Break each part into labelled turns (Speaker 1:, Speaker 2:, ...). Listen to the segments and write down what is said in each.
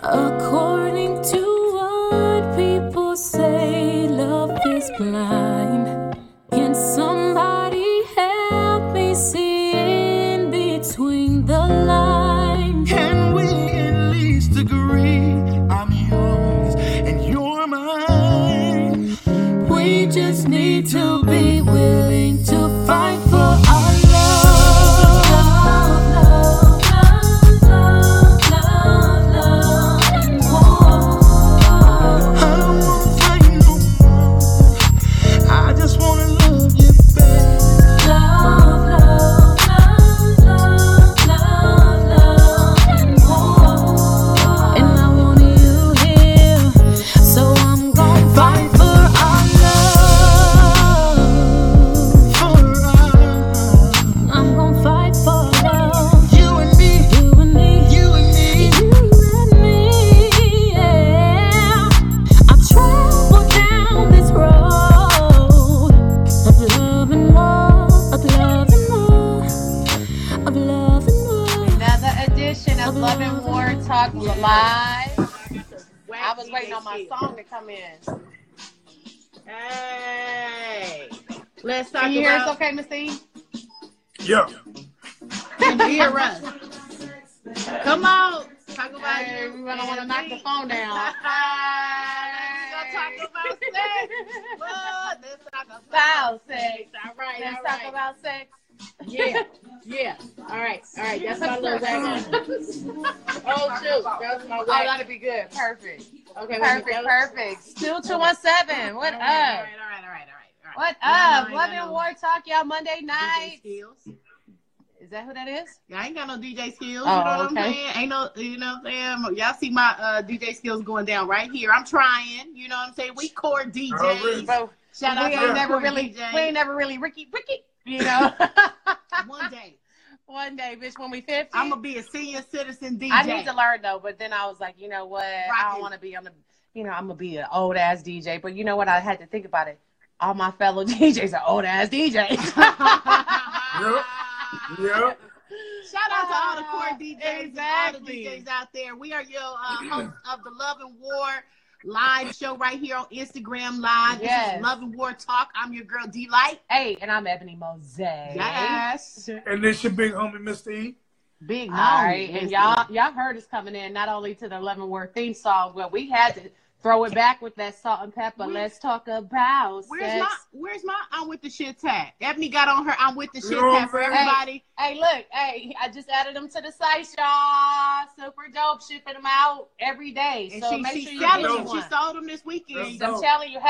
Speaker 1: According to what people say, love is blind. Can somebody help me see in between the lines?
Speaker 2: Can we at least agree I'm yours and you're mine?
Speaker 1: We just need to be willing to fight for our love. Love, love, love, love, love, love. Whoa.
Speaker 2: I don't wanna fight no more. I just wanna love you, babe.
Speaker 1: Love, love, love, love, love, love. Whoa. And I want you here, so I'm gonna fight for our love.
Speaker 2: For us.
Speaker 1: I'm gonna fight for love.
Speaker 2: You and me,
Speaker 1: You and me.
Speaker 2: you and me.
Speaker 3: Another edition of Love and War Talk Live. I was waiting on my song to come in.
Speaker 4: Hey, let's talk
Speaker 3: Can you hear us
Speaker 4: about
Speaker 3: okay, Miss E?
Speaker 5: Yeah.
Speaker 4: can you hear us. Come on, talk about
Speaker 3: Hey,
Speaker 4: you.
Speaker 3: we're gonna want to
Speaker 4: and
Speaker 3: knock
Speaker 4: me.
Speaker 3: the phone down.
Speaker 4: Hey, Let's talk about sex. What? Let's talk about
Speaker 3: Foul sex.
Speaker 4: All right,
Speaker 3: Let's
Speaker 4: all
Speaker 3: talk
Speaker 4: right.
Speaker 3: about sex.
Speaker 4: yeah, yeah. All right, all right. That's my little background. Oh shoot, that's my
Speaker 3: Oh,
Speaker 4: whack.
Speaker 3: that'll be good. Perfect.
Speaker 4: Okay, wait a minute.
Speaker 3: Perfect. Perfect. Still 217. What
Speaker 4: All
Speaker 3: up?
Speaker 4: right, All right, all right, all right, all right.
Speaker 3: What
Speaker 4: Yeah, I
Speaker 3: up?
Speaker 4: know,
Speaker 3: Love
Speaker 4: I know.
Speaker 3: and War Talk, y'all, Monday
Speaker 4: DJ
Speaker 3: night.
Speaker 4: skills.
Speaker 3: Is that who that is?
Speaker 4: Yeah, I ain't got no DJ skills.
Speaker 3: Oh,
Speaker 4: you know what
Speaker 3: okay.
Speaker 4: I'm saying? Ain't no, you know what I'm saying? Y'all see my uh, DJ skills going down right here. I'm trying. You know what I'm saying? We core DJs.
Speaker 5: Oh, really?
Speaker 3: Bro,
Speaker 4: Shout out
Speaker 3: we
Speaker 4: to
Speaker 3: ain't
Speaker 4: our
Speaker 3: never
Speaker 4: core
Speaker 3: really,
Speaker 4: DJs.
Speaker 3: we ain't never really Ricky, Ricky. You know,
Speaker 4: One day
Speaker 3: one day, bitch, when we fifty,
Speaker 4: I'm gonna be a senior citizen DJ.
Speaker 3: I need to learn though. But then I was like, you know what? I don't
Speaker 4: Rocky.
Speaker 3: want to be on the, you know, I'm gonna be an old ass DJ. But you know what? I had to think about it. All my fellow DJs are old ass DJs.
Speaker 5: Yep. Yep.
Speaker 4: Shout out to all the core DJs, and all the
Speaker 3: Exactly.
Speaker 4: DJs out there. We are your uh, hosts of the Love and War live show right here on Instagram Live. This
Speaker 3: Yes.
Speaker 4: is Love and War Talk. I'm your girl D Light.
Speaker 3: hey, and I'm Ebony Mosaic.
Speaker 4: Yes.
Speaker 5: And this your big homie, Mr. E.
Speaker 4: Big
Speaker 3: All
Speaker 4: no.
Speaker 3: right, and y'all, y'all heard us coming in not only to the Eleven Word theme song, but we had to throw it back with that salt and pepper.
Speaker 4: Where-
Speaker 3: Let's talk about
Speaker 4: Where's
Speaker 3: sex.
Speaker 4: my where's my I'm with the shit tag? Ebony got on her I'm with the shit
Speaker 5: You know what
Speaker 4: tag
Speaker 5: I'm
Speaker 4: for
Speaker 5: saying?
Speaker 4: everybody.
Speaker 3: Hey, look, hey, I just added them to the site, y'all. Super dope, shipping them out every day.
Speaker 4: And
Speaker 3: so
Speaker 4: she,
Speaker 3: make
Speaker 4: she
Speaker 3: sure you get
Speaker 4: selling
Speaker 3: you
Speaker 4: them.
Speaker 3: one.
Speaker 4: She sold them this weekend.
Speaker 5: Let's
Speaker 3: I'm
Speaker 5: go.
Speaker 3: telling you,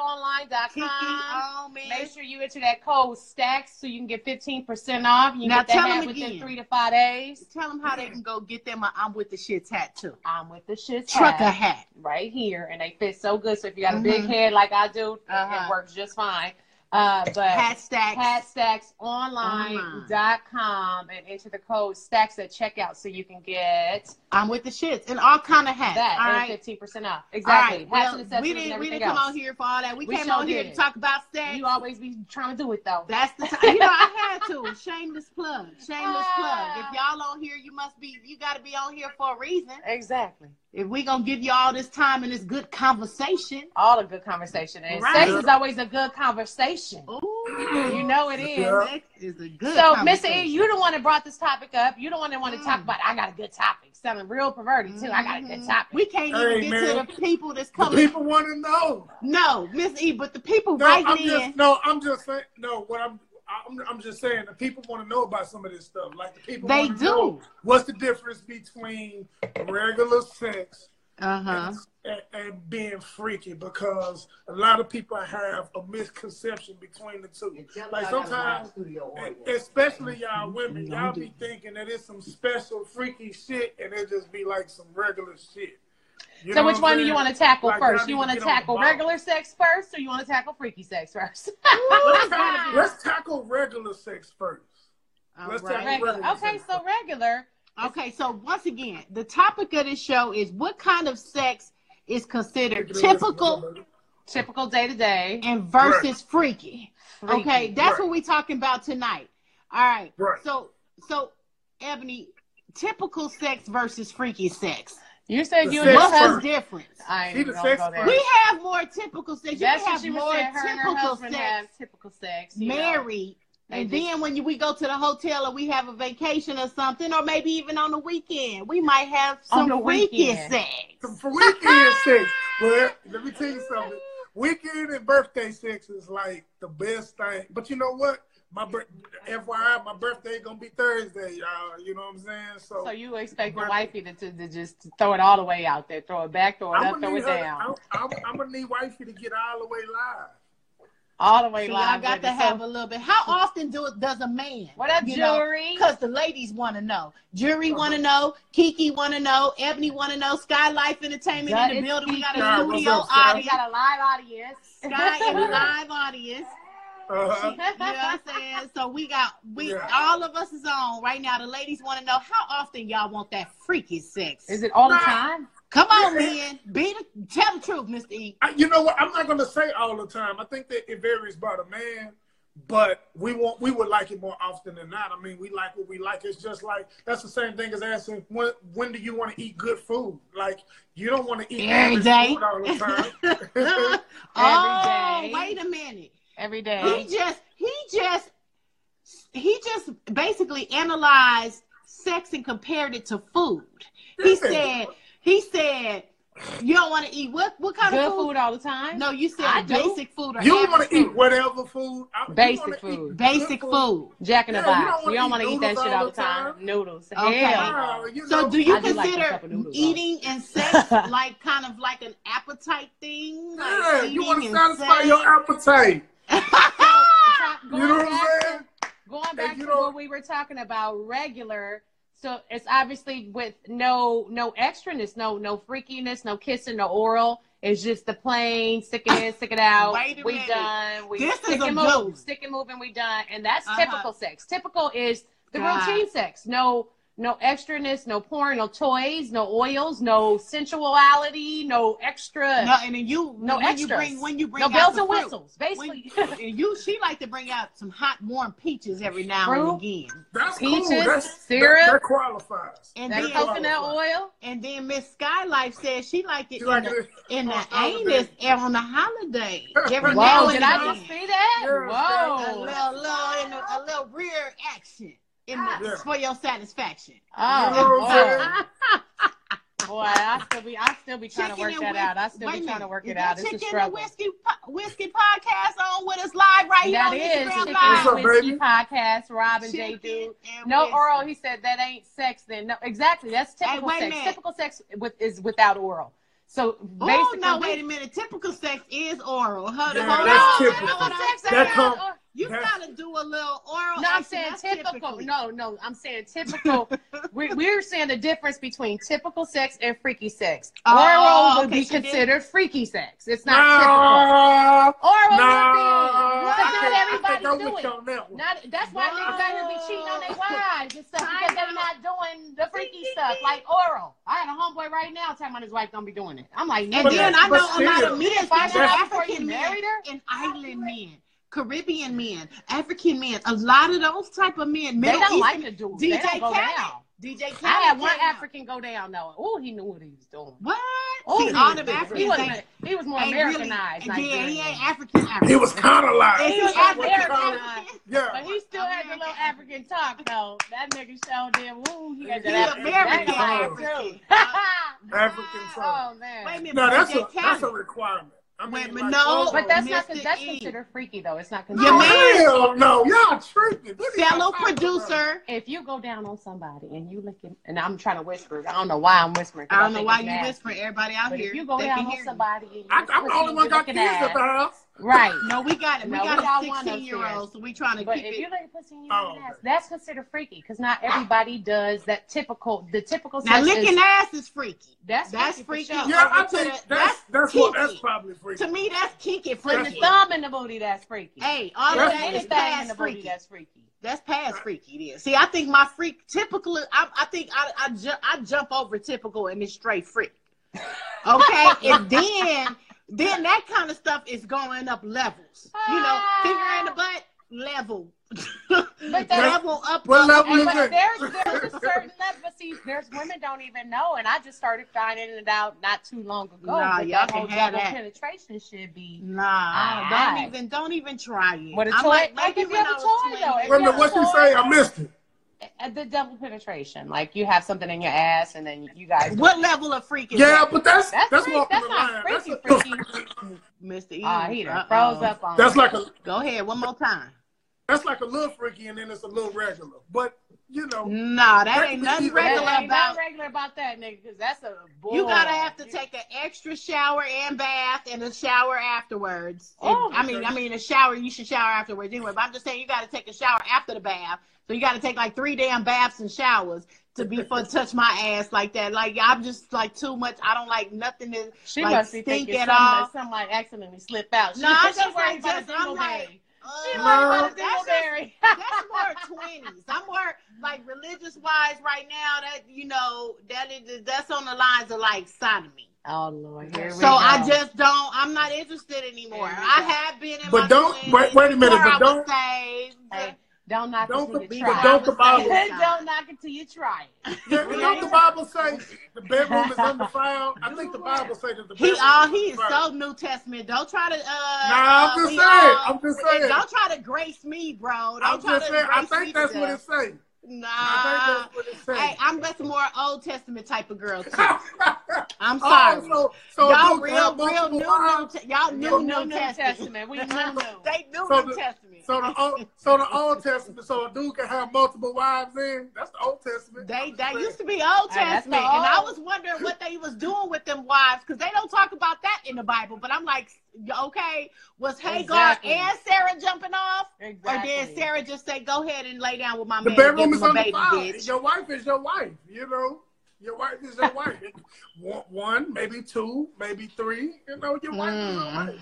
Speaker 4: Kiki,
Speaker 3: hashtagsonline.com.
Speaker 4: oh man.
Speaker 3: Make sure you enter that code stacks so you can get 15% off. You can
Speaker 4: Now
Speaker 3: get that
Speaker 4: tell
Speaker 3: hat
Speaker 4: them
Speaker 3: within
Speaker 4: again.
Speaker 3: three to five days.
Speaker 4: Tell them how they can go get them a I'm with the shit tattoo.
Speaker 3: I'm with the shit
Speaker 4: Trucker hat.
Speaker 3: right here, and they fit so good. So if you got a big
Speaker 4: Mhm.
Speaker 3: head like I do, it-
Speaker 4: Uh-huh.
Speaker 3: it works just fine. Uh, but
Speaker 4: Hat stack.
Speaker 3: hatstacksonline.com and enter the code stacks at checkout so you can get
Speaker 4: I'm with the shits and all kind of hats.
Speaker 3: that
Speaker 4: all
Speaker 3: and
Speaker 4: right.
Speaker 3: fifteen percent off.
Speaker 4: All
Speaker 3: Exactly.
Speaker 4: right.
Speaker 3: Hats
Speaker 4: Well,
Speaker 3: and accessories
Speaker 4: we
Speaker 3: and
Speaker 4: didn't we
Speaker 3: everything
Speaker 4: didn't come
Speaker 3: else.
Speaker 4: on here for all that. We,
Speaker 3: We
Speaker 4: came
Speaker 3: sure
Speaker 4: on here to
Speaker 3: did.
Speaker 4: talk about sex.
Speaker 3: You always be trying to do it though.
Speaker 4: That's the time. You know, I had to. Shameless plug. Shameless plug. If
Speaker 3: Ah.
Speaker 4: y'all on here, you must be, you got to be on here for a reason.
Speaker 3: Exactly.
Speaker 4: If we going to give you all this time and this good conversation.
Speaker 3: All a good conversation, and
Speaker 4: Right.
Speaker 3: sex is always a good conversation.
Speaker 4: Ooh.
Speaker 3: You know it is.
Speaker 5: Yeah.
Speaker 4: Sex is a good
Speaker 3: so, Miss
Speaker 4: conversation.
Speaker 3: E, you the one that brought this topic up. You the one that want to talk
Speaker 4: Mm.
Speaker 3: about. I got a good topic. Sounding real perverted too. I got a good
Speaker 4: Mhm.
Speaker 3: topic.
Speaker 4: We can't even
Speaker 5: Hey,
Speaker 4: get
Speaker 5: man.
Speaker 4: to the people that's
Speaker 5: The
Speaker 4: coming.
Speaker 5: people want to know.
Speaker 4: No, Miss E, but the people
Speaker 5: No,
Speaker 4: right
Speaker 5: I'm
Speaker 4: in.
Speaker 5: just no. I'm just saying. No, what I'm. I'm, I'm just saying the people want to know about some of this stuff. Like the people
Speaker 4: They
Speaker 5: wanna
Speaker 4: do.
Speaker 5: know what's the difference between regular sex
Speaker 4: Uh huh.
Speaker 5: and, and, and being freaky? Because a lot of people have a misconception between the two. Like sometimes, e- especially y'all women, y'all be thinking that it's some special freaky shit, and it just be like some regular shit. You
Speaker 3: so
Speaker 5: know
Speaker 3: which
Speaker 5: what I'm
Speaker 3: one do you
Speaker 5: saying?
Speaker 3: want to tackle
Speaker 5: Like, y'all
Speaker 3: first?
Speaker 5: need
Speaker 3: You
Speaker 5: to
Speaker 3: want to
Speaker 5: get on the
Speaker 3: tackle
Speaker 5: ball.
Speaker 3: regular sex first, or you want to tackle freaky sex first?
Speaker 5: Let's tackle, let's tackle regular sex first. Let's tackle
Speaker 4: Alright.
Speaker 5: regular
Speaker 3: regular. Okay,
Speaker 5: sex
Speaker 3: so regular.
Speaker 4: Okay, so once again, the topic of this show is what kind of sex is considered
Speaker 5: first.
Speaker 4: typical
Speaker 3: Typical day to day.
Speaker 4: and versus freaky. Okay, that's
Speaker 5: Right.
Speaker 4: what we're talking about tonight. All right.
Speaker 5: Right.
Speaker 4: So so Ebony, typical sex versus freaky sex.
Speaker 3: You said you
Speaker 5: Sex
Speaker 4: What's
Speaker 3: just
Speaker 5: first.
Speaker 4: the difference?
Speaker 3: I ain't
Speaker 5: She
Speaker 3: even
Speaker 5: the
Speaker 3: gonna
Speaker 5: sex
Speaker 3: go there.
Speaker 5: first.
Speaker 4: We have more typical sex. You
Speaker 3: That's
Speaker 4: can
Speaker 3: what
Speaker 4: have
Speaker 3: she
Speaker 4: more
Speaker 3: was saying. Her and her
Speaker 4: typical
Speaker 3: husband have
Speaker 4: sex
Speaker 3: typical sex. you know.
Speaker 4: married.
Speaker 3: They
Speaker 4: And
Speaker 3: just-
Speaker 4: then when you, we go to the hotel or we have a vacation or something, or maybe even on the weekend, we might have
Speaker 3: On
Speaker 4: some
Speaker 3: the
Speaker 4: freaky
Speaker 3: weekend.
Speaker 4: sex.
Speaker 5: Some for weekend sex. Well, let me tell you something. Weekend and birthday sex is like the best thing. But you know what? My bir- FYI, my birthday gonna be Thursday, y'all. You know what I'm saying? So,
Speaker 3: So you expect the wifey to, to, to just throw it all the way out there, throw it back, throw it up,
Speaker 5: I'm gonna
Speaker 3: throw
Speaker 5: need
Speaker 3: it
Speaker 5: her.
Speaker 3: down,
Speaker 5: I'm, I'm, I'm gonna need wifey to get all the way live.
Speaker 3: all the way
Speaker 4: So
Speaker 3: live.
Speaker 4: y'all got
Speaker 3: baby.
Speaker 4: to
Speaker 3: So
Speaker 4: have a little bit. How often do does a man?
Speaker 3: what up, Uh-huh. jewelry?
Speaker 4: Because the ladies want to know. Jury want to know. Kiki want to know. Ebony want to know. Sky Life Entertainment
Speaker 3: That
Speaker 4: in
Speaker 3: is
Speaker 4: the building. We got
Speaker 5: Sky,
Speaker 4: a
Speaker 5: what's
Speaker 4: studio
Speaker 5: up, Sky?
Speaker 3: We
Speaker 4: audience.
Speaker 3: got a live audience.
Speaker 4: Sky and live audience.
Speaker 5: Uh-huh.
Speaker 4: You know what I'm saying? So we got we
Speaker 5: Yeah.
Speaker 4: all of us is on right now. The ladies want to know how often y'all want that freaky sex.
Speaker 3: Is it all the time?
Speaker 4: Come on,
Speaker 5: Yeah.
Speaker 4: Lynn. Be the tell the truth, Mr. E.
Speaker 5: I, you know what? I'm not gonna say all the time. I think that it varies by the man, but we want we would like it more often than not. I mean, we like what we like. It's just like that's the same thing as asking when when do you want to eat good food? Like you don't want to eat
Speaker 4: Every
Speaker 5: average
Speaker 4: day.
Speaker 5: food all the time.
Speaker 4: oh,
Speaker 3: day.
Speaker 4: wait a minute.
Speaker 3: Every day.
Speaker 4: He just he just he just basically analyzed sex and compared it to food. He
Speaker 5: Listen.
Speaker 4: said he said you don't want to eat what what kind
Speaker 3: Good
Speaker 4: of food?
Speaker 3: food all the time.
Speaker 4: No, you said
Speaker 3: I do.
Speaker 4: basic food or
Speaker 5: you want
Speaker 4: average
Speaker 5: to eat
Speaker 4: food.
Speaker 5: whatever food. I- you
Speaker 3: Basic
Speaker 5: wanna eat
Speaker 3: food.
Speaker 5: good
Speaker 4: basic food.
Speaker 3: Jack in the
Speaker 5: Yeah, you
Speaker 3: box.
Speaker 5: don't
Speaker 3: You
Speaker 5: wanna
Speaker 3: don't want to
Speaker 5: eat
Speaker 3: eat that
Speaker 5: noodles
Speaker 3: shit
Speaker 5: all
Speaker 3: all the
Speaker 5: the
Speaker 3: time.
Speaker 5: time.
Speaker 3: Noodles.
Speaker 4: Okay.
Speaker 3: Hell.
Speaker 5: Wow, you
Speaker 4: So
Speaker 5: know,
Speaker 4: do you
Speaker 3: I do like the
Speaker 4: consider
Speaker 3: cup of noodles, though.
Speaker 4: eating and sex like kind of like an appetite thing? Like
Speaker 5: yeah, you want to
Speaker 4: eating and
Speaker 5: satisfy
Speaker 4: sex?
Speaker 5: your appetite.
Speaker 3: So,
Speaker 5: You know what
Speaker 3: going
Speaker 5: I'm
Speaker 3: back to-
Speaker 5: saying?
Speaker 3: Going
Speaker 5: Hey,
Speaker 3: back
Speaker 5: you
Speaker 3: to
Speaker 5: know-
Speaker 3: what we were talking about, regular. So it's obviously with no no extraness, no no freakiness, no kissing, no oral. It's just the plain stick it in, stick it out.
Speaker 4: Wait a
Speaker 3: we
Speaker 4: minute.
Speaker 3: done. We
Speaker 4: This is
Speaker 3: stick
Speaker 4: a
Speaker 3: and
Speaker 4: move.
Speaker 3: move, stick and move, and we done. And that's
Speaker 4: Uh-huh.
Speaker 3: typical sex. Typical is the
Speaker 4: God.
Speaker 3: routine sex. No no extraness, no porn, no toys, no oils, no sensuality, no extra,
Speaker 4: No, and then you
Speaker 3: no
Speaker 4: when you
Speaker 3: extras.
Speaker 4: bring when you bring
Speaker 3: no
Speaker 4: out
Speaker 3: bells
Speaker 4: the
Speaker 3: and
Speaker 4: fruit,
Speaker 3: whistles.
Speaker 4: when-
Speaker 3: Basically,
Speaker 4: and you she like to bring out some hot warm peaches every now
Speaker 3: Fruit.
Speaker 4: and again.
Speaker 5: That's
Speaker 3: Peaches,
Speaker 5: cool. That's, that-
Speaker 3: syrup.
Speaker 5: That, qualifies.
Speaker 4: And
Speaker 3: that
Speaker 4: then
Speaker 3: coconut oil.
Speaker 4: and then Miss Skylife says she like it
Speaker 5: You
Speaker 4: in,
Speaker 5: like
Speaker 4: the,
Speaker 5: it?
Speaker 4: in the
Speaker 5: on holiday.
Speaker 4: anus and on the holiday. Every now
Speaker 3: Whoa,
Speaker 4: and
Speaker 3: did I just
Speaker 4: then.
Speaker 3: see that?
Speaker 5: Yeah,
Speaker 4: A
Speaker 3: Whoa.
Speaker 4: little,
Speaker 5: girl.
Speaker 4: little, in the, a little rear action in the,
Speaker 5: Yeah.
Speaker 4: for your satisfaction.
Speaker 5: You know what I'm
Speaker 3: Oh, boy, boy, I still be, I still be trying to
Speaker 4: Chicken
Speaker 3: work
Speaker 4: and
Speaker 3: that out.
Speaker 4: whis-
Speaker 3: I still
Speaker 4: Wait
Speaker 3: be
Speaker 4: a
Speaker 3: trying to
Speaker 4: minute.
Speaker 3: work
Speaker 4: Is
Speaker 3: it
Speaker 4: that
Speaker 3: out. It's a
Speaker 4: Chicken and
Speaker 3: struggle.
Speaker 4: whiskey, Po- whiskey podcast on with us live right here
Speaker 3: That
Speaker 4: on
Speaker 3: is
Speaker 4: Instagram
Speaker 3: Chicken
Speaker 4: Live.
Speaker 5: What's
Speaker 3: and
Speaker 5: up,
Speaker 3: Whiskey
Speaker 5: baby?
Speaker 3: podcast. Rob and Jay do. No oral. He said that ain't sex. Then no, exactly. That's
Speaker 4: Hey,
Speaker 3: typical
Speaker 4: wait a
Speaker 3: sex.
Speaker 4: minute.
Speaker 3: Typical sex with is without oral. So
Speaker 4: Oh
Speaker 3: basically,
Speaker 4: no! Wait a minute. Typical sex is oral. Hold,
Speaker 5: Yeah,
Speaker 4: hold
Speaker 5: that's
Speaker 4: on.
Speaker 5: typical.
Speaker 4: That's what I'm
Speaker 3: sex
Speaker 4: saying.
Speaker 5: That
Speaker 3: ain't
Speaker 5: come-
Speaker 3: oral.
Speaker 4: You
Speaker 5: That's-
Speaker 4: gotta do a little oral.
Speaker 3: No, I'm
Speaker 4: action.
Speaker 3: saying
Speaker 4: That's
Speaker 3: typical.
Speaker 4: typically-
Speaker 3: No, no, I'm saying typical. we're, we're saying the difference between typical sex and freaky sex.
Speaker 4: Oh,
Speaker 3: oral would
Speaker 4: okay,
Speaker 3: be
Speaker 4: she did.
Speaker 3: considered freaky sex. It's
Speaker 5: No,
Speaker 3: not typical.
Speaker 5: Ah,
Speaker 3: Oral
Speaker 5: no,
Speaker 3: would
Speaker 5: I
Speaker 3: be.
Speaker 5: can't-
Speaker 3: But
Speaker 5: I can't
Speaker 3: not
Speaker 5: go
Speaker 3: everybody's
Speaker 5: with you
Speaker 3: doing.
Speaker 5: on that one.
Speaker 3: Not, that's why niggas better be cheating on their wives and stuff because they're not doing the freaky stuff like oral. I had a homeboy right now talking about his wife don't be doing it. I'm like,
Speaker 4: And
Speaker 5: But-
Speaker 4: then
Speaker 3: nigga,
Speaker 4: I
Speaker 5: but
Speaker 4: know a lot
Speaker 5: still,
Speaker 4: of men,
Speaker 3: find
Speaker 4: especially
Speaker 3: that out before
Speaker 4: African
Speaker 3: you
Speaker 4: men
Speaker 3: married her?
Speaker 4: and island men, Caribbean men, African men. A lot of those type of men, Middle
Speaker 3: they don't
Speaker 4: Eastern,
Speaker 3: like the dude.
Speaker 4: DJ
Speaker 3: they don't go
Speaker 4: Khaled.
Speaker 3: down.
Speaker 4: DJ Khaled.
Speaker 3: I had one
Speaker 4: came out.
Speaker 3: African go down though. Oh, he knew what he was doing.
Speaker 4: What?
Speaker 3: Oh,
Speaker 4: See,
Speaker 3: he,
Speaker 4: all them
Speaker 3: was, he,
Speaker 4: Africans
Speaker 3: wasn't,
Speaker 4: ain't,
Speaker 3: he was more
Speaker 4: ain't
Speaker 3: Americanized.
Speaker 4: really. Yeah, he
Speaker 3: Nigerian.
Speaker 4: ain't African. African.
Speaker 5: He was kind of like.
Speaker 4: It's
Speaker 3: He was
Speaker 4: African.
Speaker 3: Americanized.
Speaker 5: Yeah.
Speaker 3: But he still had the little African talk though. That nigga showed them. Woo, he got
Speaker 4: He
Speaker 3: that
Speaker 5: African.
Speaker 4: American.
Speaker 3: African.
Speaker 5: That's
Speaker 3: African.
Speaker 4: African.
Speaker 5: African song.
Speaker 3: oh man.
Speaker 4: Wait a minute.
Speaker 5: No, that's a,
Speaker 4: DJ
Speaker 5: that's a
Speaker 4: Khaled.
Speaker 5: requirement. I mean,
Speaker 4: Wait, but
Speaker 5: like,
Speaker 4: no,
Speaker 5: oh,
Speaker 3: But that's not
Speaker 4: Mr.
Speaker 3: that's
Speaker 4: E.
Speaker 3: considered freaky though. It's not
Speaker 4: Your
Speaker 5: oh,
Speaker 3: considered.
Speaker 4: man-
Speaker 5: hell no, y'all tripping. What are y'all
Speaker 4: Fellow
Speaker 5: talking about?
Speaker 4: producer.
Speaker 3: If you go down on somebody and you looking, and I'm trying to whisper, I don't know why I'm whispering. 'cause
Speaker 4: I don't know
Speaker 3: think
Speaker 4: why
Speaker 3: it's
Speaker 4: you
Speaker 3: nasty.
Speaker 4: whispering. Everybody out
Speaker 3: But
Speaker 4: here.
Speaker 3: if you go
Speaker 4: they
Speaker 3: down
Speaker 4: can
Speaker 3: on
Speaker 4: hear you.
Speaker 3: somebody, and you
Speaker 5: I, I'm the only one got
Speaker 3: looking
Speaker 5: kids at the
Speaker 3: at,
Speaker 5: house.
Speaker 3: right?
Speaker 4: No, we got it. We
Speaker 3: No, we
Speaker 4: got
Speaker 3: got
Speaker 4: a
Speaker 3: one upstairs.
Speaker 4: 16 year old, so we trying to
Speaker 3: But
Speaker 4: keep
Speaker 3: if
Speaker 4: it.
Speaker 3: you look at pussy in your
Speaker 5: Oh,
Speaker 3: ass,
Speaker 5: okay.
Speaker 3: that's considered freaky because not everybody does that typical, the typical.
Speaker 4: Now,
Speaker 3: sex
Speaker 4: licking
Speaker 3: is,
Speaker 4: ass is freaky.
Speaker 3: that's
Speaker 4: that's
Speaker 3: freaky.
Speaker 4: freaky.
Speaker 3: for sure.
Speaker 5: Yeah, I
Speaker 4: to
Speaker 5: think
Speaker 4: the-
Speaker 5: that's
Speaker 4: that's
Speaker 5: that's what that's
Speaker 4: kinky.
Speaker 5: probably freaky.
Speaker 4: To me, that's kinky
Speaker 3: Putting the
Speaker 4: freaky.
Speaker 3: thumb in the booty, that's freaky.
Speaker 4: Hey, all
Speaker 5: That's
Speaker 4: of
Speaker 3: Putting
Speaker 4: that is
Speaker 3: anything in
Speaker 4: past
Speaker 3: the booty,
Speaker 4: freaky.
Speaker 3: that's freaky.
Speaker 4: That's past freaky. It is. See, I think my freak typical. I, I think I I, ju- I jump over typical and it's straight freak. Okay, and then then that kind of stuff is going up levels. You know, finger in the butt level
Speaker 3: But that's
Speaker 4: level up.
Speaker 5: What
Speaker 4: up.
Speaker 5: level
Speaker 3: And,
Speaker 5: is
Speaker 3: but
Speaker 5: it?
Speaker 3: there's there's a certain level. but See, there's women don't even know, and I just started finding it out not too long ago.
Speaker 4: Nah,
Speaker 3: but
Speaker 4: y'all
Speaker 3: that
Speaker 4: can
Speaker 3: whole
Speaker 4: have
Speaker 3: double
Speaker 4: that.
Speaker 3: penetration should be.
Speaker 4: Nah,
Speaker 3: Alright.
Speaker 4: don't even don't even try it.
Speaker 3: But Ah, a
Speaker 4: I
Speaker 3: toy-
Speaker 4: might-
Speaker 3: like,
Speaker 4: maybe
Speaker 3: if you
Speaker 4: when
Speaker 3: have a
Speaker 4: I was
Speaker 3: toy, though,
Speaker 4: 20.
Speaker 5: Wait a minute, what you say? I missed it.
Speaker 3: uh, The double penetration, like you have something in your ass, and then you guys.
Speaker 4: What level of freak is
Speaker 5: Yeah,
Speaker 4: that?
Speaker 5: but that's
Speaker 3: That's
Speaker 5: that's,
Speaker 3: freak-
Speaker 5: walking
Speaker 3: that's
Speaker 5: the
Speaker 3: not
Speaker 5: line.
Speaker 3: freaky,
Speaker 5: that's, a-
Speaker 4: Mr. E.
Speaker 3: Ah, he done
Speaker 4: uh-uh.
Speaker 3: froze up on.
Speaker 5: that's
Speaker 3: it.
Speaker 5: like a
Speaker 4: Go ahead, one more time.
Speaker 5: that's like a little freaky, and then it's a little regular. But you know,
Speaker 4: Nah, that ain't nothing
Speaker 5: That
Speaker 3: That
Speaker 4: regular
Speaker 3: ain't nothing
Speaker 4: about.
Speaker 3: regular about that, nigga. Cause that's a boy.
Speaker 4: You gotta have to take an extra shower and bath and a shower afterwards. And-
Speaker 3: Oh.
Speaker 4: I mean, I mean, a shower. You should shower afterwards anyway. But I'm just saying, you gotta take a shower after the bath. So you gotta take like three damn baths and showers to be for touch my ass like that. Like I'm just like too much. I don't like nothing that
Speaker 3: She
Speaker 4: like,
Speaker 3: must be
Speaker 4: think
Speaker 3: thinking
Speaker 4: at
Speaker 3: something,
Speaker 4: all.
Speaker 3: that something like accidentally slipped out. She,
Speaker 4: No, I'm
Speaker 3: she
Speaker 4: just
Speaker 3: worried
Speaker 4: like,
Speaker 3: about a
Speaker 4: just- I'm like,
Speaker 3: dingleberry.
Speaker 4: uh,
Speaker 3: She worried about a
Speaker 4: that's just-
Speaker 3: dingleberry.
Speaker 4: that's more twenties. I'm more like religious wise right now. That you know that is that's on the lines of like sodomy.
Speaker 3: Oh Lord, here we
Speaker 4: So
Speaker 3: go.
Speaker 4: I just don't. I'm not interested anymore.
Speaker 3: There we
Speaker 4: I
Speaker 3: go.
Speaker 4: have been in
Speaker 5: But
Speaker 4: my
Speaker 5: don't-
Speaker 4: 20s,
Speaker 5: wait- wait a minute, but
Speaker 4: before I was
Speaker 5: don't-
Speaker 4: saved.
Speaker 3: Hey, don't knock
Speaker 5: Don't
Speaker 3: it till
Speaker 5: compete,
Speaker 3: you
Speaker 5: but
Speaker 3: try.
Speaker 5: don't
Speaker 3: it.
Speaker 5: the Bible-
Speaker 3: don't knock it till you try it.
Speaker 5: yeah, you know what the Bible say the bedroom is undefiled. I think the Bible say that the
Speaker 4: He
Speaker 5: bedroom
Speaker 4: all
Speaker 5: is
Speaker 4: he is
Speaker 5: undefiled.
Speaker 4: so New Testament. Don't try to. Uh,
Speaker 5: Nah, I'm
Speaker 4: uh,
Speaker 5: just
Speaker 4: we
Speaker 5: saying.
Speaker 4: all-
Speaker 5: I'm just saying.
Speaker 4: Don't try to grace me, bro. Don't
Speaker 5: I'm
Speaker 4: try
Speaker 5: just
Speaker 4: to
Speaker 5: saying. I
Speaker 4: grace me
Speaker 5: think
Speaker 4: to
Speaker 5: that's what it
Speaker 4: death.
Speaker 5: say.
Speaker 4: Nah.
Speaker 5: I think that's what it
Speaker 4: Hey,
Speaker 5: say.
Speaker 4: I'm just more Old Testament type of girl too. I'm
Speaker 5: oh,
Speaker 4: sorry.
Speaker 5: so so
Speaker 4: y'all
Speaker 5: Luke
Speaker 4: real,
Speaker 5: have
Speaker 4: real
Speaker 5: multiple
Speaker 4: new, new,
Speaker 5: wives?
Speaker 4: te- y'all new,
Speaker 5: New-
Speaker 4: new,
Speaker 3: New
Speaker 4: Testament.
Speaker 3: Testament. We new new.
Speaker 4: They new,
Speaker 5: So
Speaker 4: new
Speaker 5: the-
Speaker 4: Testament.
Speaker 5: So the old, so the Old Testament. So a dude can have multiple wives. In that's the Old Testament.
Speaker 4: They
Speaker 5: I'm just
Speaker 4: that
Speaker 5: saying.
Speaker 4: used to be Old
Speaker 3: Hey, that's
Speaker 4: Testament,
Speaker 3: the
Speaker 4: and I
Speaker 3: old.
Speaker 4: was wondering what they was doing with them wives because they don't talk about that in the Bible. But I'm like, okay, was Hagar
Speaker 3: Exactly.
Speaker 4: and Sarah jumping off,
Speaker 3: Exactly.
Speaker 4: or did Sarah just say, "Go ahead and lay down with my
Speaker 5: The
Speaker 4: man, and
Speaker 5: bedroom
Speaker 4: give
Speaker 5: is
Speaker 4: him a baby,
Speaker 5: undefiled.
Speaker 4: bitch"?
Speaker 5: Your wife is your wife, you know. Your wife is your wife. One- One, maybe two, maybe three. You know, your wife is your
Speaker 4: Mm.
Speaker 5: wife.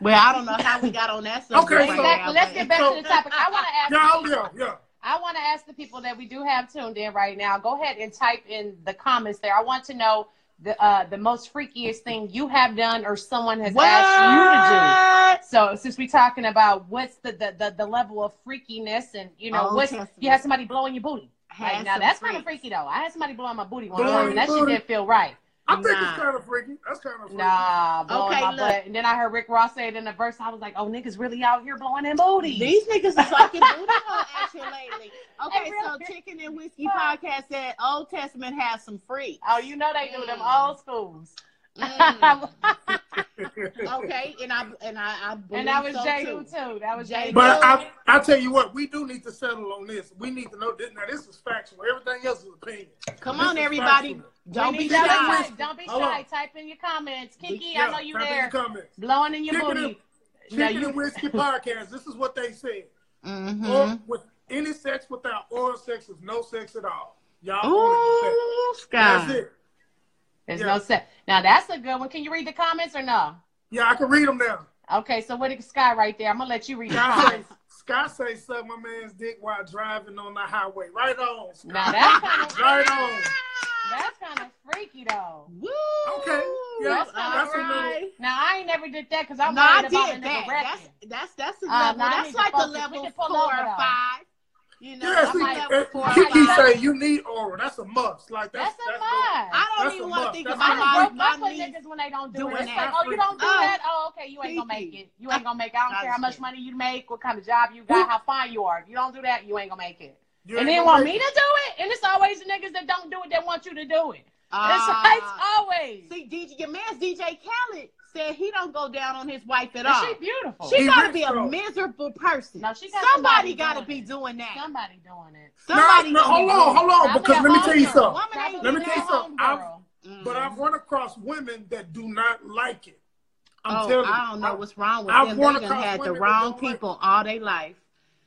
Speaker 4: Well, I don't know how we got on that subject.
Speaker 5: Okay,
Speaker 4: right
Speaker 5: so-
Speaker 4: now,
Speaker 3: Exactly. Let's get back to the topic. I want to ask.
Speaker 5: Yeah, yeah, yeah.
Speaker 3: I want to ask the people that we do have tuned in right now. Go ahead and type in the comments there. I want to know the uh, the most freakiest thing you have done or someone has
Speaker 4: What?
Speaker 3: asked you to do. So since we're talking about what's the the, the, the level of freakiness and you know
Speaker 4: Oh,
Speaker 3: what's
Speaker 4: trust me.
Speaker 3: you have somebody blowing your booty.
Speaker 4: Had
Speaker 3: Like, now
Speaker 4: some
Speaker 3: that's kind of
Speaker 4: freaks.
Speaker 3: freaky though. I had somebody blowing my booty one
Speaker 5: Blowing
Speaker 3: time
Speaker 5: your
Speaker 3: and that shit
Speaker 5: booty?
Speaker 3: didn't feel right.
Speaker 5: I think
Speaker 4: Nah.
Speaker 5: it's kind of freaky. That's kind of freaky.
Speaker 3: Nah, blowing
Speaker 4: Okay,
Speaker 3: my
Speaker 4: look.
Speaker 3: butt. And then I heard Rick Ross say it in the verse. I was like, oh niggas really out here blowing their booties.
Speaker 4: These niggas is fucking booty hole at you lately. Okay,
Speaker 3: They really-
Speaker 4: so Chicken and Whiskey podcast said Old Testament has some freaks.
Speaker 3: oh, you know they do them
Speaker 4: Mm.
Speaker 3: old schools.
Speaker 4: Mm. okay, and I and I, I believe
Speaker 3: and that was
Speaker 4: so
Speaker 3: J
Speaker 4: too.
Speaker 3: Who too. That was J.
Speaker 4: J-Who.
Speaker 5: But I, I tell you what, we do need to settle on this. We need to know this. Now, this is factual. Everything else is opinion.
Speaker 4: Come
Speaker 5: This
Speaker 4: on,
Speaker 5: is
Speaker 4: everybody,
Speaker 5: factual.
Speaker 4: don't
Speaker 3: We
Speaker 4: be
Speaker 3: need y'all to
Speaker 4: shy.
Speaker 3: type- Don't be
Speaker 5: Hold
Speaker 3: shy.
Speaker 5: on.
Speaker 3: Type in your comments. Kiki, I
Speaker 5: Yeah,
Speaker 3: know you
Speaker 5: type in
Speaker 3: there.
Speaker 5: the comments.
Speaker 3: Blowing in your
Speaker 5: Chicken
Speaker 3: booty.
Speaker 5: and-
Speaker 3: Now
Speaker 5: Chicken
Speaker 3: you-
Speaker 5: and Whiskey podcast. This is what they said.
Speaker 4: Mm-hmm.
Speaker 5: Or with any sex without oral sex is no sex at all. Y'all own it.
Speaker 4: Ooh,
Speaker 5: That's
Speaker 4: Sky.
Speaker 5: it.
Speaker 3: There's
Speaker 5: Yeah.
Speaker 3: no set. Now that's a good one. Can you read the comments or no?
Speaker 5: Yeah, I can read them now.
Speaker 3: Okay, so what did Sky right there? I'm gonna let you read the
Speaker 5: Sky say,
Speaker 3: comments.
Speaker 5: Sky say, suck my man's dick while driving on the highway. Right on. Sky.
Speaker 3: Now that's kind of
Speaker 5: Right on.
Speaker 3: that's kind of freaky though.
Speaker 4: Woo.
Speaker 5: Okay. Yeah,
Speaker 3: That's
Speaker 5: that's a little-
Speaker 4: Alright.
Speaker 3: Now I ain't never did that because I'm
Speaker 4: No, I
Speaker 3: worried about a
Speaker 4: did
Speaker 3: nigga
Speaker 4: that.
Speaker 3: wrecking.
Speaker 4: That's that's that's a
Speaker 3: Uh,
Speaker 4: level.
Speaker 3: now I need
Speaker 4: that's
Speaker 3: to
Speaker 4: like a
Speaker 3: focus. We
Speaker 4: level
Speaker 3: can pull
Speaker 4: four
Speaker 3: over,
Speaker 4: or
Speaker 3: though.
Speaker 4: five. You know,
Speaker 5: Yeah,
Speaker 4: I'm
Speaker 5: see,
Speaker 4: like
Speaker 5: eh,
Speaker 4: level four or
Speaker 5: Kiki
Speaker 4: five.
Speaker 5: say you need oral. That's a must. Like that's
Speaker 3: That's, a
Speaker 5: that's
Speaker 3: vibe.
Speaker 4: I don't
Speaker 5: That's
Speaker 4: even
Speaker 5: a
Speaker 4: want to
Speaker 5: must.
Speaker 4: think
Speaker 5: That's a
Speaker 4: about
Speaker 3: I
Speaker 4: my,
Speaker 3: done
Speaker 4: my
Speaker 3: broke up with
Speaker 4: niece.
Speaker 3: niggas when they don't do
Speaker 4: doing
Speaker 3: it. It's
Speaker 4: that.
Speaker 3: like, oh, you don't do
Speaker 4: Oh.
Speaker 3: that. Oh, okay, you ain't gonna make
Speaker 4: Kiki.
Speaker 3: it. You ain't gonna make it. I don't
Speaker 4: I
Speaker 3: care how much
Speaker 4: understand.
Speaker 3: money you make, what kind of job you got, how fine you are. If you don't do that, you ain't gonna make it.
Speaker 5: You
Speaker 3: and
Speaker 5: ain't
Speaker 3: they
Speaker 5: gonna
Speaker 3: want me
Speaker 5: make
Speaker 3: to do it, and it's always the niggas that don't do it that want you to do it. It's,
Speaker 4: Ah.
Speaker 3: it's always.
Speaker 4: See, DJ, your man's DJ Khaled said he don't go down on his wife at
Speaker 3: And
Speaker 4: all.
Speaker 3: she beautiful.
Speaker 4: She
Speaker 5: He
Speaker 4: gotta
Speaker 5: rich,
Speaker 4: be a
Speaker 5: though.
Speaker 4: miserable person.
Speaker 3: No, she got somebody
Speaker 4: somebody gotta
Speaker 3: doing
Speaker 4: be doing that.
Speaker 3: Somebody doing it.
Speaker 5: No,
Speaker 4: Somebody.
Speaker 5: no, hold on, hold on, because let me tell you something. Let me tell you something.
Speaker 4: something.
Speaker 5: But I've run across women that do not like it. I'm
Speaker 4: oh,
Speaker 5: telling you.
Speaker 4: I don't know what's wrong with
Speaker 5: I've
Speaker 4: them.
Speaker 5: run
Speaker 4: They done
Speaker 5: across
Speaker 4: had the
Speaker 5: women that
Speaker 4: wrong
Speaker 5: don't like-
Speaker 4: people all their life.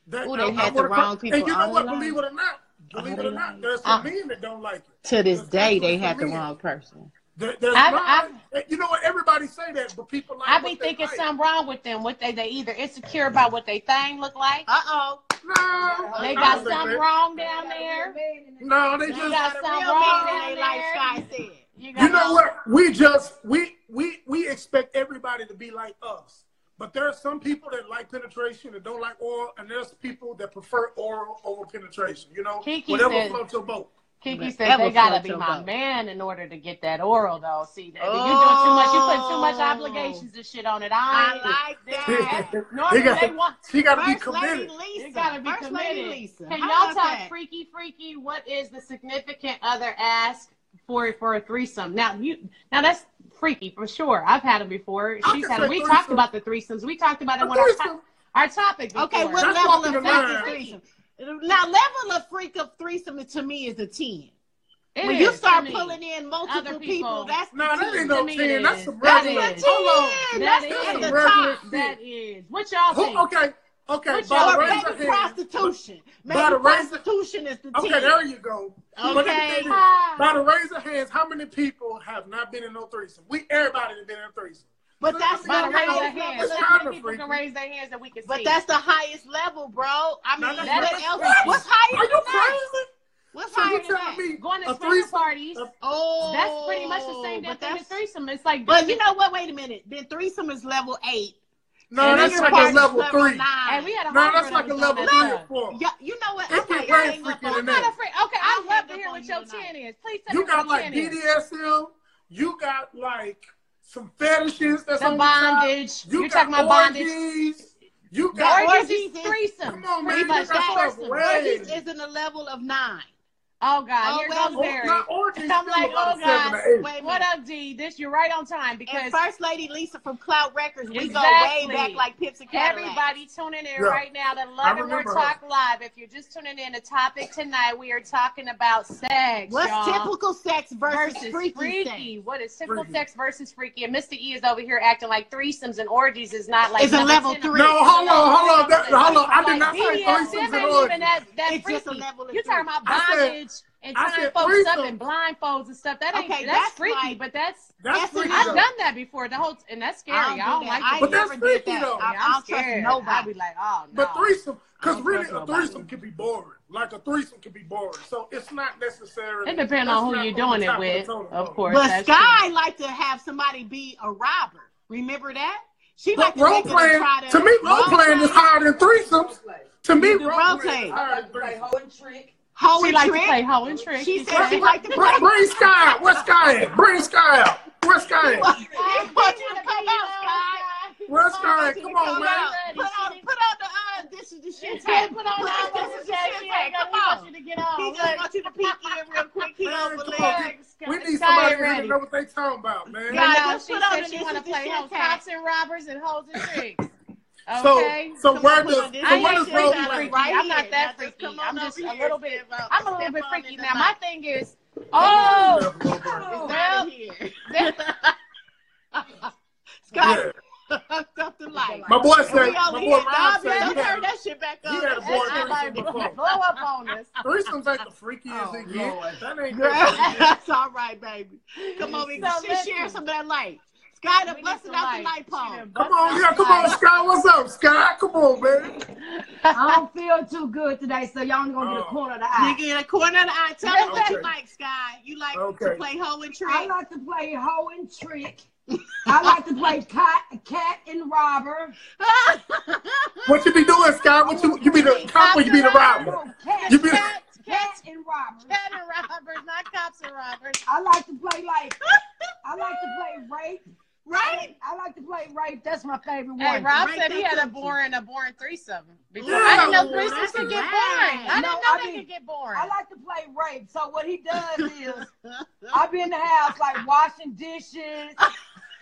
Speaker 5: That,
Speaker 4: Ooh, they
Speaker 5: I- I
Speaker 4: had the
Speaker 5: run across-
Speaker 4: wrong people
Speaker 5: And you know
Speaker 4: all
Speaker 5: what?
Speaker 4: along.
Speaker 5: Believe it or not, believe it or not, there's some
Speaker 4: Uh.
Speaker 5: men that don't like it.
Speaker 4: To this
Speaker 5: That's
Speaker 4: day,
Speaker 5: what
Speaker 4: they
Speaker 5: it's
Speaker 4: had the
Speaker 5: believed.
Speaker 4: wrong person.
Speaker 5: There, there's
Speaker 3: I've-
Speaker 5: mine. you know what? Everybody say that, but people like.
Speaker 3: I
Speaker 5: what
Speaker 3: be
Speaker 5: they
Speaker 3: thinking
Speaker 5: like.
Speaker 3: something wrong with them. What they they either insecure about what they thing look like.
Speaker 4: Uh oh.
Speaker 5: No,
Speaker 3: They
Speaker 5: no,
Speaker 3: got
Speaker 5: they-
Speaker 3: something wrong down there.
Speaker 5: No, they
Speaker 4: They
Speaker 5: just.
Speaker 4: got
Speaker 3: got
Speaker 4: a
Speaker 3: something
Speaker 4: real
Speaker 3: wrong
Speaker 4: man in
Speaker 3: down
Speaker 4: their life, Sky said.
Speaker 3: You,
Speaker 5: You know
Speaker 3: no-
Speaker 5: what? We just we we we expect everybody to be like us, But there are some people that like penetration that don't like oral, and there's people that prefer oral over penetration. You know,
Speaker 3: Kiki
Speaker 5: whatever
Speaker 3: said-
Speaker 5: floats your boat.
Speaker 3: Kiki
Speaker 4: Right.
Speaker 3: said
Speaker 4: That
Speaker 3: they
Speaker 4: was
Speaker 3: gotta
Speaker 4: not
Speaker 3: be
Speaker 4: your
Speaker 3: my
Speaker 4: vote.
Speaker 3: man in order to get that oral though. See, that you doing too much. You put too much
Speaker 4: Oh.
Speaker 3: obligations and shit on it. I, ain't-
Speaker 4: I like that.
Speaker 3: Normally
Speaker 5: He got-
Speaker 3: they want.
Speaker 5: She got to be
Speaker 4: First Lady
Speaker 5: committed.
Speaker 4: Lisa.
Speaker 3: You gotta be
Speaker 4: First Lady
Speaker 3: committed.
Speaker 4: Lisa.
Speaker 3: Can
Speaker 4: How
Speaker 3: y'all
Speaker 4: about
Speaker 3: talk
Speaker 4: that?
Speaker 3: freaky, freaky? What is the significant other ask for for a threesome? Now you, now that's freaky for sure. I've had them before.
Speaker 5: I can
Speaker 3: She's had
Speaker 5: say
Speaker 3: them. We
Speaker 5: threesome.
Speaker 3: talked about the threesomes. We talked about
Speaker 5: A
Speaker 3: it when our,
Speaker 5: threesome.
Speaker 3: to- our topic. Before.
Speaker 4: Okay, what
Speaker 5: That's walking
Speaker 4: level
Speaker 5: the
Speaker 4: of freak
Speaker 5: line.
Speaker 4: is threesome? Now, level of freak of threesome to me is a ten.
Speaker 3: It
Speaker 4: when you
Speaker 3: is
Speaker 4: start
Speaker 3: to me.
Speaker 4: pulling in multiple
Speaker 3: Other
Speaker 4: people,
Speaker 3: people.
Speaker 4: that's the
Speaker 5: Nah, that
Speaker 4: ten.
Speaker 5: ain't
Speaker 3: To
Speaker 5: no
Speaker 3: me,
Speaker 5: ten.
Speaker 3: it
Speaker 5: That's
Speaker 3: is.
Speaker 5: some
Speaker 4: that's
Speaker 5: regular.
Speaker 4: the
Speaker 3: is.
Speaker 4: ten.
Speaker 5: Hold on.
Speaker 4: that's,
Speaker 3: That
Speaker 4: at
Speaker 3: is.
Speaker 4: the
Speaker 5: Regular
Speaker 4: top.
Speaker 5: shit.
Speaker 3: That is. What y'all think?
Speaker 5: Who, okay, okay.
Speaker 3: Which
Speaker 5: By
Speaker 3: y'all
Speaker 5: the
Speaker 4: Or
Speaker 5: raise
Speaker 3: raise
Speaker 5: of
Speaker 4: maybe
Speaker 5: hand-
Speaker 4: prostitution. Maybe
Speaker 5: By the raise of-
Speaker 4: prostitution is the
Speaker 5: Okay,
Speaker 4: ten.
Speaker 5: there you go. But let me
Speaker 4: Okay.
Speaker 5: tell you,
Speaker 3: Ah.
Speaker 5: by the raise of hands, how many people have not been in no threesome? We everybody has been in a threesome.
Speaker 4: But that's
Speaker 5: By
Speaker 3: By
Speaker 4: not
Speaker 3: the
Speaker 5: the
Speaker 4: how
Speaker 3: raise
Speaker 5: way,
Speaker 3: their
Speaker 5: it's not-
Speaker 3: hands.
Speaker 5: it's not
Speaker 3: Let how
Speaker 5: a
Speaker 3: many people
Speaker 5: freak.
Speaker 3: can raise their hands that we can
Speaker 4: But
Speaker 3: see.
Speaker 4: that's the highest level, bro. I
Speaker 5: Now,
Speaker 4: mean,
Speaker 5: that's
Speaker 4: what
Speaker 5: not-
Speaker 4: else?
Speaker 5: What?
Speaker 4: What's higher
Speaker 5: Are you
Speaker 4: than that?
Speaker 5: crazy?
Speaker 4: What's
Speaker 5: So
Speaker 4: higher
Speaker 5: you
Speaker 4: than that?
Speaker 5: telling me
Speaker 3: going to
Speaker 5: a
Speaker 3: swinger
Speaker 5: threesome?
Speaker 3: parties.
Speaker 5: a-
Speaker 4: Oh,
Speaker 3: That's pretty much the same damn
Speaker 4: but
Speaker 3: thing as
Speaker 4: that's-
Speaker 3: threesome. It's like,
Speaker 4: But you know what? Wait a minute. Then threesome is level eight.
Speaker 5: No,
Speaker 4: and
Speaker 5: that's
Speaker 4: then
Speaker 5: like
Speaker 4: part
Speaker 5: a
Speaker 4: is
Speaker 5: level three.
Speaker 3: and
Speaker 4: Nine.
Speaker 3: we had a
Speaker 5: No,
Speaker 3: homegirl
Speaker 5: that's
Speaker 3: that
Speaker 5: like a
Speaker 3: was
Speaker 5: level
Speaker 3: on
Speaker 5: three
Speaker 3: that
Speaker 5: or four.
Speaker 4: yeah, you know what?
Speaker 5: It's
Speaker 4: I'm
Speaker 5: way
Speaker 4: not hang
Speaker 5: freakier
Speaker 4: up on
Speaker 5: than
Speaker 3: stuff. What
Speaker 5: that.
Speaker 4: that.
Speaker 3: kind of freak? Okay, I
Speaker 4: I
Speaker 3: love
Speaker 4: hang
Speaker 3: to
Speaker 4: up
Speaker 3: hear
Speaker 4: on
Speaker 3: what
Speaker 4: you
Speaker 3: your
Speaker 4: tonight.
Speaker 3: ten is. Please tell
Speaker 5: You
Speaker 3: me what
Speaker 5: got
Speaker 3: your
Speaker 5: like
Speaker 3: ten is.
Speaker 5: BDSM. You got like some fetishes that's
Speaker 3: The
Speaker 5: on The
Speaker 3: bondage.
Speaker 5: side. you
Speaker 3: You're
Speaker 5: got
Speaker 3: talking about bondage.
Speaker 5: orgies. You
Speaker 4: Yeah,
Speaker 5: got
Speaker 4: orgies
Speaker 3: Orgies is
Speaker 4: is-
Speaker 3: threesome.
Speaker 5: Come on,
Speaker 3: Pretty
Speaker 5: man.
Speaker 3: much
Speaker 5: That's
Speaker 3: that.
Speaker 5: stuff
Speaker 4: Orgies
Speaker 5: way.
Speaker 4: is in the level of nine.
Speaker 3: Oh God,
Speaker 4: Oh,
Speaker 3: here
Speaker 4: well,
Speaker 3: goes
Speaker 5: Or-
Speaker 3: Barry.
Speaker 5: not orgies.
Speaker 3: I'm
Speaker 5: still
Speaker 3: like,
Speaker 5: about
Speaker 3: oh,
Speaker 5: a seven
Speaker 3: God.
Speaker 5: or eight.
Speaker 4: Wait a
Speaker 3: What
Speaker 4: minute.
Speaker 3: up, D? This you're right on time because
Speaker 4: And First Lady Lisa from Cloud Records, we
Speaker 3: Exactly.
Speaker 4: go way back like Pips and Cadillac.
Speaker 3: Everybody tuning in
Speaker 5: Yeah.
Speaker 3: right now to Love and More
Speaker 5: remember her.
Speaker 3: Talk Live. If you're just tuning in, the topic tonight we are talking about sex.
Speaker 4: What's
Speaker 3: y'all.
Speaker 4: typical sex versus,
Speaker 3: versus
Speaker 4: freaky,
Speaker 3: freaky?
Speaker 4: sex?
Speaker 3: What is simple
Speaker 5: Freaky.
Speaker 3: sex versus freaky? And Mr. E is over here acting like threesomes and orgies is not like
Speaker 4: It's a
Speaker 3: number
Speaker 4: level
Speaker 3: 10.
Speaker 4: three.
Speaker 5: No, hold on, hold on, that, hold on. I did not say
Speaker 3: BDSM
Speaker 5: threesomes and
Speaker 3: ain't even
Speaker 5: orgies.
Speaker 3: that, that
Speaker 4: It's
Speaker 3: freaky.
Speaker 4: just a level of
Speaker 3: You're talking about
Speaker 5: I said-
Speaker 3: bondage and
Speaker 5: I
Speaker 3: tying
Speaker 5: said
Speaker 3: folks up
Speaker 5: threesome.
Speaker 3: and blindfolds and stuff. That ain't
Speaker 4: Okay,
Speaker 3: that's,
Speaker 4: that's
Speaker 3: freaky,
Speaker 4: like-
Speaker 3: but that's
Speaker 5: That's
Speaker 4: That's
Speaker 5: freaky.
Speaker 4: enough.
Speaker 3: I've
Speaker 5: though.
Speaker 3: done that before. The whole and that's scary. I don't,
Speaker 4: do that.
Speaker 3: like.
Speaker 4: I
Speaker 5: But
Speaker 3: that.
Speaker 5: that's
Speaker 4: never did
Speaker 5: freaky,
Speaker 4: that.
Speaker 5: though.
Speaker 4: I,
Speaker 3: I'm,
Speaker 4: I don't trust
Speaker 3: scared. I'd be
Speaker 4: nobody.
Speaker 3: like, oh no.
Speaker 5: But threesome,
Speaker 4: I
Speaker 5: because
Speaker 4: don't
Speaker 5: really
Speaker 4: trust
Speaker 5: a
Speaker 4: nobody.
Speaker 5: threesome can be boring. Like a threesome can be boring. So it's not necessarily.
Speaker 3: It
Speaker 5: that's
Speaker 3: depends on who
Speaker 5: not
Speaker 3: you're
Speaker 5: on the
Speaker 3: doing it
Speaker 5: top the
Speaker 3: with,
Speaker 5: totem
Speaker 3: of
Speaker 5: pole.
Speaker 3: course.
Speaker 4: But
Speaker 3: that's
Speaker 4: Sky like to have somebody be a robber. Remember that? She
Speaker 5: But
Speaker 4: like to
Speaker 5: role
Speaker 4: make them
Speaker 5: playing,
Speaker 4: try to.
Speaker 5: to me, role playing is higher than threesomes. To me,
Speaker 4: You do role
Speaker 5: role playing
Speaker 4: playing.
Speaker 5: is higher than
Speaker 6: Play
Speaker 5: threesomes.
Speaker 6: hoe and trick.
Speaker 4: Hoe
Speaker 3: true. She
Speaker 4: and
Speaker 3: like to
Speaker 4: trick.
Speaker 3: play hoe and trick.
Speaker 4: She said
Speaker 3: said.
Speaker 4: she like to play.
Speaker 5: Bring, bring Sky out. Where's Sky at? Bring Sky out. Where's Sky at?
Speaker 4: I want you to come out, Sky.
Speaker 5: Where's
Speaker 4: I
Speaker 5: Sky
Speaker 4: want
Speaker 5: at?
Speaker 4: you to
Speaker 5: Come on,
Speaker 4: come
Speaker 5: man.
Speaker 4: out. Put on, put on the uh, this is the
Speaker 3: She
Speaker 4: shit
Speaker 3: said,
Speaker 4: tag.
Speaker 3: put on
Speaker 4: Put
Speaker 3: all this
Speaker 4: on this is the uh, shit tag. Come
Speaker 3: wants
Speaker 4: on.
Speaker 3: you to get
Speaker 4: He
Speaker 3: on.
Speaker 4: just wants you to peek in real quick. He
Speaker 5: Man,
Speaker 4: don't
Speaker 5: come
Speaker 4: believe.
Speaker 5: on. We need somebody here to know what they talking about, man.
Speaker 4: Yeah.
Speaker 3: God, no,
Speaker 4: just
Speaker 3: she
Speaker 4: put on
Speaker 3: said
Speaker 4: the
Speaker 3: she
Speaker 4: This
Speaker 3: want to
Speaker 4: Is the
Speaker 3: play
Speaker 4: Shit
Speaker 3: hoes,
Speaker 4: tag.
Speaker 3: cops and robbers and hoes and chicks. Okay.
Speaker 5: So, so
Speaker 4: Come
Speaker 5: where
Speaker 4: on,
Speaker 5: does,
Speaker 4: put on this.
Speaker 5: so
Speaker 3: I
Speaker 5: where
Speaker 3: ain't
Speaker 5: does
Speaker 3: freaky,
Speaker 5: role
Speaker 3: I'm
Speaker 5: play?
Speaker 3: freaky. I'm not that freaky. I'm just a little bit. I'm a little bit freaky now. My thing is, oh, well, that-
Speaker 4: Scott,
Speaker 5: Yeah.
Speaker 4: stuff the light.
Speaker 5: My boy
Speaker 4: And we
Speaker 5: said, my
Speaker 4: only
Speaker 5: boy Rob said,
Speaker 4: had Rob Bell
Speaker 5: he had-
Speaker 4: turn that shit back
Speaker 5: he had a
Speaker 4: up.
Speaker 5: boy
Speaker 3: that's somebody
Speaker 5: threesome before.
Speaker 3: blow up on us.
Speaker 5: Threesomes ain't the freakiest
Speaker 4: Oh,
Speaker 5: it gets. That ain't
Speaker 4: Girl,
Speaker 5: that freaky.
Speaker 4: that's all right, baby. Come on, we
Speaker 3: So
Speaker 4: she share
Speaker 3: listen.
Speaker 4: some of that light. Sky done
Speaker 3: We need
Speaker 4: busted
Speaker 3: some
Speaker 4: out the
Speaker 3: light.
Speaker 4: light
Speaker 3: She
Speaker 4: pole.
Speaker 5: Come
Speaker 3: done busted
Speaker 5: on,
Speaker 3: out
Speaker 5: yeah,
Speaker 3: the
Speaker 5: come
Speaker 3: light.
Speaker 5: on, Sky. What's up, Sky? Come on, man.
Speaker 6: I don't feel too good today, so y'all ain't gonna get
Speaker 5: Oh.
Speaker 6: a corner of the eye.
Speaker 4: Nigga in the corner of the eye. Tell me what you
Speaker 5: Okay.
Speaker 4: like, Sky. You like to
Speaker 5: Okay.
Speaker 4: play hoe and trick?
Speaker 6: I like to play hoe and trick. I like to play cat, cat and robber.
Speaker 5: What you be doing, Sky? What you you be the cop or you be the robber?
Speaker 6: No, cat,
Speaker 5: You be-
Speaker 6: cat, cat and robber.
Speaker 3: Cat and robbers, not cops and robbers.
Speaker 6: I like to play like I like to play rape.
Speaker 4: right?
Speaker 6: I like to play rape. That's my favorite one.
Speaker 3: Hey, Rob
Speaker 4: Break
Speaker 3: said he
Speaker 4: that
Speaker 3: had a
Speaker 4: cookie.
Speaker 3: boring, a boring threesome. Because
Speaker 5: Yeah.
Speaker 3: I didn't know
Speaker 5: Ooh,
Speaker 3: threesomes could get
Speaker 4: that's
Speaker 3: boring. I didn't
Speaker 6: No,
Speaker 3: know
Speaker 6: I
Speaker 3: they
Speaker 6: mean,
Speaker 3: could get boring.
Speaker 6: I like to play rape. So what he does is I be in the house like washing dishes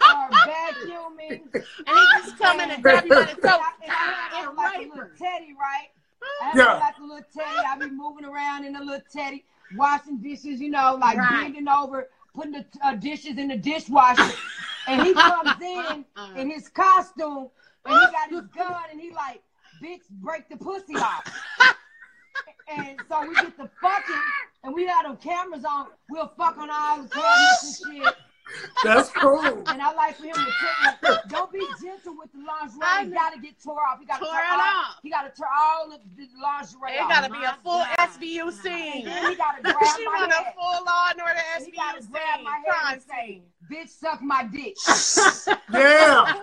Speaker 6: or vacuuming.
Speaker 3: and he just come in and grab you by the
Speaker 6: And
Speaker 3: throat.
Speaker 6: I, and I have
Speaker 4: And
Speaker 6: like a little
Speaker 4: rape.
Speaker 6: teddy, right? I have
Speaker 5: Yeah.
Speaker 6: like a little teddy. I be moving around in a little teddy, washing dishes, you know, like
Speaker 4: Right.
Speaker 6: bending over, putting the uh, dishes in the dishwasher. and he comes in
Speaker 4: Uh,
Speaker 6: in his costume and he got his gun and he like, bitch, break the pussy off. and so we get the fucking and we had them cameras on. We'll fuck on all the cameras and shit.
Speaker 5: That's cool.
Speaker 6: And I like for him to tell him, don't be gentle with the lingerie. You gotta get tore off. You gotta
Speaker 4: Tore
Speaker 6: tear
Speaker 4: it
Speaker 6: all-
Speaker 4: off.
Speaker 6: He gotta tear all of the lingerie
Speaker 3: It
Speaker 6: off.
Speaker 3: gotta be a full
Speaker 4: God.
Speaker 3: SVU
Speaker 6: and
Speaker 3: scene.
Speaker 6: then he gotta grab
Speaker 3: She
Speaker 6: my
Speaker 3: want a
Speaker 6: head.
Speaker 3: full law and order
Speaker 6: And he gotta
Speaker 3: SVU
Speaker 6: grab my
Speaker 3: scene.
Speaker 6: head
Speaker 3: Crime
Speaker 6: and say,
Speaker 3: scene.
Speaker 6: bitch, suck my dick.
Speaker 5: Yeah.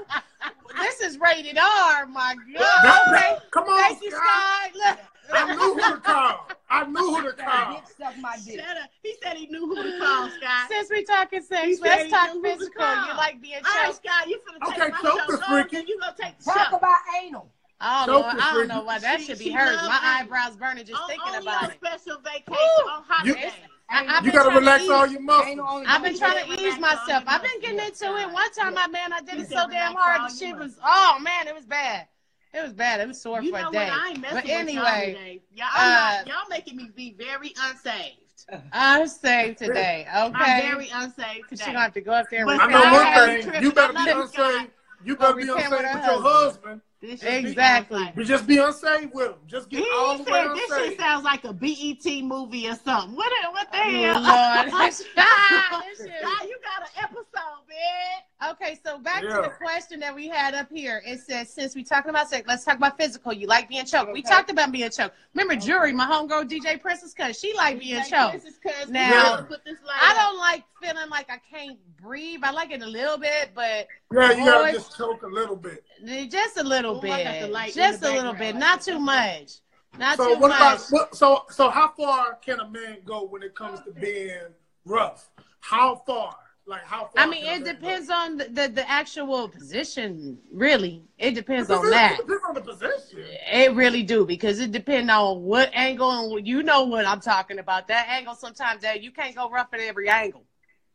Speaker 4: this is rated R. My
Speaker 5: That-
Speaker 4: God.
Speaker 5: that- come on,
Speaker 4: Thank you,
Speaker 5: Sky.
Speaker 4: Sky. Look.
Speaker 5: I knew who to call. I knew who to call.
Speaker 6: Dick suck my dick.
Speaker 4: Shut up. He said he knew who to call, Scott.
Speaker 3: Since we talking
Speaker 4: He
Speaker 3: sex,
Speaker 4: said
Speaker 3: let's
Speaker 4: he
Speaker 3: talk
Speaker 4: knew who to
Speaker 3: physical.
Speaker 4: call.
Speaker 3: You like being
Speaker 4: All right,
Speaker 3: choked?
Speaker 4: Scott, you finna take
Speaker 5: Okay,
Speaker 4: my
Speaker 5: choke
Speaker 4: show.
Speaker 5: the
Speaker 4: Go
Speaker 5: freaky.
Speaker 4: on, You gonna take the
Speaker 6: Talk
Speaker 4: show.
Speaker 6: about anal.
Speaker 3: Oh,
Speaker 5: Choke
Speaker 3: Lord,
Speaker 5: is
Speaker 3: I
Speaker 5: free.
Speaker 3: don't know why that
Speaker 4: She-
Speaker 3: should be
Speaker 4: she
Speaker 3: hurt.
Speaker 4: loves
Speaker 3: My
Speaker 4: it.
Speaker 3: eyebrows burning just
Speaker 4: On-
Speaker 3: thinking
Speaker 4: only
Speaker 3: about
Speaker 4: on
Speaker 3: it.
Speaker 4: special vacation
Speaker 3: Woo.
Speaker 4: on holidays.
Speaker 3: I, I've
Speaker 5: You gotta
Speaker 3: been trying
Speaker 5: relax
Speaker 3: ease-
Speaker 5: all your muscles.
Speaker 6: Anal only.
Speaker 3: I've been trying to
Speaker 4: Relax
Speaker 3: ease
Speaker 4: all
Speaker 3: myself.
Speaker 4: your
Speaker 3: I've been getting
Speaker 4: muscles.
Speaker 3: into it one time. My man, I did
Speaker 4: You
Speaker 3: it
Speaker 4: said
Speaker 3: so damn
Speaker 4: relax all
Speaker 3: hard. The
Speaker 4: your
Speaker 3: shit was,
Speaker 4: muscles.
Speaker 3: oh man, it was bad. It was bad. It was sore
Speaker 4: You
Speaker 3: for
Speaker 4: know
Speaker 3: a
Speaker 4: what?
Speaker 3: day.
Speaker 4: I ain't messing
Speaker 3: But
Speaker 4: with y'all
Speaker 3: anyway,
Speaker 4: today. Y'all, not-
Speaker 3: uh,
Speaker 4: y'all making me be very unsaved.
Speaker 3: I'm safe today.
Speaker 4: I'm
Speaker 3: Okay.
Speaker 4: very unsaved
Speaker 3: She's
Speaker 4: today.
Speaker 3: gonna have to go up there.
Speaker 4: But
Speaker 3: and
Speaker 5: I
Speaker 4: Sky,
Speaker 5: know
Speaker 4: you
Speaker 5: one thing.
Speaker 4: tripping.
Speaker 5: You better
Speaker 4: I
Speaker 5: be
Speaker 4: love you, Sky.
Speaker 5: unsafe. You better be
Speaker 3: But repent
Speaker 5: unsafe
Speaker 3: with her
Speaker 5: with your husband.
Speaker 4: This shit
Speaker 3: Exactly.
Speaker 4: sounds like-
Speaker 5: You just be unsafe with him. Just get all
Speaker 4: He
Speaker 5: the way
Speaker 4: said this
Speaker 5: unsafe.
Speaker 4: shit sounds like a BET movie or something. What, the- what the
Speaker 3: Oh,
Speaker 4: hell?
Speaker 3: Lord. This shit-
Speaker 4: Sky, you got an episode, man.
Speaker 3: Okay, so back to
Speaker 5: Yeah.
Speaker 3: the question that we had up here. It says, since we're talking about sex, let's talk about physical. You like being choked. We
Speaker 6: Okay.
Speaker 3: talked about being choked. Remember, Jury, my homegirl DJ Princess, cause she like being
Speaker 4: Like,
Speaker 3: choked.
Speaker 4: this is 'cause we
Speaker 3: Now-
Speaker 4: gotta put this light
Speaker 3: I
Speaker 4: up.
Speaker 3: don't like feeling like I can't breathe. I like it a little bit, but
Speaker 5: Yeah, you gotta
Speaker 3: Boy.
Speaker 5: just choke a little bit.
Speaker 3: just a little
Speaker 4: Oh, I got the light
Speaker 3: bit,
Speaker 4: in
Speaker 3: just
Speaker 4: the
Speaker 3: a little bit,
Speaker 4: background.
Speaker 3: not too much, not
Speaker 5: So
Speaker 3: too
Speaker 5: what
Speaker 3: much.
Speaker 5: about what, so so how far can a man go when it comes to being rough? How far? Like how far?
Speaker 3: I mean,
Speaker 5: can
Speaker 3: it
Speaker 5: a man go?
Speaker 3: depends on the, the the actual position. Really, it depends on
Speaker 5: It
Speaker 3: that.
Speaker 5: depends on the position.
Speaker 3: It really do because it depends on what angle and what- you know what I'm talking about. That angle sometimes that you can't go rough at every angle,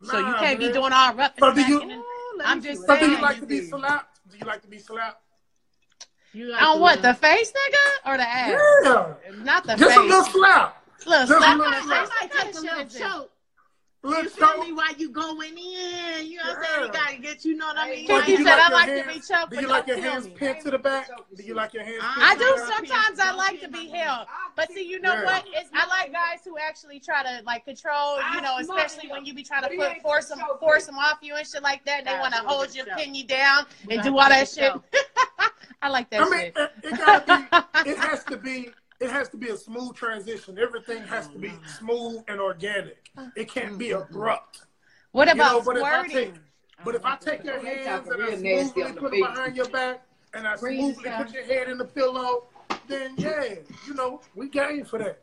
Speaker 3: so you
Speaker 5: Nah,
Speaker 3: can't be
Speaker 5: man.
Speaker 3: doing all rough.
Speaker 5: So
Speaker 3: and
Speaker 5: do
Speaker 3: smack
Speaker 5: you-
Speaker 3: and-
Speaker 4: Ooh, let
Speaker 3: I'm
Speaker 4: me see
Speaker 3: just
Speaker 4: what
Speaker 5: So do
Speaker 3: saying.
Speaker 5: you like to be
Speaker 4: did.
Speaker 5: slapped? Do you like to be slapped?
Speaker 4: You like
Speaker 3: On
Speaker 4: to
Speaker 3: what the
Speaker 4: laugh.
Speaker 3: face, nigga, or the ass?
Speaker 5: Yeah.
Speaker 3: Not the
Speaker 5: Just a
Speaker 3: face.
Speaker 5: little slap.
Speaker 3: Look,
Speaker 5: just a
Speaker 3: slap
Speaker 5: little
Speaker 3: my
Speaker 4: I might, I
Speaker 3: face.
Speaker 4: might take a little
Speaker 3: Shove it.
Speaker 4: choke.
Speaker 5: Little
Speaker 4: You feel
Speaker 5: choke.
Speaker 4: me? While you going in, you know what I'm saying? You
Speaker 5: Yeah.
Speaker 4: gotta get, you know what I mean?
Speaker 5: Or
Speaker 3: Well,
Speaker 5: do
Speaker 3: he
Speaker 5: you
Speaker 3: said,
Speaker 5: like
Speaker 3: "I
Speaker 5: your
Speaker 3: like to
Speaker 5: hands-
Speaker 3: be choked,
Speaker 5: Do you
Speaker 3: but
Speaker 5: like
Speaker 3: don't
Speaker 5: your
Speaker 3: kill
Speaker 5: hands
Speaker 3: me."
Speaker 5: pinned to the back? Do you like your hands
Speaker 4: I-
Speaker 3: I
Speaker 5: pinned to
Speaker 3: do
Speaker 5: the back?
Speaker 3: sometimes. I like to be held, but see, you know
Speaker 5: Yeah.
Speaker 3: what? It's I like guys who actually try to like control. You know, especially when you be trying to put force them, force them off you and shit like that. And they
Speaker 4: Nah,
Speaker 3: want to
Speaker 4: we wanna
Speaker 3: hold
Speaker 4: get
Speaker 3: you,
Speaker 4: choked.
Speaker 3: pin you down,
Speaker 4: We
Speaker 3: and
Speaker 4: gotta
Speaker 3: do all that
Speaker 4: get
Speaker 3: shit.
Speaker 4: choked.
Speaker 3: I like that
Speaker 5: I mean,
Speaker 3: shit.
Speaker 5: it, it gotta be. It has to be. It has to be a smooth transition. Everything has to be smooth and organic. It can't be
Speaker 3: Mm-hmm.
Speaker 5: abrupt.
Speaker 3: What
Speaker 5: You know,
Speaker 3: about
Speaker 5: but if I take,
Speaker 3: squirting? Oh,
Speaker 5: but if I take your
Speaker 6: They
Speaker 5: hands
Speaker 6: talking
Speaker 5: and I
Speaker 6: real nasty
Speaker 5: smoothly
Speaker 6: on the
Speaker 5: put them
Speaker 6: face.
Speaker 5: behind your back and I
Speaker 6: Breathe,
Speaker 5: smoothly
Speaker 6: Sky.
Speaker 5: put your head in the pillow, then yeah, you know, we game for that.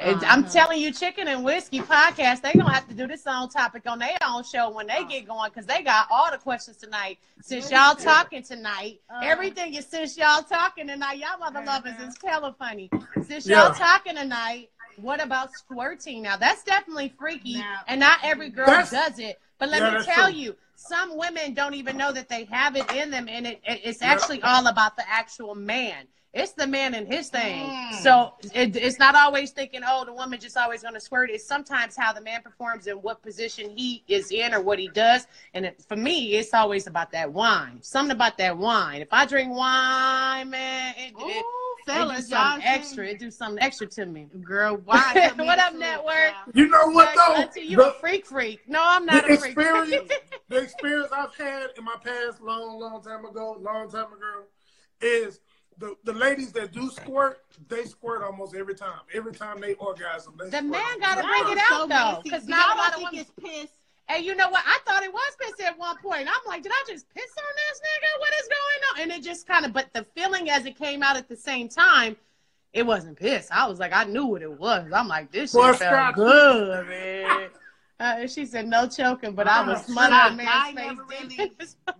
Speaker 3: And I'm telling you, Chicken and Whiskey podcast, they gonna have to do this own topic on their own show when they get going, cause they got all the questions tonight. Since y'all talking tonight, everything is since y'all talking tonight. Y'all mother lovers is hella funny. Since y'all
Speaker 5: Yeah.
Speaker 3: talking tonight, what about squirting? Now that's definitely freaky,
Speaker 4: Now-
Speaker 3: and not every girl
Speaker 5: That's-
Speaker 3: does it. But let
Speaker 5: Yeah,
Speaker 3: me
Speaker 5: that's
Speaker 3: tell
Speaker 5: true.
Speaker 3: you, some women don't even know that they have it in them, and it, it, it's
Speaker 5: Yeah.
Speaker 3: actually all about the actual man. It's the man and his thing.
Speaker 4: Mm.
Speaker 3: So it, it's not always thinking, oh, the woman just always going to squirt. It's sometimes how the man performs and what position he is in or what he does. And it, for me, it's always about that wine. Something about that wine. If I drink wine, man, it,
Speaker 4: Ooh,
Speaker 3: it, it do
Speaker 4: fellas, y'all
Speaker 3: something extra. It do something extra to me.
Speaker 4: Girl, why? Tell me
Speaker 3: What
Speaker 4: the
Speaker 3: up,
Speaker 4: truth,
Speaker 3: network?
Speaker 4: child.
Speaker 5: You know what though?
Speaker 3: Auntie, you a
Speaker 5: The,
Speaker 3: freak freak. No, I'm not
Speaker 5: the
Speaker 3: a freak.
Speaker 5: experience, the experience I've had in my past, long, long time ago, long time ago, is the the ladies that do squirt, they squirt almost every time. Every time they orgasm, they
Speaker 3: The
Speaker 5: squirt.
Speaker 3: man gotta
Speaker 4: Y'all
Speaker 3: bring it
Speaker 4: are
Speaker 3: out,
Speaker 4: so
Speaker 3: though,
Speaker 4: messy.
Speaker 3: 'cause
Speaker 4: Do
Speaker 3: not a
Speaker 4: y'all
Speaker 3: lot
Speaker 4: don't
Speaker 3: of
Speaker 4: think it's piss.
Speaker 3: And you know what? I thought it was piss at one point. I'm like, did I just piss on this nigga? What is going on? And it just kind of, but the feeling as it came out at the same time, it wasn't piss. I was like, I knew what it was. I'm like, this
Speaker 5: Boy,
Speaker 3: shit
Speaker 5: Scott-
Speaker 3: felt good, man. Uh, and she said no choking, but I was
Speaker 5: Scott,
Speaker 3: smothering
Speaker 4: I
Speaker 3: man's face.
Speaker 4: never really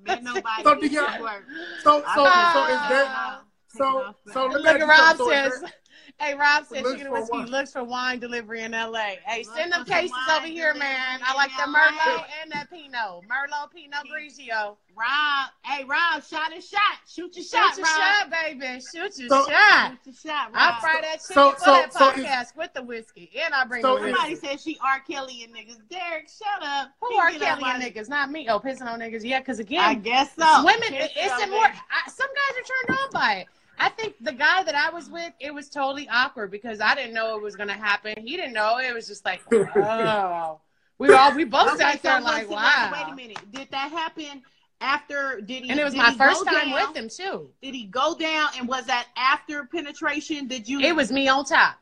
Speaker 4: Let nobody
Speaker 5: So do
Speaker 4: get
Speaker 5: y'all-
Speaker 4: squirt.
Speaker 5: So so so is
Speaker 3: Ah.
Speaker 5: that so so? let me ask
Speaker 3: Look, at
Speaker 5: you
Speaker 3: Rob
Speaker 5: something. So is
Speaker 3: says,
Speaker 5: that-
Speaker 3: "Hey, Rob says
Speaker 5: Looks
Speaker 3: chicken and
Speaker 5: for
Speaker 3: whiskey
Speaker 5: what?
Speaker 3: looks for wine delivery in L.A. Hey,
Speaker 4: Look
Speaker 3: send them
Speaker 4: for some
Speaker 3: cases
Speaker 4: wine
Speaker 3: over here,
Speaker 4: delivery
Speaker 3: man.
Speaker 4: in
Speaker 3: I like the
Speaker 4: LA.
Speaker 3: Merlot and that Pinot, Merlot Pinot Grigio.
Speaker 4: Rob, hey Rob, shot is shot. Shoot your
Speaker 3: Shoot
Speaker 4: shot,
Speaker 3: your
Speaker 4: Rob.
Speaker 3: shot, baby. Shoot your
Speaker 5: So-
Speaker 3: shot.
Speaker 4: Shoot your shot,
Speaker 3: I
Speaker 4: Rob.
Speaker 3: fry that chicken
Speaker 5: So-
Speaker 3: for
Speaker 5: so-
Speaker 3: that
Speaker 5: so is-
Speaker 3: podcast with the whiskey, and I bring
Speaker 5: so is-
Speaker 3: the whiskey.
Speaker 4: Somebody said she R. Kelly and niggas. Derek, shut up.
Speaker 3: Who
Speaker 4: He
Speaker 3: are
Speaker 4: get on
Speaker 3: Kelly and
Speaker 4: my-
Speaker 3: niggas? Not me. Oh, pissing on niggas. Yeah, because
Speaker 4: I
Speaker 3: again,
Speaker 4: guess so.
Speaker 3: Women,
Speaker 4: Yes,
Speaker 3: it- it's
Speaker 4: so,
Speaker 3: a more.
Speaker 4: baby.
Speaker 3: I, some guys are turned on by it. I think the guy that I was with, it was totally awkward because I didn't know it was gonna happen. He didn't know. It was just like, oh, we were all we both
Speaker 4: Okay,
Speaker 3: sat
Speaker 4: so
Speaker 3: there
Speaker 4: wait,
Speaker 3: like,
Speaker 4: so wait, Wait
Speaker 3: wow.
Speaker 4: a minute. Did that happen after? Did he?
Speaker 3: And it was
Speaker 4: did
Speaker 3: my
Speaker 4: he
Speaker 3: first
Speaker 4: go
Speaker 3: time
Speaker 4: down?
Speaker 3: with him too.
Speaker 4: Did he go down? And was that after penetration? Did you?
Speaker 3: It was me on top.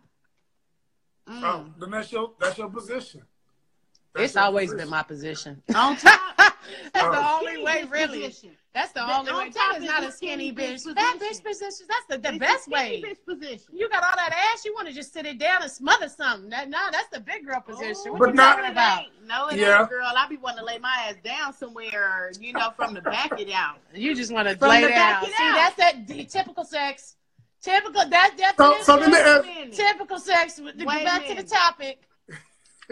Speaker 4: Mm.
Speaker 5: Oh, then that's your that's your position. That's
Speaker 3: It's
Speaker 5: your
Speaker 3: always
Speaker 5: position.
Speaker 3: been my position.
Speaker 4: on top.
Speaker 3: That's the
Speaker 5: Oh.
Speaker 3: only way,
Speaker 4: bitch
Speaker 3: really.
Speaker 4: position.
Speaker 3: That's the
Speaker 4: The-
Speaker 3: only
Speaker 4: on
Speaker 3: way.
Speaker 4: top
Speaker 3: That is
Speaker 4: is
Speaker 3: not
Speaker 4: the
Speaker 3: a skinny
Speaker 4: skinny bitch
Speaker 3: bitch. That bitch
Speaker 4: position.
Speaker 3: position. That's the, the
Speaker 4: It's a
Speaker 3: best
Speaker 4: skinny
Speaker 3: way.
Speaker 4: Bitch position.
Speaker 3: You got all that ass. You want to just sit it down and smother something. That, no, that's the big girl
Speaker 4: Oh.
Speaker 3: position. What
Speaker 5: But
Speaker 3: you
Speaker 5: not-
Speaker 3: talking about?
Speaker 4: No, it
Speaker 5: Yeah.
Speaker 4: ain't, girl. I be want to lay my ass down somewhere, or, you know, from the back it out.
Speaker 3: You just want to
Speaker 4: From
Speaker 3: lay
Speaker 4: the
Speaker 3: down.
Speaker 4: back
Speaker 3: See,
Speaker 4: it out.
Speaker 3: that's that the typical sex. Typical. That
Speaker 5: So,
Speaker 3: definition.
Speaker 5: so let me ask.
Speaker 3: typical sex. With the,
Speaker 4: Wait a
Speaker 3: back to the
Speaker 4: minute.
Speaker 3: topic.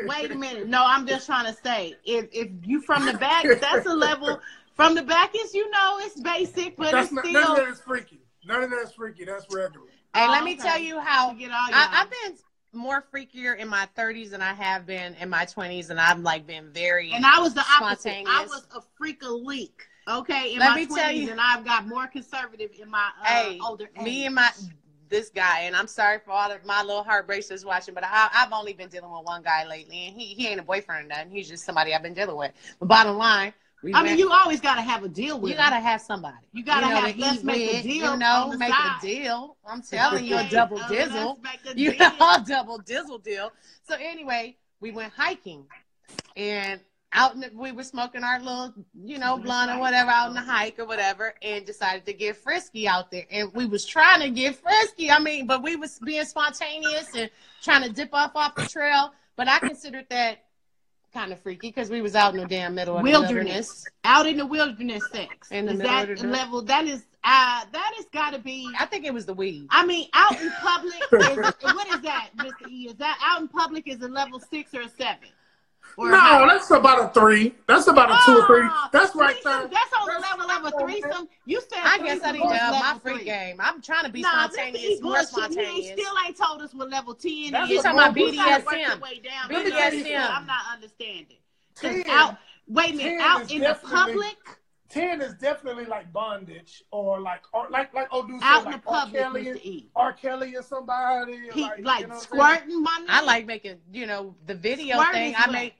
Speaker 4: Wait a minute. No, I'm just trying to say, if if you from the back, that's a level. From the back is, you know, it's basic, but
Speaker 5: That's
Speaker 4: it's
Speaker 5: not,
Speaker 4: still.
Speaker 5: none of that is freaky. None of that is freaky. That's regular.
Speaker 3: Hey,
Speaker 4: Oh,
Speaker 3: let me
Speaker 4: okay.
Speaker 3: tell you how
Speaker 4: get all
Speaker 3: I,
Speaker 4: y'all.
Speaker 3: I've been more freakier in my 30s than I have been in my 20s, and I've like been very.
Speaker 4: and I was the opposite. I
Speaker 3: Spontaneous.
Speaker 4: was a freak a leak. Okay, in
Speaker 3: Let
Speaker 4: my
Speaker 3: me
Speaker 4: 20s,
Speaker 3: tell you-
Speaker 4: and I've got more conservative in my uh,
Speaker 3: Hey,
Speaker 4: older age.
Speaker 3: me and my this guy, and I'm sorry for all of my little heartbreaks that's watching, but I, I've only been dealing with one guy lately, and he he ain't a boyfriend or nothing. He's just somebody I've been dealing with. But bottom line, we
Speaker 4: I mean,
Speaker 3: went-
Speaker 4: you always got to have a deal with.
Speaker 3: you
Speaker 4: it.
Speaker 3: gotta have somebody.
Speaker 4: You gotta
Speaker 3: know,
Speaker 4: have-
Speaker 3: to
Speaker 4: let's
Speaker 3: eat
Speaker 4: make a
Speaker 3: with,
Speaker 4: deal
Speaker 3: You know,
Speaker 4: on the
Speaker 3: make
Speaker 4: side.
Speaker 3: a deal. I'm telling you, a
Speaker 4: Okay,
Speaker 3: double
Speaker 4: uh, let's
Speaker 3: dizzle.
Speaker 4: make a
Speaker 3: you
Speaker 4: deal.
Speaker 3: know, double dizzle deal. So anyway, we went hiking, and out in the, we were smoking our little, you know, blunt or whatever out in the hike or whatever, and decided to get frisky out there. And we was trying to get frisky. I mean, but we was being spontaneous and trying to dip off off the trail. But I considered that kind of freaky because we was out in the damn middle of
Speaker 4: Wilderness.
Speaker 3: the wilderness.
Speaker 4: out in the wilderness sex.
Speaker 3: In the
Speaker 4: is
Speaker 3: middle
Speaker 4: that
Speaker 3: of the dirt.
Speaker 4: level? That is uh that has got to be.
Speaker 3: I think it was the weed.
Speaker 4: I mean, out in public. is, what is that, Mr. E? Is that out in public? Is a level six or a seven? Or
Speaker 5: No, that's about a three. That's about a two or three.
Speaker 4: Oh,
Speaker 5: That's right
Speaker 4: threesome.
Speaker 5: there.
Speaker 4: That's on the
Speaker 5: That's
Speaker 4: level of a threesome. You said
Speaker 3: I guess I
Speaker 4: threesome
Speaker 3: need
Speaker 4: was
Speaker 3: to up my
Speaker 4: level
Speaker 3: free
Speaker 4: three.
Speaker 3: game. I'm trying to be
Speaker 4: Nah, Mr. E
Speaker 3: spontaneous, more
Speaker 4: bullshit. He ain't
Speaker 3: spontaneous.
Speaker 4: still ain't told us what level ten
Speaker 5: That's
Speaker 4: is.
Speaker 5: what
Speaker 4: You gotta work
Speaker 3: BDSM.
Speaker 4: your way down.
Speaker 3: BDSM.
Speaker 4: You know, this is what I'm not understanding. 'Cause
Speaker 5: Ten.
Speaker 4: Out, wait a minute.
Speaker 5: Ten
Speaker 4: Out
Speaker 5: is
Speaker 4: in the
Speaker 5: definitely-
Speaker 4: public.
Speaker 5: Ten is definitely like bondage or like or like like oh dude said,
Speaker 4: out in the
Speaker 5: like R.
Speaker 4: public,
Speaker 5: Kelly,
Speaker 4: Mr. E.
Speaker 5: R. Kelly or somebody. or
Speaker 4: He
Speaker 5: like,
Speaker 4: like
Speaker 5: you know what I'm saying?
Speaker 4: squirting my
Speaker 3: I like making, you know, the video
Speaker 4: Squirt
Speaker 3: thing.
Speaker 4: is
Speaker 3: I
Speaker 4: what?
Speaker 3: make.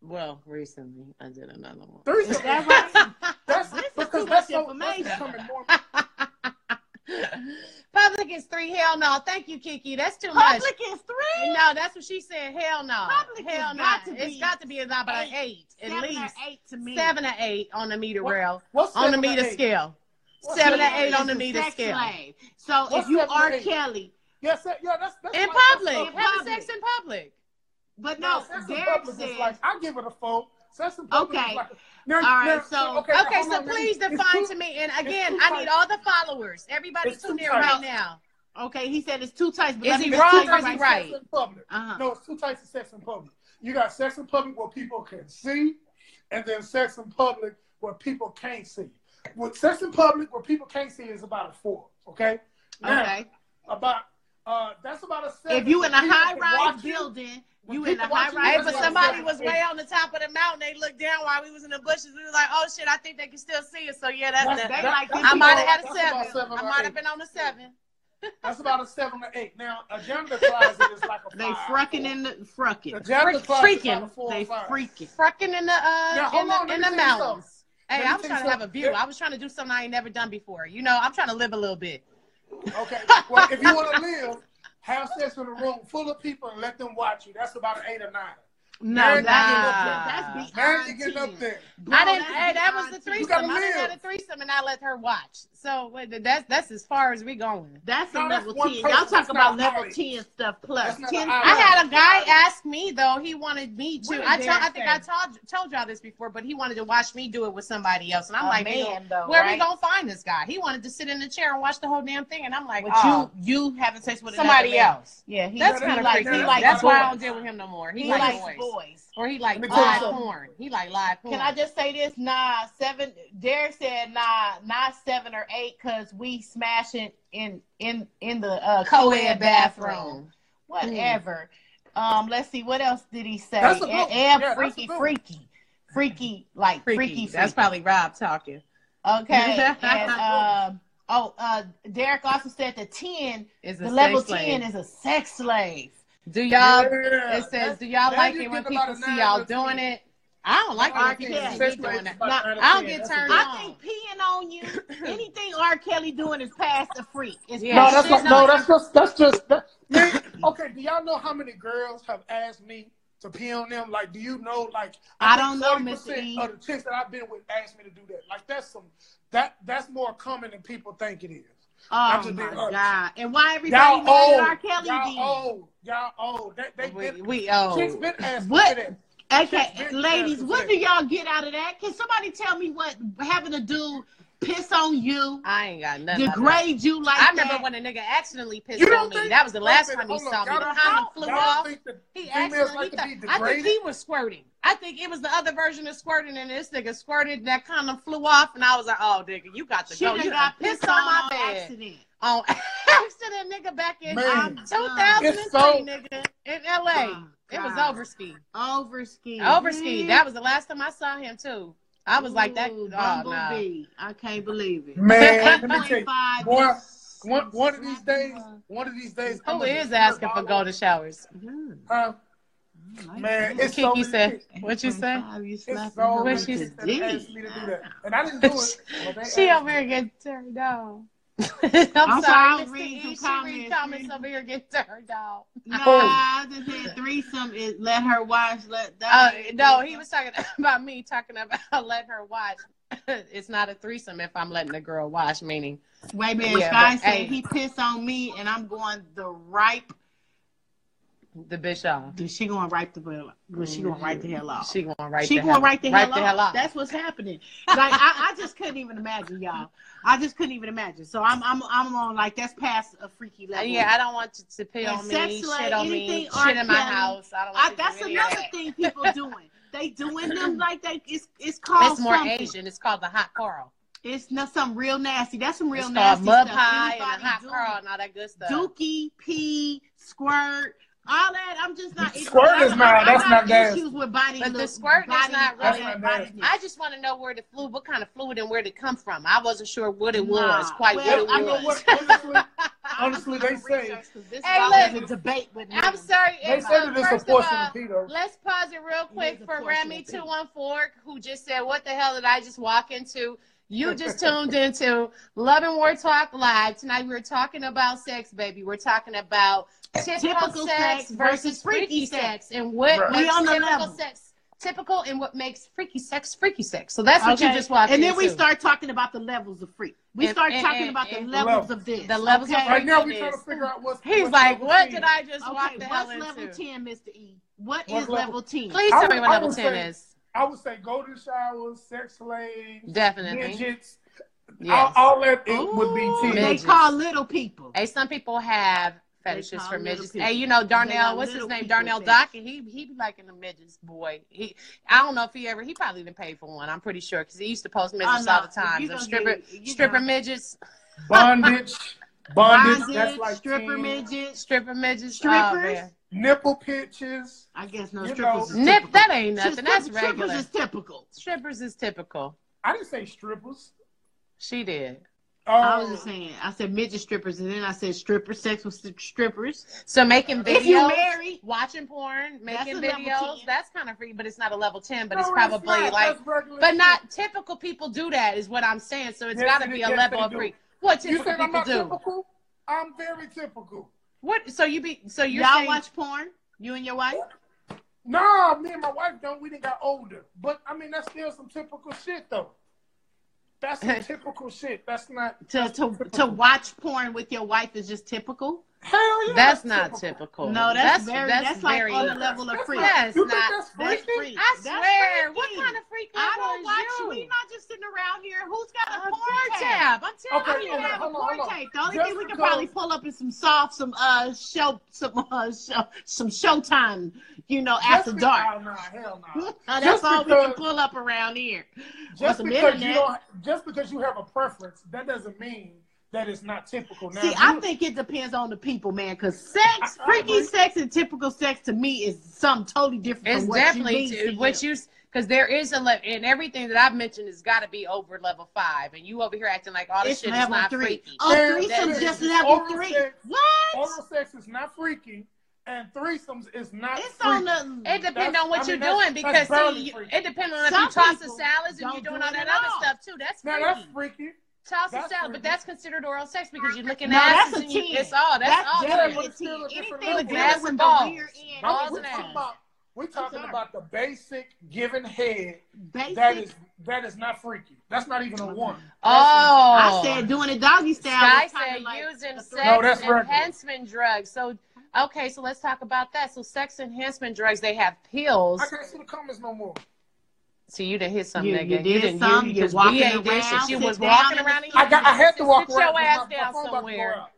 Speaker 3: Well, recently I did another one.
Speaker 5: Threesome.
Speaker 4: That right?
Speaker 5: That's
Speaker 4: This is too
Speaker 5: because
Speaker 4: much
Speaker 5: that's so
Speaker 4: information.
Speaker 5: That's becoming more.
Speaker 3: Public is three. Hell no. Thank you, Kiki. That's too much.
Speaker 4: public is three.
Speaker 3: No, that's what she said. Hell no.
Speaker 4: Public has
Speaker 3: Hell no.
Speaker 4: got to
Speaker 3: It's
Speaker 4: be
Speaker 3: got to be about an
Speaker 4: eight,
Speaker 3: eight, at
Speaker 4: seven
Speaker 3: least
Speaker 4: or eight to me.
Speaker 3: seven or eight on the meter
Speaker 5: What-
Speaker 3: rail,
Speaker 5: What's
Speaker 3: on the
Speaker 5: seven or
Speaker 3: meter
Speaker 5: eight?
Speaker 3: scale,
Speaker 5: What's
Speaker 3: seven or
Speaker 5: seven or
Speaker 3: eight on the
Speaker 4: is a
Speaker 3: meter
Speaker 4: sex
Speaker 3: scale.
Speaker 4: slave. So
Speaker 5: What's
Speaker 4: if you
Speaker 5: seven or
Speaker 4: are
Speaker 5: eight?
Speaker 4: Kelly,
Speaker 5: Yes, yeah, that's that's
Speaker 3: in
Speaker 5: like- that's
Speaker 3: public.
Speaker 5: so-
Speaker 4: in
Speaker 3: Having
Speaker 4: public.
Speaker 3: sex in public.
Speaker 4: but
Speaker 5: No,
Speaker 4: no,
Speaker 5: sex in
Speaker 4: Derek
Speaker 5: public
Speaker 4: says
Speaker 5: is like I give it a four. Sex in public
Speaker 4: Okay.
Speaker 5: is like now,
Speaker 4: All right,
Speaker 5: now,
Speaker 4: so-
Speaker 5: now,
Speaker 3: Okay,
Speaker 5: hold
Speaker 3: so
Speaker 5: on, man.
Speaker 3: please
Speaker 5: It's
Speaker 3: define
Speaker 5: two-
Speaker 3: to me. And again,
Speaker 5: two
Speaker 3: I need
Speaker 5: types.
Speaker 3: all the followers. Everybody
Speaker 5: It's
Speaker 3: tune
Speaker 5: two
Speaker 3: in
Speaker 5: types.
Speaker 3: right now.
Speaker 4: okay, he said it's two types. But
Speaker 3: Is
Speaker 4: let
Speaker 3: he
Speaker 4: me
Speaker 5: it's
Speaker 3: wrong
Speaker 5: two
Speaker 4: tell you
Speaker 5: types
Speaker 3: or is he
Speaker 5: of
Speaker 3: right?
Speaker 5: sex in public.
Speaker 4: Uh-huh.
Speaker 5: No, it's two types of sex in public. You got sex in public where people can see, and then sex in public where people can't see. With sex in public where people can't see is about a four. Okay. Now,
Speaker 4: Okay.
Speaker 5: About uh, that's about a seven.
Speaker 4: If you
Speaker 5: where
Speaker 4: in a
Speaker 5: people can
Speaker 4: high rise
Speaker 5: watch you.
Speaker 4: building,
Speaker 5: When
Speaker 4: you in a
Speaker 5: people watch
Speaker 4: high
Speaker 5: you,
Speaker 4: rise.
Speaker 3: Hey,
Speaker 5: That's what
Speaker 3: but
Speaker 5: I'm
Speaker 3: somebody
Speaker 5: saying.
Speaker 3: was way on the top of the mountain. They looked down while we was in the bushes. We were like, "Oh shit, I think they can still see us." So yeah, that's,
Speaker 5: That's-
Speaker 3: the.
Speaker 4: they
Speaker 5: that-
Speaker 4: like
Speaker 5: that's
Speaker 3: I
Speaker 4: people-
Speaker 3: might have had
Speaker 5: that's
Speaker 3: a
Speaker 5: about
Speaker 3: seven.
Speaker 5: seven
Speaker 3: I
Speaker 5: or
Speaker 3: might
Speaker 5: eight.
Speaker 3: have been on a seven.
Speaker 5: That's about a seven or eight. Now, a gender closet is like a
Speaker 4: They
Speaker 5: five.
Speaker 4: frucking in the
Speaker 5: A
Speaker 4: frucking.
Speaker 5: gender closet
Speaker 3: Freak-
Speaker 5: is like
Speaker 3: freaking.
Speaker 5: a four
Speaker 4: They
Speaker 5: or five.
Speaker 4: freaking.
Speaker 3: Freaking in the uh
Speaker 5: Now, hold
Speaker 3: in
Speaker 5: on,
Speaker 3: the,
Speaker 5: let me
Speaker 3: in the
Speaker 5: tell you something.
Speaker 3: mountains. Hey,
Speaker 5: Let me
Speaker 3: I
Speaker 5: tell
Speaker 3: was
Speaker 5: you
Speaker 3: trying to have a
Speaker 5: something.
Speaker 3: view. I was trying to do something I ain't never done before. You know, I'm trying to live a little bit.
Speaker 5: Okay. Well, if you want to live, have sex in a room full of people and let them watch you. That's about an eight or nine.
Speaker 4: No,
Speaker 5: Nah.
Speaker 4: that is, that's
Speaker 5: Now
Speaker 4: beyond
Speaker 5: you getting up
Speaker 4: 10.
Speaker 5: there.
Speaker 4: Bro,
Speaker 3: I didn't.
Speaker 4: that's
Speaker 3: Hey, that was
Speaker 4: beyond
Speaker 3: the
Speaker 4: 10.
Speaker 5: You
Speaker 3: threesome.
Speaker 5: gotta
Speaker 3: I didn't
Speaker 5: live.
Speaker 3: had a threesome and I let her watch. So wait, that's that's as far as we going.
Speaker 4: That's
Speaker 5: No,
Speaker 4: a
Speaker 5: that's
Speaker 4: level
Speaker 5: one
Speaker 4: 10.
Speaker 5: person.
Speaker 4: Y'all
Speaker 5: That's
Speaker 4: talking about
Speaker 5: not
Speaker 4: level
Speaker 5: right.
Speaker 4: 10 stuff plus.
Speaker 5: That's not
Speaker 4: 10
Speaker 5: right.
Speaker 3: I had a guy ask me though. He wanted me
Speaker 4: What
Speaker 3: to.
Speaker 4: did
Speaker 3: I, told,
Speaker 4: Derek
Speaker 3: I think I
Speaker 4: say?
Speaker 3: told told y'all this before, but he wanted to watch me do it with somebody else, and I'm
Speaker 4: A
Speaker 3: like,
Speaker 4: Oh, man,
Speaker 3: nigga,
Speaker 4: though,
Speaker 3: where we
Speaker 4: right?
Speaker 3: gonna find this guy? He wanted to sit in the chair and watch the whole damn thing, and I'm like,
Speaker 4: But
Speaker 3: oh,
Speaker 4: you you having sex with
Speaker 3: somebody
Speaker 4: another man.
Speaker 3: else.
Speaker 4: Yeah, he,
Speaker 3: That's
Speaker 5: he
Speaker 3: kind of
Speaker 5: likes-
Speaker 3: like
Speaker 5: he
Speaker 3: freaky.
Speaker 5: likes
Speaker 3: That's why I don't
Speaker 4: boys.
Speaker 3: deal with him no more. He,
Speaker 4: He,
Speaker 3: like
Speaker 4: likes
Speaker 3: boys.
Speaker 4: boys.
Speaker 3: or he like
Speaker 5: Let me tell you
Speaker 3: live
Speaker 5: something.
Speaker 3: porn. He like live porn.
Speaker 4: Can I just say this? Nah, seven. Derek said nah, not seven or eight, cause we smashing in in in the uh,
Speaker 3: co-ed bathroom?
Speaker 4: Whatever. Um, let's see. What else did he say?
Speaker 5: That's a good
Speaker 4: and,
Speaker 5: one.
Speaker 4: and
Speaker 5: Yeah, that's
Speaker 4: freaky,
Speaker 5: a good one.
Speaker 4: freaky, freaky, like freaky. freaky.
Speaker 3: That's probably Rob talking.
Speaker 4: okay. and um, oh, uh, Derek also said the ten,
Speaker 3: Is a
Speaker 4: the
Speaker 3: sex
Speaker 4: level
Speaker 3: slave.
Speaker 4: ten is a sex slave.
Speaker 3: Do
Speaker 5: Yeah.
Speaker 3: y'all? It says,
Speaker 5: That's-
Speaker 3: do y'all
Speaker 5: now
Speaker 3: like
Speaker 5: you're
Speaker 3: it when
Speaker 5: getting about
Speaker 3: people
Speaker 5: a
Speaker 3: see
Speaker 5: nine
Speaker 3: y'all
Speaker 5: or ten.
Speaker 3: doing it? I don't like it when
Speaker 4: R.
Speaker 3: people
Speaker 4: Kelly.
Speaker 3: see me doing
Speaker 5: That's
Speaker 3: it.
Speaker 5: about
Speaker 4: Now,
Speaker 5: nine or
Speaker 3: I don't
Speaker 5: ten.
Speaker 3: get
Speaker 5: That's
Speaker 3: turned
Speaker 5: a-
Speaker 3: on.
Speaker 4: I think peeing on you, anything R. Kelly doing is past a freak. It's
Speaker 3: Yeah.
Speaker 5: No,
Speaker 4: past
Speaker 5: that's
Speaker 4: shit.
Speaker 5: like, no, that's just that's just. That, man, okay, do y'all know how many girls have asked me to pee on them? Like, do you know? Like,
Speaker 4: I don't know,
Speaker 5: think
Speaker 4: Mr.
Speaker 5: 40%
Speaker 4: E.
Speaker 5: Of the chicks that I've been with asked me to do that. Like, that's some that that's more common than people think it is. I'm
Speaker 4: Oh
Speaker 5: just
Speaker 4: my
Speaker 5: being honest.
Speaker 4: god! And why everybody
Speaker 5: Y'all
Speaker 4: mad at R.
Speaker 5: old,
Speaker 4: Kelly? did?
Speaker 5: y'all old, y'all old. They, they
Speaker 3: We,
Speaker 5: been,
Speaker 3: we
Speaker 5: chicks
Speaker 3: owe.
Speaker 5: been asking
Speaker 4: What?
Speaker 5: for that.
Speaker 4: Okay,
Speaker 5: Chicks been
Speaker 4: ladies,
Speaker 5: asking for
Speaker 4: what
Speaker 5: that.
Speaker 4: do y'all get out of that? Can somebody tell me what having a dude piss on you,
Speaker 3: I ain't got nothing. out of that.
Speaker 4: degrade you like
Speaker 3: I remember
Speaker 4: that?
Speaker 3: when a nigga accidentally pissed
Speaker 5: You don't
Speaker 3: on me.
Speaker 5: think-
Speaker 3: That was the
Speaker 5: wait a
Speaker 3: last
Speaker 5: minute,
Speaker 3: time he
Speaker 5: hold on.
Speaker 3: saw me.
Speaker 5: Y'all
Speaker 3: The
Speaker 5: don't-
Speaker 3: condom
Speaker 5: y'all
Speaker 3: flew
Speaker 5: don't
Speaker 3: off.
Speaker 5: think that
Speaker 3: He
Speaker 5: females
Speaker 3: accidentally.
Speaker 5: like to
Speaker 3: thought-
Speaker 5: be
Speaker 3: I think
Speaker 5: degraded?
Speaker 3: he was squirting. I think it was the other version of squirting, and this nigga squirted. and That condom flew off, and I was like, "Oh, nigga, you got to
Speaker 4: She
Speaker 3: go.
Speaker 4: done
Speaker 3: You
Speaker 4: got pissed on
Speaker 3: my
Speaker 4: on
Speaker 3: bed
Speaker 4: accident.
Speaker 3: on accident, nigga." Back in
Speaker 5: Man.
Speaker 3: 2003,
Speaker 5: It's so-
Speaker 3: nigga, in L.A. it was
Speaker 4: Oh, God.
Speaker 3: overski.
Speaker 4: Overski.
Speaker 3: Overski. That was the last time I saw him too. I was like that. Oh,
Speaker 4: Mm-hmm. Ooh,
Speaker 3: nah.
Speaker 4: Bumblebee. I can't believe it.
Speaker 5: Man, let me tell you,
Speaker 4: 8.5
Speaker 5: boy,
Speaker 4: is-
Speaker 5: one, one of these days, one of these days. I'm
Speaker 3: Who
Speaker 5: gonna
Speaker 3: is
Speaker 5: get
Speaker 3: asking
Speaker 5: all
Speaker 3: for
Speaker 5: over-
Speaker 3: golden showers?
Speaker 5: Huh?
Speaker 4: I like
Speaker 5: Man,
Speaker 4: that.
Speaker 5: it's so
Speaker 3: Kiki
Speaker 5: many
Speaker 3: said-
Speaker 5: chicks-
Speaker 3: What you say?
Speaker 4: 8.5, You
Speaker 5: It's
Speaker 4: slapping
Speaker 5: so
Speaker 4: her
Speaker 5: many
Speaker 3: What
Speaker 4: with
Speaker 3: she
Speaker 5: chicks
Speaker 4: the
Speaker 5: that asked
Speaker 4: dick.
Speaker 5: me to do that, and I didn't do it. but they
Speaker 3: she
Speaker 5: asked
Speaker 3: over
Speaker 5: me.
Speaker 3: here getting turned on.
Speaker 4: I
Speaker 3: I'm sorry,
Speaker 4: was
Speaker 3: Mr.
Speaker 4: reading
Speaker 3: E,
Speaker 4: some
Speaker 3: she read
Speaker 4: comments.
Speaker 3: comments over here getting turned on.
Speaker 4: Nah,
Speaker 5: Oh.
Speaker 4: I just said threesome is let her watch. Let
Speaker 3: Uh,
Speaker 4: that.
Speaker 3: no, he was talking about me talking about letting her watch. it's not a threesome if I'm letting a girl watch. Meaning,
Speaker 4: Wait a minute,
Speaker 3: Yeah,
Speaker 4: Sky
Speaker 3: but,
Speaker 4: said
Speaker 3: hey.
Speaker 4: he pissed on me, and I'm going the ripe.
Speaker 3: the bitch off.
Speaker 4: Dude, she going right the hell. off. Well, she going right the hell off.
Speaker 3: Mm-hmm. She going right.
Speaker 4: Oh. she
Speaker 3: the
Speaker 4: going
Speaker 3: hell,
Speaker 4: right the hell,
Speaker 3: right the hell off.
Speaker 4: That's what's happening. Like I, I just couldn't even imagine, y'all. I just couldn't even imagine. So I'm I'm I'm on like that's past a freaky
Speaker 3: Uh,
Speaker 4: level.
Speaker 3: yeah, I don't want you to pee
Speaker 4: And
Speaker 3: on
Speaker 4: sex
Speaker 3: me,
Speaker 4: like
Speaker 3: shit on me,
Speaker 4: anything R.
Speaker 3: shit in my
Speaker 4: Kelly.
Speaker 3: house. I don't. Want you
Speaker 4: I,
Speaker 3: to
Speaker 4: that's
Speaker 3: do any of
Speaker 4: another
Speaker 3: that.
Speaker 4: thing people doing. They doing them like they it's it's called
Speaker 3: It's more
Speaker 4: something.
Speaker 3: Asian. It's called the hot coral.
Speaker 4: It's not some real nasty. That's some real
Speaker 3: it's called
Speaker 4: nasty
Speaker 3: mud
Speaker 4: stuff.
Speaker 3: pie and
Speaker 4: Anybody
Speaker 3: the hot
Speaker 4: doing
Speaker 3: coral
Speaker 4: it.
Speaker 3: and all that good stuff.
Speaker 4: Dookie, pee, squirt, all that. I'm just not. it's-
Speaker 5: Squirt is
Speaker 4: I-
Speaker 5: not-
Speaker 4: I
Speaker 5: that's
Speaker 4: got
Speaker 5: not nasty.
Speaker 4: Issues with body
Speaker 3: But the
Speaker 4: look-
Speaker 3: squirt is
Speaker 4: body-
Speaker 3: not
Speaker 4: body-
Speaker 5: really-
Speaker 4: body-
Speaker 3: I just want to know where the fluid, what kind of fluid and where did it come from. I wasn't sure what it
Speaker 4: Nah.
Speaker 3: was, quite
Speaker 4: Well,
Speaker 3: what
Speaker 5: I
Speaker 3: it
Speaker 5: know
Speaker 3: was.
Speaker 5: what. Honestly,
Speaker 4: I just
Speaker 5: honestly,
Speaker 4: did
Speaker 5: they
Speaker 4: some
Speaker 5: say
Speaker 4: research 'cause this
Speaker 3: Hey,
Speaker 4: is
Speaker 3: look.
Speaker 4: always a debate with
Speaker 3: I'm
Speaker 4: niggas.
Speaker 3: sorry.
Speaker 5: they
Speaker 3: and
Speaker 5: say
Speaker 3: so
Speaker 5: that it's a
Speaker 3: first of
Speaker 5: portion
Speaker 3: all,
Speaker 5: of Peter.
Speaker 3: Let's pause it real quick
Speaker 4: is a
Speaker 3: for
Speaker 4: portion
Speaker 3: Remy
Speaker 4: of pee.
Speaker 3: two one four, who just said, "What the hell did I just walk into?" You just tuned into Love and War Talk Live tonight. We were talking about sex, baby. We're talking about typical,
Speaker 4: Typical
Speaker 3: sex
Speaker 4: sex
Speaker 3: versus
Speaker 4: versus
Speaker 3: freaky
Speaker 4: freaky
Speaker 3: sex, and what
Speaker 5: Right.
Speaker 4: We
Speaker 3: makes
Speaker 4: on the
Speaker 3: typical
Speaker 4: level.
Speaker 3: sex typical, and what makes freaky sex freaky sex. So that's what you
Speaker 4: Okay?
Speaker 3: just watched.
Speaker 4: And then we start talking about the levels of freak. We
Speaker 3: And-
Speaker 4: start
Speaker 3: and-
Speaker 4: talking
Speaker 3: and-
Speaker 4: about the
Speaker 3: and-
Speaker 4: levels of this.
Speaker 3: the levels of
Speaker 4: okay?
Speaker 3: freak.
Speaker 5: Right now,
Speaker 3: it
Speaker 5: we're trying to
Speaker 3: is.
Speaker 5: figure out what's.
Speaker 3: He's
Speaker 5: what's
Speaker 3: like,
Speaker 5: level
Speaker 3: "What
Speaker 5: 10."
Speaker 3: did I just walk
Speaker 4: Okay,
Speaker 3: the hell
Speaker 4: what's
Speaker 3: into?"
Speaker 4: level 10, Mr. E? What
Speaker 5: What's
Speaker 4: is
Speaker 5: level-
Speaker 4: level 10?
Speaker 3: Please
Speaker 5: I
Speaker 3: tell me
Speaker 5: would-
Speaker 3: what
Speaker 5: I
Speaker 3: level
Speaker 5: would
Speaker 3: ten
Speaker 5: say-
Speaker 3: is.
Speaker 5: I would say golden showers, sex slaves,
Speaker 3: Definitely.
Speaker 5: midgets.
Speaker 3: Yes.
Speaker 5: All, all that it would be
Speaker 4: Ooh, They
Speaker 5: ten.
Speaker 3: Midgets.
Speaker 4: call little people.
Speaker 3: Hey, some people have fetishes
Speaker 4: call
Speaker 3: for
Speaker 4: little
Speaker 3: midgets.
Speaker 4: people.
Speaker 3: Hey, you know
Speaker 4: They
Speaker 3: Darnell,
Speaker 4: call
Speaker 3: what's his
Speaker 4: little
Speaker 3: name?
Speaker 4: people
Speaker 3: Darnell
Speaker 4: fetishes.
Speaker 3: Dockett. He he be liking the midgets, boy. He I don't know if he ever he probably didn't pay for one. I'm pretty sure because he used to post midgets all the time. Them stripper stripper midgets,
Speaker 5: Bondage, bondage.
Speaker 4: Bondage,
Speaker 5: that's like
Speaker 4: stripper
Speaker 5: 10.
Speaker 4: midgets.
Speaker 3: stripper midgets, oh,
Speaker 4: Strippers?
Speaker 3: man.
Speaker 5: Nipple pitches.
Speaker 4: I guess no
Speaker 5: You
Speaker 4: strippers.
Speaker 5: know,
Speaker 4: is
Speaker 3: Nip,
Speaker 4: typical.
Speaker 3: that ain't nothing.
Speaker 4: Strip-
Speaker 3: That's
Speaker 4: Strippers
Speaker 3: regular.
Speaker 4: is typical.
Speaker 3: Strippers is typical.
Speaker 5: I didn't say strippers.
Speaker 3: She did.
Speaker 4: I was
Speaker 5: Um,
Speaker 4: just saying. I said midget strippers, and then I said stripper sex with stri- strippers.
Speaker 3: So making videos,
Speaker 4: If you marry,
Speaker 3: watching porn, making
Speaker 4: a level
Speaker 3: videos,
Speaker 4: 10.
Speaker 3: that's kind of free, but it's not a level ten, but it's
Speaker 5: no, not.
Speaker 3: probably
Speaker 5: That's
Speaker 3: like
Speaker 5: regular
Speaker 3: But
Speaker 5: shit.
Speaker 3: not typical people do that, is what I'm saying. So it's
Speaker 5: Yes,
Speaker 3: got to
Speaker 5: it-
Speaker 3: be a
Speaker 5: yes,
Speaker 3: level
Speaker 5: they
Speaker 3: of
Speaker 5: do.
Speaker 3: freak. What
Speaker 5: You
Speaker 3: typical
Speaker 5: said I'm
Speaker 3: people
Speaker 5: not
Speaker 3: do?
Speaker 5: typical. I'm very typical.
Speaker 3: What? So you be? So you're
Speaker 4: y'all
Speaker 3: saying?
Speaker 4: watch porn. You and your wife.
Speaker 5: Nah, me and my wife don't. We didn't got older, but I mean that's still some typical shit though. That's some typical shit. That's not
Speaker 4: To to to watch porn with your wife is just typical.
Speaker 5: hell yeah.
Speaker 3: that's not typical.
Speaker 4: No, that's, very that's, like on the level of
Speaker 5: That's
Speaker 4: freak.
Speaker 5: not-
Speaker 3: Yes,
Speaker 5: you think
Speaker 3: not-
Speaker 5: that's
Speaker 4: That's
Speaker 5: freaky?
Speaker 4: freak.
Speaker 3: I
Speaker 4: That's
Speaker 3: swear, what
Speaker 4: freaky.
Speaker 3: kind of freak
Speaker 4: I don't
Speaker 3: is
Speaker 4: watch.
Speaker 3: you?
Speaker 4: We not just sitting around here. Who's got a
Speaker 3: a
Speaker 4: porn, tab?
Speaker 3: tab. I'm telling
Speaker 5: Okay,
Speaker 4: We
Speaker 3: you.
Speaker 4: don't
Speaker 5: okay,
Speaker 4: have a
Speaker 5: hold on,
Speaker 4: porn
Speaker 5: hold on.
Speaker 4: tape. The only
Speaker 5: Just
Speaker 4: thing we can
Speaker 5: because-
Speaker 4: probably pull up is some soft, some uh show, some uh show, some showtime. You know,
Speaker 5: Just
Speaker 4: after
Speaker 5: be- oh, Nah,
Speaker 4: dark.
Speaker 5: nah, hell nah.
Speaker 4: Uh, that's
Speaker 5: Just
Speaker 4: all we can
Speaker 5: because-
Speaker 4: pull up around here. Or
Speaker 5: Just
Speaker 4: some
Speaker 5: because you
Speaker 4: internet.
Speaker 5: don't, just because you have a preference, that doesn't mean that it's not typical. Now,
Speaker 4: See,
Speaker 5: if
Speaker 4: I
Speaker 5: you-
Speaker 4: think it depends on the people, man. Cause sex,
Speaker 5: I- I
Speaker 4: freaky
Speaker 5: agree.
Speaker 4: sex, and typical sex to me is something totally different.
Speaker 3: It's
Speaker 4: from what
Speaker 3: definitely
Speaker 4: you
Speaker 3: t-
Speaker 4: mean to
Speaker 3: what
Speaker 4: you.
Speaker 3: you because there is a le- and everything that I've mentioned has got to be over level five, and you over here acting like all this
Speaker 4: It's
Speaker 3: shit is
Speaker 4: level
Speaker 3: not
Speaker 4: three.
Speaker 3: freaky.
Speaker 4: Oh,
Speaker 5: Man,
Speaker 4: threesome's
Speaker 5: that
Speaker 4: just
Speaker 5: is
Speaker 4: level
Speaker 5: oral
Speaker 4: three.
Speaker 5: sex.
Speaker 4: What?
Speaker 5: oral sex is not freaky, and threesomes is not.
Speaker 4: It's
Speaker 5: freaky.
Speaker 4: on the.
Speaker 3: It depends
Speaker 5: That's-
Speaker 3: on what
Speaker 5: I mean,
Speaker 3: you're
Speaker 5: that's-
Speaker 3: doing because
Speaker 5: that's barely
Speaker 3: see, you-
Speaker 5: freaky.
Speaker 3: it depends on if
Speaker 4: Some
Speaker 3: you tossing
Speaker 4: people
Speaker 3: salads and
Speaker 4: don't
Speaker 3: you're doing
Speaker 4: do
Speaker 3: all
Speaker 4: it
Speaker 3: that
Speaker 4: at
Speaker 3: other
Speaker 4: all.
Speaker 3: stuff too. That's
Speaker 5: Now
Speaker 3: freaky.
Speaker 5: that's freaky.
Speaker 3: tossing
Speaker 5: that's
Speaker 3: salad, but
Speaker 5: freaky.
Speaker 3: that's considered oral sex because you're looking
Speaker 4: No,
Speaker 3: at
Speaker 4: that's a
Speaker 3: and you,
Speaker 4: 10.
Speaker 3: it's all that's,
Speaker 4: That's
Speaker 3: all.
Speaker 5: Yeah,
Speaker 4: definitely
Speaker 5: but
Speaker 4: a
Speaker 5: it's still
Speaker 4: ten.
Speaker 5: a different
Speaker 4: Anything
Speaker 5: level.
Speaker 4: with
Speaker 3: Glass
Speaker 4: the
Speaker 3: balls.
Speaker 4: rear end.
Speaker 3: Balls
Speaker 5: We're
Speaker 3: and
Speaker 5: talking
Speaker 3: ass.
Speaker 5: about We're talking
Speaker 4: sorry.
Speaker 5: about the basic giving head
Speaker 4: Basic.
Speaker 5: that is that is not freaky. That's not even a one.
Speaker 3: Oh,
Speaker 4: I said doing it doggy style.
Speaker 3: Sky
Speaker 4: was kinda
Speaker 3: said
Speaker 4: like
Speaker 3: using
Speaker 4: a
Speaker 3: sex
Speaker 4: threat.
Speaker 5: No, that's regular.
Speaker 3: enhancement drugs. So, okay, so let's talk about that. So, sex enhancement drugs, they have pills.
Speaker 5: I can't see the comments no more.
Speaker 3: So you didn't hit some
Speaker 4: You-
Speaker 3: nigga.
Speaker 4: you did
Speaker 3: didn't.
Speaker 4: some,
Speaker 3: you
Speaker 4: you
Speaker 3: because
Speaker 4: walking
Speaker 3: we ain't did shit.
Speaker 4: around,
Speaker 3: You
Speaker 4: sit
Speaker 3: was
Speaker 4: down
Speaker 3: walking
Speaker 4: in the
Speaker 3: around. and
Speaker 4: seat.
Speaker 3: you
Speaker 5: I got. I had to walk
Speaker 3: Sit
Speaker 5: around.
Speaker 3: your
Speaker 5: because
Speaker 3: ass
Speaker 5: my,
Speaker 3: down
Speaker 5: my phone about to go
Speaker 3: somewhere.
Speaker 5: out.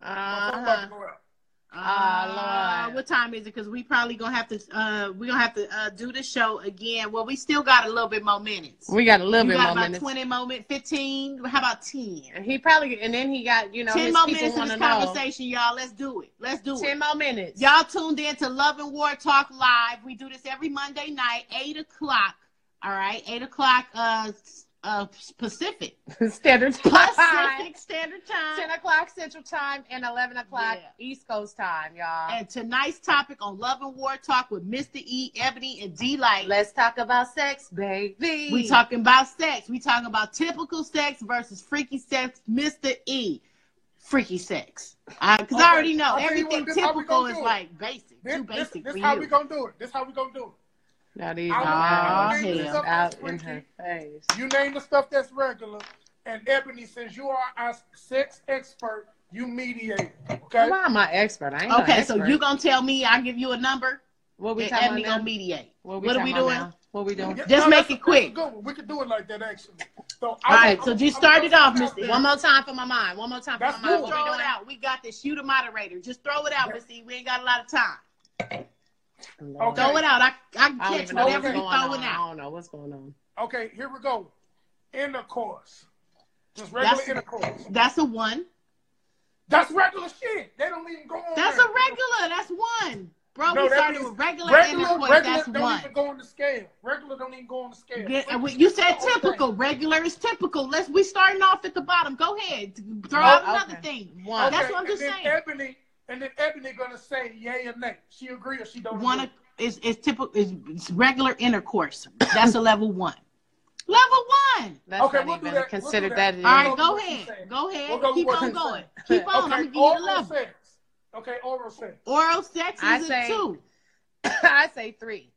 Speaker 5: My phone about
Speaker 3: Uh-huh.
Speaker 5: to go out.
Speaker 3: Ah, Lord.
Speaker 4: uh, what time is it? Because we probably gonna have to uh we gonna have to uh do the show again. Well, we still got a little bit more minutes.
Speaker 3: We got a little
Speaker 4: you
Speaker 3: bit
Speaker 4: got
Speaker 3: more
Speaker 4: about
Speaker 3: minutes.
Speaker 4: twenty more minutes, fifteen. How about ten?
Speaker 3: And he probably, and then he got, you know,
Speaker 4: ten
Speaker 3: his
Speaker 4: more
Speaker 3: people
Speaker 4: minutes of
Speaker 3: want to
Speaker 4: this
Speaker 3: know.
Speaker 4: conversation, y'all. Let's do it. Let's do it.
Speaker 3: Ten more minutes.
Speaker 4: Y'all tuned in to Love and War Talk Live. We do this every Monday night, eight o'clock. All right, eight o'clock uh s- uh Pacific.
Speaker 3: standard time.
Speaker 4: Pacific Standard Time.
Speaker 3: Ten o'clock Central Time and eleven o'clock
Speaker 4: Yeah.
Speaker 3: East Coast Time, y'all.
Speaker 4: And tonight's topic on Love and War Talk with Mr. E, Ebony, and D Light.
Speaker 3: Let's talk about sex, baby.
Speaker 4: We talking about sex. We talking about typical sex versus freaky sex, Mr. E. Freaky sex. Because
Speaker 5: Okay,
Speaker 4: I already know
Speaker 5: I'll tell you
Speaker 4: everything
Speaker 5: what, this how we
Speaker 4: typical
Speaker 5: gonna
Speaker 4: is
Speaker 5: do it.
Speaker 4: like basic,
Speaker 5: This,
Speaker 4: too
Speaker 5: this,
Speaker 4: basic
Speaker 5: this
Speaker 4: for
Speaker 5: how
Speaker 4: you.
Speaker 5: we gonna do it. This how we gonna do
Speaker 3: Not even
Speaker 5: I want-
Speaker 4: I
Speaker 3: out,
Speaker 4: want
Speaker 3: here,
Speaker 4: niggas
Speaker 3: out
Speaker 4: up
Speaker 5: that's
Speaker 3: in her
Speaker 5: freaky.
Speaker 3: face.
Speaker 5: it. You name the stuff that's regular, and Ebony says you are our sex expert. You mediate. Okay.
Speaker 3: Come on, my expert. I ain't no
Speaker 4: okay, so
Speaker 3: expert.
Speaker 4: you gonna tell me I give you a number
Speaker 3: what we
Speaker 4: and
Speaker 3: talking
Speaker 4: Ebony
Speaker 3: about?
Speaker 4: gonna
Speaker 3: now?
Speaker 4: mediate.
Speaker 3: What,
Speaker 4: what are
Speaker 3: talking
Speaker 4: we
Speaker 3: about
Speaker 4: doing?
Speaker 3: now? What we doing?
Speaker 5: Yeah,
Speaker 4: Just make
Speaker 5: that's-
Speaker 4: it quick.
Speaker 5: that's a good one. We could do it like that actually. So All
Speaker 4: right, so just start it off, Mr.
Speaker 3: One more time for my mind. One more time
Speaker 5: That's
Speaker 3: for my
Speaker 4: Come
Speaker 5: Cool.
Speaker 4: on,
Speaker 3: mind.
Speaker 4: throw it out. We got this. You the moderator. Just throw it out, Missy. We ain't got a lot of time.
Speaker 5: Okay.
Speaker 4: Throw it out. I, I can
Speaker 3: I don't
Speaker 4: catch
Speaker 3: even know what's
Speaker 4: whatever
Speaker 3: going
Speaker 4: you
Speaker 3: on.
Speaker 4: throwing
Speaker 3: I
Speaker 4: out.
Speaker 3: don't know what's going on.
Speaker 5: Okay, here we go. Intercourse. Just regular
Speaker 4: That's-
Speaker 5: intercourse.
Speaker 4: That's a one.
Speaker 5: That's regular shit. They don't even go on.
Speaker 4: That's a
Speaker 5: there.
Speaker 4: regular. That's one. Bro,
Speaker 5: No,
Speaker 4: we
Speaker 5: that
Speaker 4: started
Speaker 5: means
Speaker 4: with regular,
Speaker 5: Regular,
Speaker 4: intercourse.
Speaker 5: regular
Speaker 4: that's
Speaker 5: don't
Speaker 4: one.
Speaker 5: even go on the scale. Regular don't even go on the scale.
Speaker 4: Good. And we- you said typical. Regular is typical. Let's we starting off at the bottom. Go ahead. Throw
Speaker 3: Oh,
Speaker 4: out
Speaker 3: okay.
Speaker 4: another thing.
Speaker 3: One.
Speaker 4: That's what I'm
Speaker 5: and
Speaker 4: just
Speaker 5: then
Speaker 4: saying.
Speaker 5: Ebony, and then Ebony gonna say yay or nay. She agree or she don't.
Speaker 4: One
Speaker 5: agree.
Speaker 4: is is typical is it's regular intercourse. That's a level one. Level one.
Speaker 3: That's
Speaker 5: Okay,
Speaker 3: not
Speaker 5: we'll do that.
Speaker 3: even
Speaker 5: We'll do
Speaker 3: considered
Speaker 5: that.
Speaker 3: that.
Speaker 5: We'll go
Speaker 4: All right, go
Speaker 5: with what you
Speaker 4: ahead.
Speaker 5: said.
Speaker 4: Go ahead.
Speaker 5: We'll go
Speaker 4: Keep
Speaker 5: with
Speaker 4: on
Speaker 5: what you
Speaker 4: going.
Speaker 3: said.
Speaker 4: Keep on. I'm gonna
Speaker 5: Okay,
Speaker 4: give you the
Speaker 5: oral
Speaker 4: level.
Speaker 5: sex. Okay, oral sex.
Speaker 4: Oral sex
Speaker 3: I
Speaker 4: is
Speaker 3: say-
Speaker 4: a two.
Speaker 3: I say three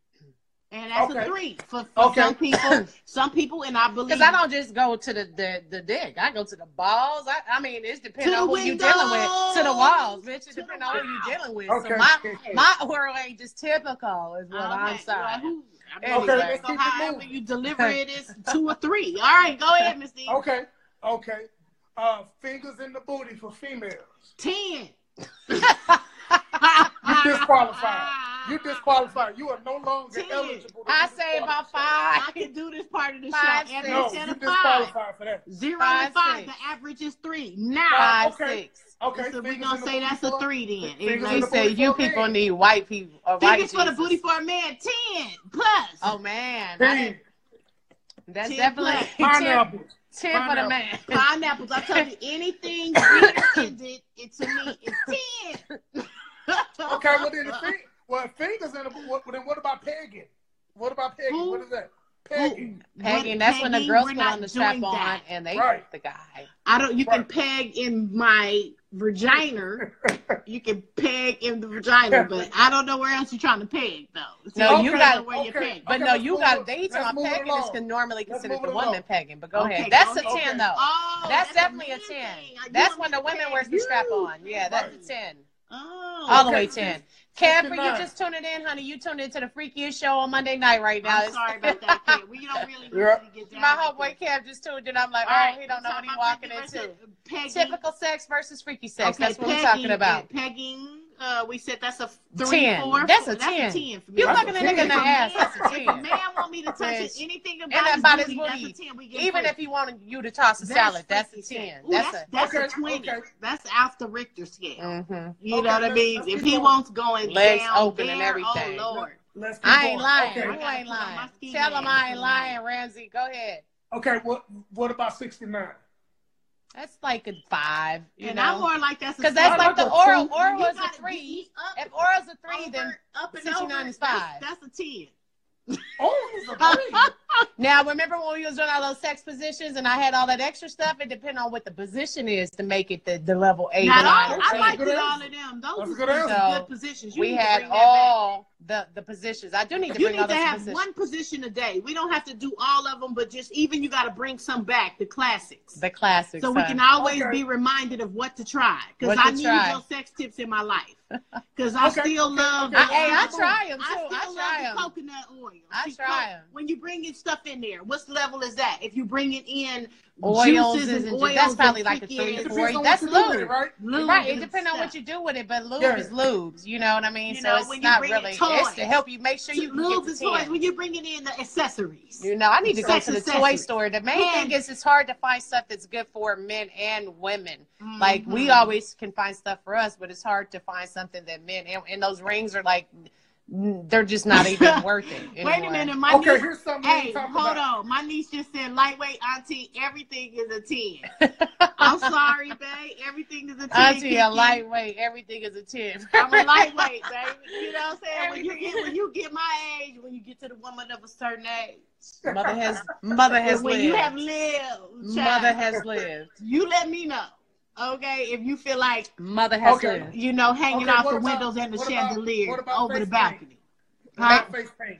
Speaker 4: And that's
Speaker 5: Okay.
Speaker 4: a three for, for
Speaker 5: Okay.
Speaker 4: some people. Some people, and I believe
Speaker 3: because I don't just go to the, the the dick. I go to the balls. I, I mean, it's depending
Speaker 4: To the
Speaker 3: on who you dealing with. To the
Speaker 4: windows.
Speaker 3: walls, bitch. It
Speaker 4: To the
Speaker 3: depends on who you
Speaker 4: walls.
Speaker 3: dealing with.
Speaker 5: Okay.
Speaker 3: So my my oral ain't just typical. Is what
Speaker 4: All
Speaker 3: I'm
Speaker 4: right,
Speaker 3: sorry.
Speaker 4: Oh, well, who- I mean,
Speaker 3: Anyway.
Speaker 5: Okay, let's
Speaker 4: so
Speaker 5: keep it
Speaker 4: however
Speaker 5: moving.
Speaker 4: you deliver it is two or three. All right, go ahead, Miss D.
Speaker 5: Okay, okay. Uh, fingers in the booty for females.
Speaker 4: Ten. Ah.
Speaker 5: You disqualified. You disqualified. You are no longer
Speaker 4: Ten.
Speaker 5: eligible. to
Speaker 3: I
Speaker 5: be
Speaker 3: say about
Speaker 5: disqualified.
Speaker 3: five.
Speaker 4: I can do this part of the
Speaker 3: Five,
Speaker 4: show.
Speaker 3: six.
Speaker 4: Every
Speaker 5: No,
Speaker 4: ten
Speaker 5: you
Speaker 4: to five.
Speaker 5: disqualified for that.
Speaker 4: Zero
Speaker 3: Five,
Speaker 4: to five.
Speaker 3: six.
Speaker 4: The average is three. Now
Speaker 3: Five,
Speaker 5: okay.
Speaker 3: six.
Speaker 5: Okay,
Speaker 4: so we're
Speaker 5: fingers in
Speaker 4: gonna
Speaker 5: the
Speaker 4: say
Speaker 5: booty
Speaker 4: that's a
Speaker 5: for-
Speaker 4: three then.
Speaker 5: Fingers
Speaker 4: Even
Speaker 5: in the
Speaker 3: You
Speaker 4: though you
Speaker 5: booty
Speaker 4: said
Speaker 3: say you
Speaker 5: for men.
Speaker 3: people need white people. Or white
Speaker 4: Fingers for the
Speaker 3: Jesus.
Speaker 4: booty for a man, ten plus.
Speaker 3: Oh man, I
Speaker 5: Ten.
Speaker 3: didn't- that's
Speaker 4: Ten
Speaker 3: definitely ten,
Speaker 4: plus.
Speaker 5: Pineapple.
Speaker 3: ten for the
Speaker 5: Pineapple.
Speaker 3: man.
Speaker 4: Pineapples. I tell you, anything ended it to me is ten.
Speaker 5: Okay, well then the thing, well fingers in the what, then what about pegging? What about pegging?
Speaker 4: Who?
Speaker 5: What is that?
Speaker 4: Ooh,
Speaker 5: Pegging.
Speaker 3: Pegging,
Speaker 4: but
Speaker 3: that's when the
Speaker 4: pegging,
Speaker 3: girls
Speaker 4: we're
Speaker 3: put
Speaker 4: not
Speaker 3: on the strap
Speaker 4: doing
Speaker 3: on
Speaker 4: that.
Speaker 3: and they
Speaker 5: Right.
Speaker 3: hit the guy.
Speaker 4: I don't. You can
Speaker 5: Right.
Speaker 4: peg in my vagina. you can peg in the vagina, but I don't know where else you're trying to peg though. So
Speaker 3: No,
Speaker 4: you
Speaker 3: you
Speaker 4: don't
Speaker 3: got-
Speaker 4: know where you're
Speaker 5: okay.
Speaker 4: pegging.
Speaker 3: But
Speaker 5: Okay,
Speaker 3: no,
Speaker 5: let's
Speaker 3: you
Speaker 5: move
Speaker 3: got
Speaker 5: it-
Speaker 3: they
Speaker 5: let's
Speaker 3: talking
Speaker 5: move it
Speaker 3: about pegging is
Speaker 5: along.
Speaker 3: con- normally
Speaker 5: Let's
Speaker 3: considered
Speaker 5: move
Speaker 3: the
Speaker 5: it
Speaker 3: woman
Speaker 5: along.
Speaker 3: pegging. But go
Speaker 4: Okay,
Speaker 3: ahead,
Speaker 4: go
Speaker 3: that's a
Speaker 5: ahead.
Speaker 3: ten
Speaker 5: Okay.
Speaker 3: though.
Speaker 4: Oh,
Speaker 3: that's, definitely a
Speaker 4: man
Speaker 3: ten.
Speaker 4: thing. You
Speaker 3: That's when
Speaker 4: want me
Speaker 3: the
Speaker 4: to
Speaker 3: women
Speaker 4: peg
Speaker 3: wears the
Speaker 4: you.
Speaker 3: strap on. Yeah, that's
Speaker 5: Right.
Speaker 3: a ten.
Speaker 4: Oh,
Speaker 3: All the
Speaker 5: Okay,
Speaker 3: way
Speaker 5: fifty-
Speaker 3: ten. Camper, you
Speaker 5: 59.
Speaker 3: just tuning in, honey. You tuned into the freakiest show on Monday night right now.
Speaker 4: I'm
Speaker 3: It's-
Speaker 4: sorry about that. Kid. We don't really need
Speaker 5: Yeah.
Speaker 4: you to get down.
Speaker 3: My
Speaker 4: like
Speaker 3: homeboy
Speaker 4: that.
Speaker 3: Cam just tuned in. I'm like,
Speaker 4: All right,
Speaker 3: oh, he don't know what he's
Speaker 4: talking
Speaker 3: walking
Speaker 4: about
Speaker 3: into.
Speaker 4: Pegging.
Speaker 3: Typical sex versus freaky sex.
Speaker 4: Okay,
Speaker 3: that's what we're
Speaker 4: pegging,
Speaker 3: talking about.
Speaker 4: yeah, Pegging. Uh, we said that's a f- three,
Speaker 3: 10.
Speaker 4: four.
Speaker 3: That's
Speaker 4: four-
Speaker 3: a 10.
Speaker 4: for me.
Speaker 3: You
Speaker 5: That's
Speaker 3: fucking a
Speaker 5: a
Speaker 3: nigga in the
Speaker 5: 10.
Speaker 3: ass. That's a
Speaker 4: If a man
Speaker 3: 10.
Speaker 4: want me to touch it,
Speaker 3: Bitch.
Speaker 4: anything
Speaker 3: that
Speaker 4: about his
Speaker 3: body's
Speaker 4: booty,
Speaker 3: booty.
Speaker 4: that's a 10. We get
Speaker 3: Even
Speaker 4: free.
Speaker 3: if he wanted you to toss a salad, that's a
Speaker 4: freaky shit.
Speaker 3: 10.
Speaker 4: Ooh,
Speaker 3: That's
Speaker 4: that's,
Speaker 3: a.
Speaker 4: that's
Speaker 5: Okay,
Speaker 4: a 20.
Speaker 5: okay.
Speaker 4: That's after Richter scale.
Speaker 3: Mhm.
Speaker 4: You
Speaker 5: Okay,
Speaker 4: know what I
Speaker 5: let's-
Speaker 4: mean?
Speaker 5: let's
Speaker 4: If
Speaker 5: keep
Speaker 4: he
Speaker 5: going.
Speaker 4: wants going
Speaker 3: Legs
Speaker 4: down
Speaker 3: open and
Speaker 4: there,
Speaker 3: everything.
Speaker 4: Oh, Lord.
Speaker 5: Let's keep
Speaker 3: I ain't
Speaker 5: going.
Speaker 3: lying.
Speaker 5: Okay.
Speaker 3: You ain't lying.
Speaker 4: Okay.
Speaker 3: Tell him I ain't lying, Ramsey. Go ahead.
Speaker 5: Okay, what what about sixty nine?
Speaker 3: That's like a five. You
Speaker 4: and I'm
Speaker 3: know,
Speaker 4: more like that's a
Speaker 3: because that's
Speaker 5: I
Speaker 4: seven.
Speaker 3: like
Speaker 5: like
Speaker 3: the
Speaker 5: a
Speaker 3: oral.
Speaker 5: two.
Speaker 3: Oral
Speaker 4: You
Speaker 3: is a
Speaker 4: gotta
Speaker 3: three.
Speaker 4: be up
Speaker 3: If oral's a three,
Speaker 4: over,
Speaker 3: then
Speaker 4: up and
Speaker 3: 69
Speaker 4: over.
Speaker 3: is five.
Speaker 4: That's, that's a 10.
Speaker 5: Oh, it's a breeze.
Speaker 3: Now, remember when we was doing all those sex positions and I had all that extra stuff? It depends on what the position is to make it the, the level eight.
Speaker 4: Not
Speaker 3: and all
Speaker 4: all,
Speaker 3: that
Speaker 4: I
Speaker 3: shit.
Speaker 4: liked
Speaker 5: That's
Speaker 4: it
Speaker 5: a good
Speaker 4: all of them.
Speaker 5: That's
Speaker 4: Those
Speaker 5: a
Speaker 4: are
Speaker 5: good
Speaker 4: some
Speaker 3: answer.
Speaker 4: good positions. You
Speaker 3: we
Speaker 4: need to
Speaker 3: had
Speaker 4: bring that back.
Speaker 3: all the, the positions. I do need to
Speaker 4: You
Speaker 3: bring
Speaker 4: need
Speaker 3: all
Speaker 4: to
Speaker 3: those
Speaker 4: have
Speaker 3: positions.
Speaker 4: one position a day. We don't have to do all of them, but just even you got to bring some back, the classics.
Speaker 3: The classics.
Speaker 4: so we
Speaker 3: huh?
Speaker 4: can always
Speaker 5: Okay.
Speaker 4: be reminded of what to try. Because
Speaker 3: What
Speaker 4: I
Speaker 3: to
Speaker 4: need
Speaker 3: try.
Speaker 4: your sex tips in my life. Because I
Speaker 5: Okay,
Speaker 4: still
Speaker 5: okay,
Speaker 4: love.
Speaker 5: okay.
Speaker 3: I,
Speaker 5: I-
Speaker 3: hey, I try them too.
Speaker 4: I still
Speaker 3: I,
Speaker 4: love
Speaker 3: try
Speaker 4: the
Speaker 3: 'em.
Speaker 4: coconut oil.
Speaker 3: I
Speaker 4: See,
Speaker 3: try
Speaker 4: co-
Speaker 3: 'em.
Speaker 4: When you bring in stuff in there, what level is that? If you bring it in
Speaker 3: Oils
Speaker 4: juices
Speaker 3: is
Speaker 4: and
Speaker 3: and
Speaker 4: oils,
Speaker 3: ju- that's
Speaker 4: and
Speaker 3: probably like a three
Speaker 4: quick
Speaker 5: It
Speaker 3: or
Speaker 5: depends
Speaker 4: ends,
Speaker 5: on
Speaker 3: That's
Speaker 5: what you do with
Speaker 3: lube.
Speaker 5: it, right?
Speaker 4: lube
Speaker 3: Right, it
Speaker 4: and
Speaker 3: depends on what
Speaker 4: stuff.
Speaker 3: you do with it, but lube
Speaker 5: Yeah.
Speaker 3: is lubes, you know what I mean?
Speaker 4: You
Speaker 3: so
Speaker 4: know,
Speaker 3: it's
Speaker 4: when you
Speaker 3: not
Speaker 4: bring in
Speaker 3: really. It's to
Speaker 4: toys.
Speaker 3: help you make sure you can
Speaker 4: Lube
Speaker 3: get
Speaker 4: is
Speaker 3: to
Speaker 4: toys
Speaker 3: 10.
Speaker 4: when you're bringing in the accessories.
Speaker 3: You know, I need to go
Speaker 4: Sex
Speaker 3: to the toy
Speaker 4: accessories.
Speaker 3: store. The main
Speaker 4: Man.
Speaker 3: thing is it's hard to find stuff that's good for men and women. Like we
Speaker 4: Mhm.
Speaker 3: always can find stuff for us, but it's hard to find something that men and, and those rings are like n- they're just not even worth it.
Speaker 4: Wait a
Speaker 3: anymore.
Speaker 4: minute, my
Speaker 5: Okay,
Speaker 4: niece-
Speaker 5: here's something we
Speaker 4: Hey,
Speaker 5: ain't talking
Speaker 4: hold
Speaker 5: about.
Speaker 4: on. My niece just said, lightweight auntie, everything is a 10. I'm sorry, babe. Everything is a 10.
Speaker 3: Auntie, a
Speaker 4: Kiki.
Speaker 3: lightweight, everything is a tip.
Speaker 4: I'm a lightweight, baby. You know what I'm saying? When you, get, when you get my age, when you get to the woman of a certain age,
Speaker 3: Mother has, mother has
Speaker 4: and when
Speaker 3: lived.
Speaker 4: you have lived, child,
Speaker 3: mother has lived.
Speaker 4: you let me know, okay? If you feel like,
Speaker 3: Mother has
Speaker 5: Okay.
Speaker 3: lived.
Speaker 4: you know, hanging
Speaker 5: Okay,
Speaker 4: off the
Speaker 5: what about-
Speaker 4: windows and the
Speaker 5: what about-
Speaker 4: chandelier
Speaker 5: what about
Speaker 4: over the
Speaker 5: face
Speaker 4: balcony.
Speaker 5: Black
Speaker 4: Huh?
Speaker 5: face paint.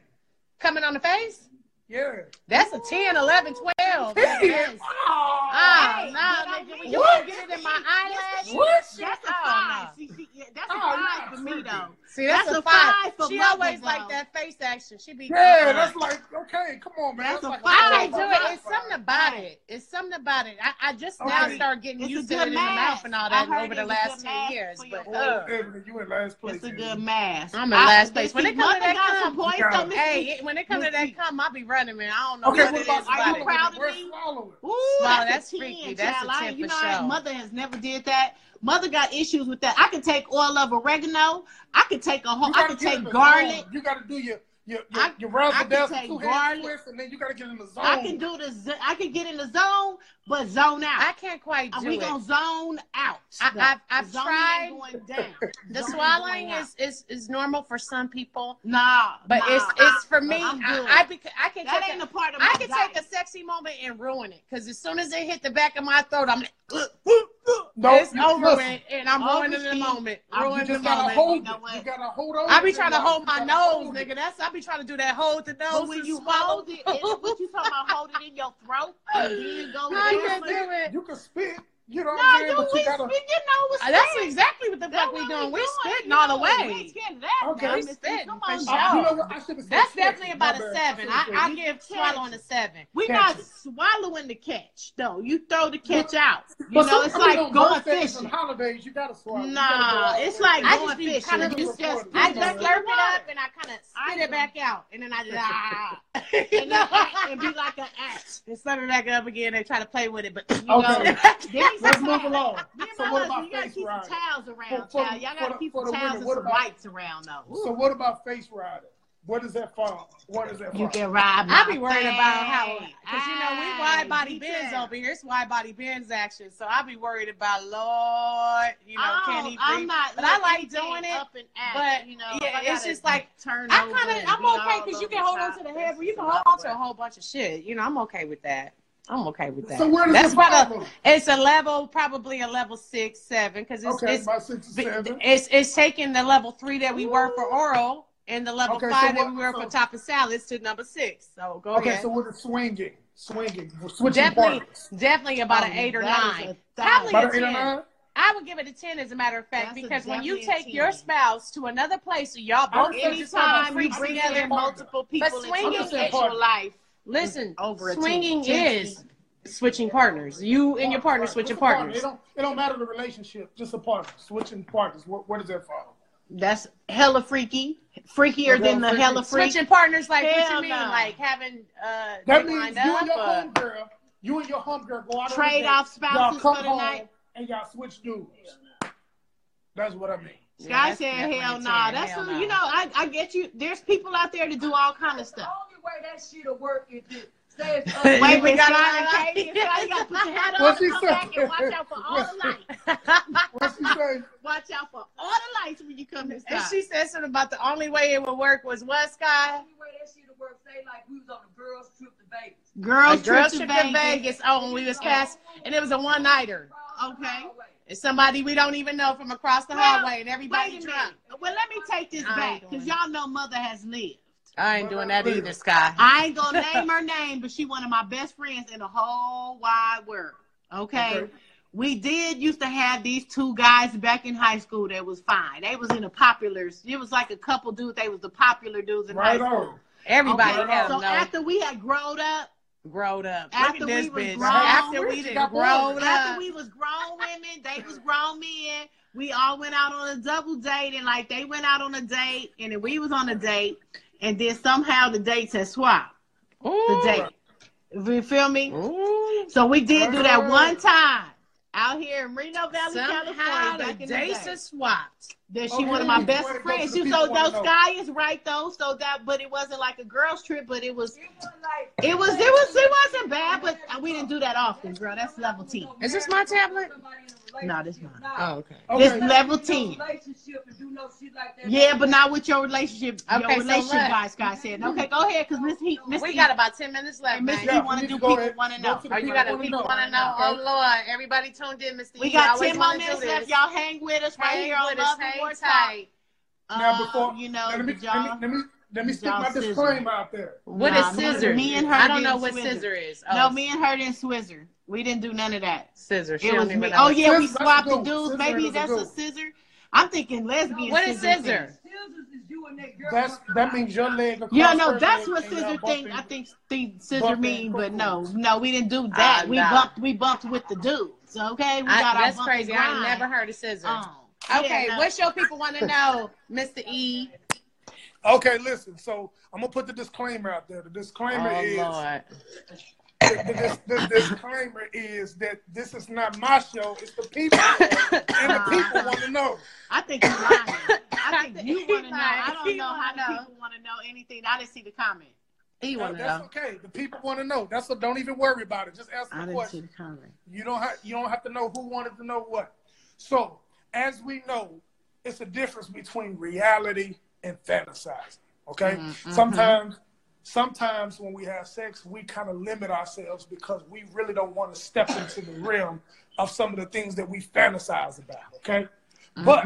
Speaker 3: Coming on the face?
Speaker 5: Yeah.
Speaker 3: That's a 10, 11, 12. That's
Speaker 5: Hey,
Speaker 3: best.
Speaker 5: wow.
Speaker 3: Ah,
Speaker 4: Hey,
Speaker 3: no,
Speaker 4: but I
Speaker 3: nigga,
Speaker 4: mean-
Speaker 3: when you
Speaker 5: What?
Speaker 3: get it in my eyelash.
Speaker 5: What?
Speaker 4: That's a
Speaker 3: Oh,
Speaker 4: five.
Speaker 3: no.
Speaker 4: See, she, yeah, that's a
Speaker 5: Oh,
Speaker 4: five
Speaker 5: no,
Speaker 4: for me,
Speaker 5: freaking.
Speaker 4: though.
Speaker 3: See, that's,
Speaker 4: That's
Speaker 3: a
Speaker 4: a
Speaker 3: five.
Speaker 4: five for
Speaker 3: she
Speaker 4: mothers,
Speaker 3: always
Speaker 4: though.
Speaker 3: like that face action. She be.
Speaker 5: Yeah, that's like okay. Come on, man.
Speaker 4: That's a
Speaker 5: like
Speaker 4: five.
Speaker 3: I can't do it. It's
Speaker 5: Five.
Speaker 3: something about it. It's something about it. I, I just now
Speaker 5: Okay.
Speaker 3: start getting
Speaker 4: It's a
Speaker 3: used to
Speaker 4: good
Speaker 3: it in the
Speaker 4: mask.
Speaker 3: mouth and all
Speaker 4: I
Speaker 3: that
Speaker 4: heard
Speaker 3: over the
Speaker 4: it's a
Speaker 3: last
Speaker 4: good
Speaker 3: ten
Speaker 4: mask
Speaker 3: years.
Speaker 4: for your
Speaker 3: But
Speaker 4: voice.
Speaker 3: ugh.
Speaker 5: Evelyn, you in last place.
Speaker 4: It's a
Speaker 5: Evelyn.
Speaker 4: good mask.
Speaker 3: I'm in last place. When
Speaker 4: When
Speaker 3: it
Speaker 4: it
Speaker 3: come
Speaker 4: comes
Speaker 3: to
Speaker 4: to
Speaker 3: that
Speaker 4: that,
Speaker 3: cum,
Speaker 4: points
Speaker 5: you got
Speaker 4: on
Speaker 5: it.
Speaker 4: me.
Speaker 3: uh, hey, it- when it comes to
Speaker 4: Miss
Speaker 3: that
Speaker 4: T.
Speaker 3: cum, I be running, man. I don't know
Speaker 5: Okay,
Speaker 3: what
Speaker 5: what
Speaker 3: it is
Speaker 5: about
Speaker 3: about
Speaker 4: Are
Speaker 3: it.
Speaker 4: you proud of
Speaker 5: We're
Speaker 4: me?
Speaker 5: swallowing.
Speaker 4: Ooh,
Speaker 3: Wow, that's
Speaker 4: that's, a 10,
Speaker 3: freaky. That's a
Speaker 4: child. I-
Speaker 3: 10
Speaker 4: You
Speaker 3: for
Speaker 4: know, our
Speaker 3: sure.
Speaker 4: mother has never did that. Mother got issues with that. I could take oil of oregano. I could take a whole.
Speaker 5: You
Speaker 4: I
Speaker 5: gotta
Speaker 4: could
Speaker 5: get in
Speaker 4: take
Speaker 5: the
Speaker 4: garlic.
Speaker 5: zone. You got to do your your your,
Speaker 4: I-
Speaker 5: your rounds
Speaker 4: I
Speaker 5: of
Speaker 4: can
Speaker 5: dance,
Speaker 4: take
Speaker 5: two
Speaker 4: garlic.
Speaker 5: hand twists, and then you got to get in the zone.
Speaker 4: I can do the. z- I can get in the zone, but zone
Speaker 3: I
Speaker 4: out. Uh,
Speaker 3: can't quite do
Speaker 4: we
Speaker 3: it.
Speaker 4: gonna zone out.
Speaker 3: I-
Speaker 4: though.
Speaker 3: I've- I've
Speaker 4: Zoning
Speaker 3: tried.
Speaker 4: ain't going down.
Speaker 3: The
Speaker 4: Zoning ain't
Speaker 3: swallowing
Speaker 4: going out.
Speaker 3: is, is is normal for some people,
Speaker 4: nah,
Speaker 3: but
Speaker 4: nah.
Speaker 3: it's it's for me.
Speaker 4: I'm
Speaker 3: I,
Speaker 4: good.
Speaker 3: I, beca- I can
Speaker 4: that
Speaker 3: take
Speaker 4: ain't
Speaker 3: a-
Speaker 4: a part of my
Speaker 3: I can
Speaker 4: diet.
Speaker 3: take a sexy moment and ruin it because as soon as it hit the back of my throat, I'm like, "Ugh,
Speaker 5: No,
Speaker 3: it's
Speaker 5: you-
Speaker 3: over
Speaker 5: listen,
Speaker 3: with, and I'm
Speaker 4: Oh,
Speaker 3: ruining the
Speaker 4: Christine,
Speaker 3: moment.
Speaker 4: I'm
Speaker 5: You
Speaker 3: Ruining the
Speaker 5: just gotta
Speaker 3: moment.
Speaker 5: hold
Speaker 4: You know
Speaker 5: it.
Speaker 4: what?
Speaker 5: You gotta hold on.
Speaker 3: I be trying to
Speaker 5: y'all.
Speaker 3: hold
Speaker 5: You
Speaker 3: my
Speaker 5: gotta
Speaker 3: nose,
Speaker 5: hold it.
Speaker 3: nigga. That's I be trying to do that hold the nose
Speaker 4: But when
Speaker 3: and
Speaker 4: you
Speaker 3: swallow.
Speaker 4: hold it, is it what you talking about? Hold it in your throat and then go
Speaker 3: I can't
Speaker 4: down?
Speaker 3: do it.
Speaker 5: You can spit. You know what
Speaker 4: No,
Speaker 5: I'm saying?
Speaker 4: you
Speaker 5: But
Speaker 4: we
Speaker 5: you gotta.
Speaker 4: spit, you know what's
Speaker 3: Uh, That's
Speaker 4: spit.
Speaker 3: exactly what the
Speaker 4: That's
Speaker 3: fuck we
Speaker 4: what
Speaker 3: doing. We're spitting
Speaker 4: you
Speaker 3: all the
Speaker 4: know,
Speaker 3: way.
Speaker 4: We spitting that
Speaker 5: Okay.
Speaker 4: down,
Speaker 5: We
Speaker 4: Mr.
Speaker 3: spitting
Speaker 4: Come
Speaker 3: for
Speaker 4: on,
Speaker 5: Uh,
Speaker 3: sure.
Speaker 5: you
Speaker 4: y'all.
Speaker 5: know what? I should have said.
Speaker 3: That's
Speaker 5: shit.
Speaker 3: definitely
Speaker 5: My
Speaker 3: about a
Speaker 5: bad.
Speaker 3: seven.
Speaker 5: should've
Speaker 3: I,
Speaker 5: said
Speaker 3: I
Speaker 5: shit.
Speaker 3: give swallowing a seven.
Speaker 4: We're
Speaker 5: Catch
Speaker 4: not
Speaker 5: it.
Speaker 4: swallowing the catch, though. You throw the catch out. You
Speaker 5: But
Speaker 4: know,
Speaker 5: some-
Speaker 4: it's
Speaker 5: I mean,
Speaker 4: like
Speaker 5: on
Speaker 4: going
Speaker 5: birthdays and
Speaker 4: fishing.
Speaker 5: holidays, you gotta swallow. You gotta go
Speaker 4: Nah,
Speaker 5: out
Speaker 4: it's
Speaker 5: there.
Speaker 4: like
Speaker 3: I
Speaker 4: going
Speaker 3: just be
Speaker 4: fishing.
Speaker 3: kinda
Speaker 4: You
Speaker 5: just- I
Speaker 3: I
Speaker 4: put
Speaker 3: just
Speaker 5: just
Speaker 3: slurp
Speaker 4: in the
Speaker 3: it
Speaker 4: water.
Speaker 3: up and I kind of spit it back out, and then I
Speaker 4: Ah,
Speaker 3: you
Speaker 4: and, then
Speaker 3: know.
Speaker 4: act- and be like an act.
Speaker 3: And slurp it back up again and try to play with it, but
Speaker 5: Okay.
Speaker 3: you know.
Speaker 4: Then he
Speaker 5: Let's
Speaker 4: said,
Speaker 5: move along.
Speaker 4: Me and
Speaker 5: So
Speaker 4: my
Speaker 5: what
Speaker 4: husband,
Speaker 5: about
Speaker 4: you gotta
Speaker 5: face
Speaker 4: keep
Speaker 5: riding?
Speaker 4: some towels around,
Speaker 5: For- for
Speaker 4: child.
Speaker 5: the-
Speaker 4: Y'all
Speaker 5: for
Speaker 4: gotta
Speaker 5: the-
Speaker 4: keep
Speaker 5: for
Speaker 4: some
Speaker 5: the
Speaker 4: towels
Speaker 5: women,
Speaker 4: and
Speaker 5: what
Speaker 4: some
Speaker 5: about-
Speaker 4: wipes around, though. Ooh.
Speaker 5: So what about face riding? What does that fall? What is that fall?
Speaker 4: You can ride my
Speaker 3: I be worried about how,
Speaker 4: face.
Speaker 3: because you know we
Speaker 4: Aye,
Speaker 3: wide body
Speaker 4: Ah, me
Speaker 3: bends
Speaker 4: too.
Speaker 3: over here. It's wide body bends action, so I be worried about Lord, you know,
Speaker 4: I
Speaker 3: can
Speaker 4: don't-
Speaker 3: he
Speaker 4: Oh, I'm
Speaker 3: breathe?
Speaker 4: not,
Speaker 3: But I like
Speaker 4: anything
Speaker 3: doing it,
Speaker 4: up and out,
Speaker 3: but,
Speaker 4: you know,
Speaker 3: yeah,
Speaker 4: I
Speaker 3: it's
Speaker 4: gotta
Speaker 3: just like,
Speaker 4: turn
Speaker 3: I
Speaker 4: over
Speaker 3: kind
Speaker 4: and
Speaker 3: of, I'm
Speaker 4: be
Speaker 3: okay
Speaker 4: all
Speaker 3: because you
Speaker 4: over
Speaker 3: can hold
Speaker 4: top.
Speaker 3: on to the
Speaker 4: That's
Speaker 3: head, but you
Speaker 4: just
Speaker 3: can
Speaker 4: a
Speaker 3: hold
Speaker 4: lot
Speaker 3: on
Speaker 4: of
Speaker 3: to a
Speaker 4: work.
Speaker 3: whole bunch of shit. You know, I'm okay with that. I'm okay with that.
Speaker 5: So where does
Speaker 3: That's
Speaker 5: it
Speaker 3: why the
Speaker 5: fall?
Speaker 3: it's a level, probably a level six, seven, because it's
Speaker 5: Okay,
Speaker 3: it's,
Speaker 5: my six or seven.
Speaker 3: it's it's taking the level three that we were for oral and the level
Speaker 5: Okay, so
Speaker 3: five that
Speaker 5: what-
Speaker 3: we were for
Speaker 5: so-
Speaker 3: top and salads to number six. So go
Speaker 5: Okay,
Speaker 3: ahead.
Speaker 5: so what is swinging? Swinging, We're switching
Speaker 3: Definitely,
Speaker 5: partners.
Speaker 3: definitely about an
Speaker 4: Oh,
Speaker 3: eight or
Speaker 4: that is
Speaker 3: nine.
Speaker 4: a
Speaker 3: Probably
Speaker 4: thousand.
Speaker 5: About an eight or
Speaker 3: ten.
Speaker 5: nine?
Speaker 3: I would give it a ten, as a matter of fact,
Speaker 4: That's a
Speaker 3: because when you
Speaker 4: definitely a
Speaker 3: take your
Speaker 4: 10.
Speaker 3: spouse to another place, so y'all
Speaker 5: I
Speaker 3: both
Speaker 5: was
Speaker 3: get
Speaker 5: thinking
Speaker 3: each other
Speaker 5: something.
Speaker 4: Anytime you
Speaker 3: freaks
Speaker 5: I'm
Speaker 4: bring
Speaker 5: just
Speaker 3: together.
Speaker 4: in
Speaker 5: saying
Speaker 4: multiple people into
Speaker 3: swinging
Speaker 4: your
Speaker 3: is-
Speaker 4: sexual life,
Speaker 3: Listen,
Speaker 4: over a ten.
Speaker 3: swinging
Speaker 4: Ten
Speaker 3: is
Speaker 4: feet.
Speaker 3: switching partners. You and your partner
Speaker 5: Right,
Speaker 3: switching
Speaker 5: just a partner.
Speaker 3: partners.
Speaker 5: It don't, it don't matter the relationship, just a partner. Switching partners. Where, where does that fall?
Speaker 4: that's hella freaky. Freakier than the hella freak.
Speaker 3: Switching partners, like what
Speaker 4: Hell
Speaker 3: you mean,
Speaker 4: no.
Speaker 3: like having uh,
Speaker 5: That
Speaker 3: dick
Speaker 5: means
Speaker 3: lined
Speaker 5: you and
Speaker 3: up. uh,
Speaker 5: your
Speaker 3: or-
Speaker 5: homegirl, you and your homegirl go out on a
Speaker 4: Trade
Speaker 5: date,
Speaker 4: off
Speaker 5: y'all
Speaker 4: spouses
Speaker 5: come
Speaker 4: for the
Speaker 5: home
Speaker 4: night.
Speaker 5: and y'all switch dudes. That's what I mean.
Speaker 3: Yeah,
Speaker 4: Sky
Speaker 3: that's
Speaker 4: said,
Speaker 3: definitely a
Speaker 4: "Hell no,
Speaker 3: 10.
Speaker 4: that's
Speaker 3: Hell
Speaker 4: a-
Speaker 3: no.
Speaker 4: you know, I, I get you. There's people out there to do all kind of stuff.
Speaker 7: only way that shit'll work is to say it's
Speaker 3: Wait,
Speaker 4: Wait,
Speaker 3: we
Speaker 4: we got
Speaker 3: gotta-
Speaker 4: on Katie. You gotta put your hat on.
Speaker 5: What's he
Speaker 4: come
Speaker 5: saying?
Speaker 4: back and watch out for all the lights.
Speaker 5: What's she say?
Speaker 4: watch out for all the lights when you come to
Speaker 3: And
Speaker 4: stop.
Speaker 3: she said something about the only way it would work was what, Sky?
Speaker 7: Only way that shit to work, say like we was on a girls trip to Vegas.
Speaker 3: A
Speaker 4: girls,
Speaker 3: girl
Speaker 4: girls
Speaker 3: trip to Vegas. Oh, when we was past, and it was a one nighter.
Speaker 7: Across the
Speaker 4: Okay.
Speaker 7: hallway.
Speaker 3: And somebody we don't even know from across the
Speaker 4: Well,
Speaker 3: hallway, and everybody
Speaker 4: Wait a
Speaker 3: drunk.
Speaker 4: minute. Well, let me take this
Speaker 3: I ain't
Speaker 4: back
Speaker 3: doing
Speaker 4: because
Speaker 3: that.
Speaker 4: y'all know mother has lived.
Speaker 3: I ain't doing that either, Sky.
Speaker 4: I ain't gonna name her name, but she one of my best friends in the whole wide world. Okay. We did used to have these two guys back in high school that was fine. They was in the populars. It was like a couple dudes. They was the popular dudes in
Speaker 5: Right
Speaker 4: high school.
Speaker 5: on.
Speaker 3: Everybody
Speaker 4: Okay,
Speaker 3: have
Speaker 4: So
Speaker 3: no
Speaker 4: after we had grown up,
Speaker 3: growed up.
Speaker 4: after
Speaker 3: Look at this
Speaker 4: we was
Speaker 3: bitch.
Speaker 4: grown-
Speaker 3: after we
Speaker 5: She
Speaker 3: did
Speaker 5: got
Speaker 3: grown
Speaker 5: bored.
Speaker 3: up.
Speaker 4: after we was grown women, they was grown men. We all went out on a double date, and like they went out on a date, and then we was on a date, and then somehow the dates had swapped the
Speaker 3: Ooh.
Speaker 4: date. You feel me?
Speaker 3: Ooh.
Speaker 4: So we did do that
Speaker 5: Girl.
Speaker 4: one time out here in Reno Valley,
Speaker 3: Somehow
Speaker 4: California.
Speaker 3: the
Speaker 4: Back in the day.
Speaker 3: dates are swapped.
Speaker 4: Then she
Speaker 5: Okay,
Speaker 4: one of my
Speaker 5: you
Speaker 4: best
Speaker 5: wanna go
Speaker 4: friends.
Speaker 5: to the
Speaker 4: She, so
Speaker 5: people wanna
Speaker 4: those
Speaker 5: know.
Speaker 4: Sky is right though. So that, but it wasn't like a girls trip, but it was,
Speaker 7: It wasn't like
Speaker 4: it was, it was, it wasn't bad. But we didn't do that often, girl. That's level T.
Speaker 3: Is this my tablet?
Speaker 4: No, this mine.
Speaker 3: Oh, okay.
Speaker 4: This
Speaker 5: Okay.
Speaker 4: level T. Yeah, but not with your relationship.
Speaker 3: Okay,
Speaker 4: your
Speaker 3: so
Speaker 4: relationship
Speaker 3: look.
Speaker 4: guy, Sky said. Okay, go ahead, because Miss Heat, Miss
Speaker 3: We
Speaker 4: Heat-
Speaker 3: got about 10 minutes left.
Speaker 4: and Miss
Speaker 3: man.
Speaker 5: Yeah,
Speaker 4: Heat want
Speaker 5: we
Speaker 4: to
Speaker 5: need
Speaker 4: do
Speaker 5: to go
Speaker 4: people
Speaker 5: ahead-
Speaker 4: want to
Speaker 5: go
Speaker 4: know.
Speaker 5: to the
Speaker 3: Oh, you
Speaker 5: people
Speaker 3: got to
Speaker 5: wanna
Speaker 3: people
Speaker 5: know.
Speaker 3: want to know. Oh, Lord. Everybody tuned in, Mr.
Speaker 4: We
Speaker 3: E.
Speaker 4: got
Speaker 3: Always
Speaker 4: ten more
Speaker 3: wanna do
Speaker 4: minutes
Speaker 3: this.
Speaker 4: left. Y'all hang with us right
Speaker 3: Hang
Speaker 4: here on
Speaker 3: with us.
Speaker 4: Love and
Speaker 3: hang
Speaker 4: War Talk.
Speaker 3: tight.
Speaker 5: Now
Speaker 4: Uh,
Speaker 5: before
Speaker 4: you know,
Speaker 5: let me, let
Speaker 4: the
Speaker 5: me
Speaker 4: jaw-
Speaker 5: let me let me stick
Speaker 4: y'all
Speaker 5: my
Speaker 4: scissor.
Speaker 5: disclaimer out there.
Speaker 3: What is
Speaker 4: Nah, me-
Speaker 3: scissor?
Speaker 4: me and her
Speaker 3: I don't
Speaker 4: did
Speaker 3: know what
Speaker 4: scissor.
Speaker 3: scissor is.
Speaker 4: no, me and her didn't swizzer. We didn't do none of that.
Speaker 3: Scissor. Oh. She
Speaker 4: It
Speaker 3: don't
Speaker 4: was
Speaker 3: even
Speaker 4: me.
Speaker 3: know
Speaker 4: Oh
Speaker 3: what-
Speaker 4: yeah, we
Speaker 5: Scissor, that's
Speaker 4: swapped
Speaker 5: a
Speaker 4: the
Speaker 5: dude.
Speaker 4: dudes.
Speaker 5: Scissor
Speaker 4: Maybe
Speaker 5: is a
Speaker 4: that's a
Speaker 5: dude.
Speaker 4: scissor. I'm thinking lesbian.
Speaker 3: What is
Speaker 4: scissor?
Speaker 3: scissor?
Speaker 5: That's that means your leg. across
Speaker 4: Yeah, no,
Speaker 5: her
Speaker 4: that's
Speaker 5: leg
Speaker 4: what
Speaker 5: and y'all
Speaker 4: scissor
Speaker 5: both
Speaker 4: thing.
Speaker 5: in-
Speaker 4: I think th- scissor
Speaker 5: bumping
Speaker 4: mean,
Speaker 5: cuckoos.
Speaker 4: but no, no, we didn't do that.
Speaker 3: Ah,
Speaker 4: we
Speaker 3: nah.
Speaker 4: bumped, we bumped with the dudes. Okay, we
Speaker 3: I-
Speaker 4: got
Speaker 3: that's
Speaker 4: our bump and
Speaker 3: crazy. I ain't
Speaker 4: grind
Speaker 3: never heard of scissor.
Speaker 4: on.
Speaker 3: okay,
Speaker 4: Yeah, no.
Speaker 3: what's your people want to know, Mr. E?
Speaker 5: Okay, listen. So I'm gonna put the disclaimer out there. The
Speaker 3: Oh,
Speaker 5: disclaimer
Speaker 4: Oh,
Speaker 5: is the, dis- the disclaimer is that this is not my show. It's the people, show, and the people want to know.
Speaker 4: I think you lying. I think you want to know. I
Speaker 3: He
Speaker 4: don't know
Speaker 3: wanna
Speaker 4: how the
Speaker 3: know.
Speaker 4: people want to know anything. I didn't see the comment.
Speaker 3: He
Speaker 5: No,
Speaker 3: want to
Speaker 5: that's
Speaker 3: know.
Speaker 5: okay. The people want to know. That's what. Don't even worry about it. Just ask
Speaker 4: I
Speaker 5: the
Speaker 4: didn't see
Speaker 5: question.
Speaker 4: the comment.
Speaker 5: You don't have. You don't have to know who wanted to know what. So as we know, it's a difference between reality and fantasizing. Okay.
Speaker 3: Mm-hmm,
Speaker 5: Sometimes, sometimes when we have sex, we kind of limit ourselves because we really don't want to step into the realm of some of the things that we fantasize about. Okay.
Speaker 3: Mm-hmm.
Speaker 5: But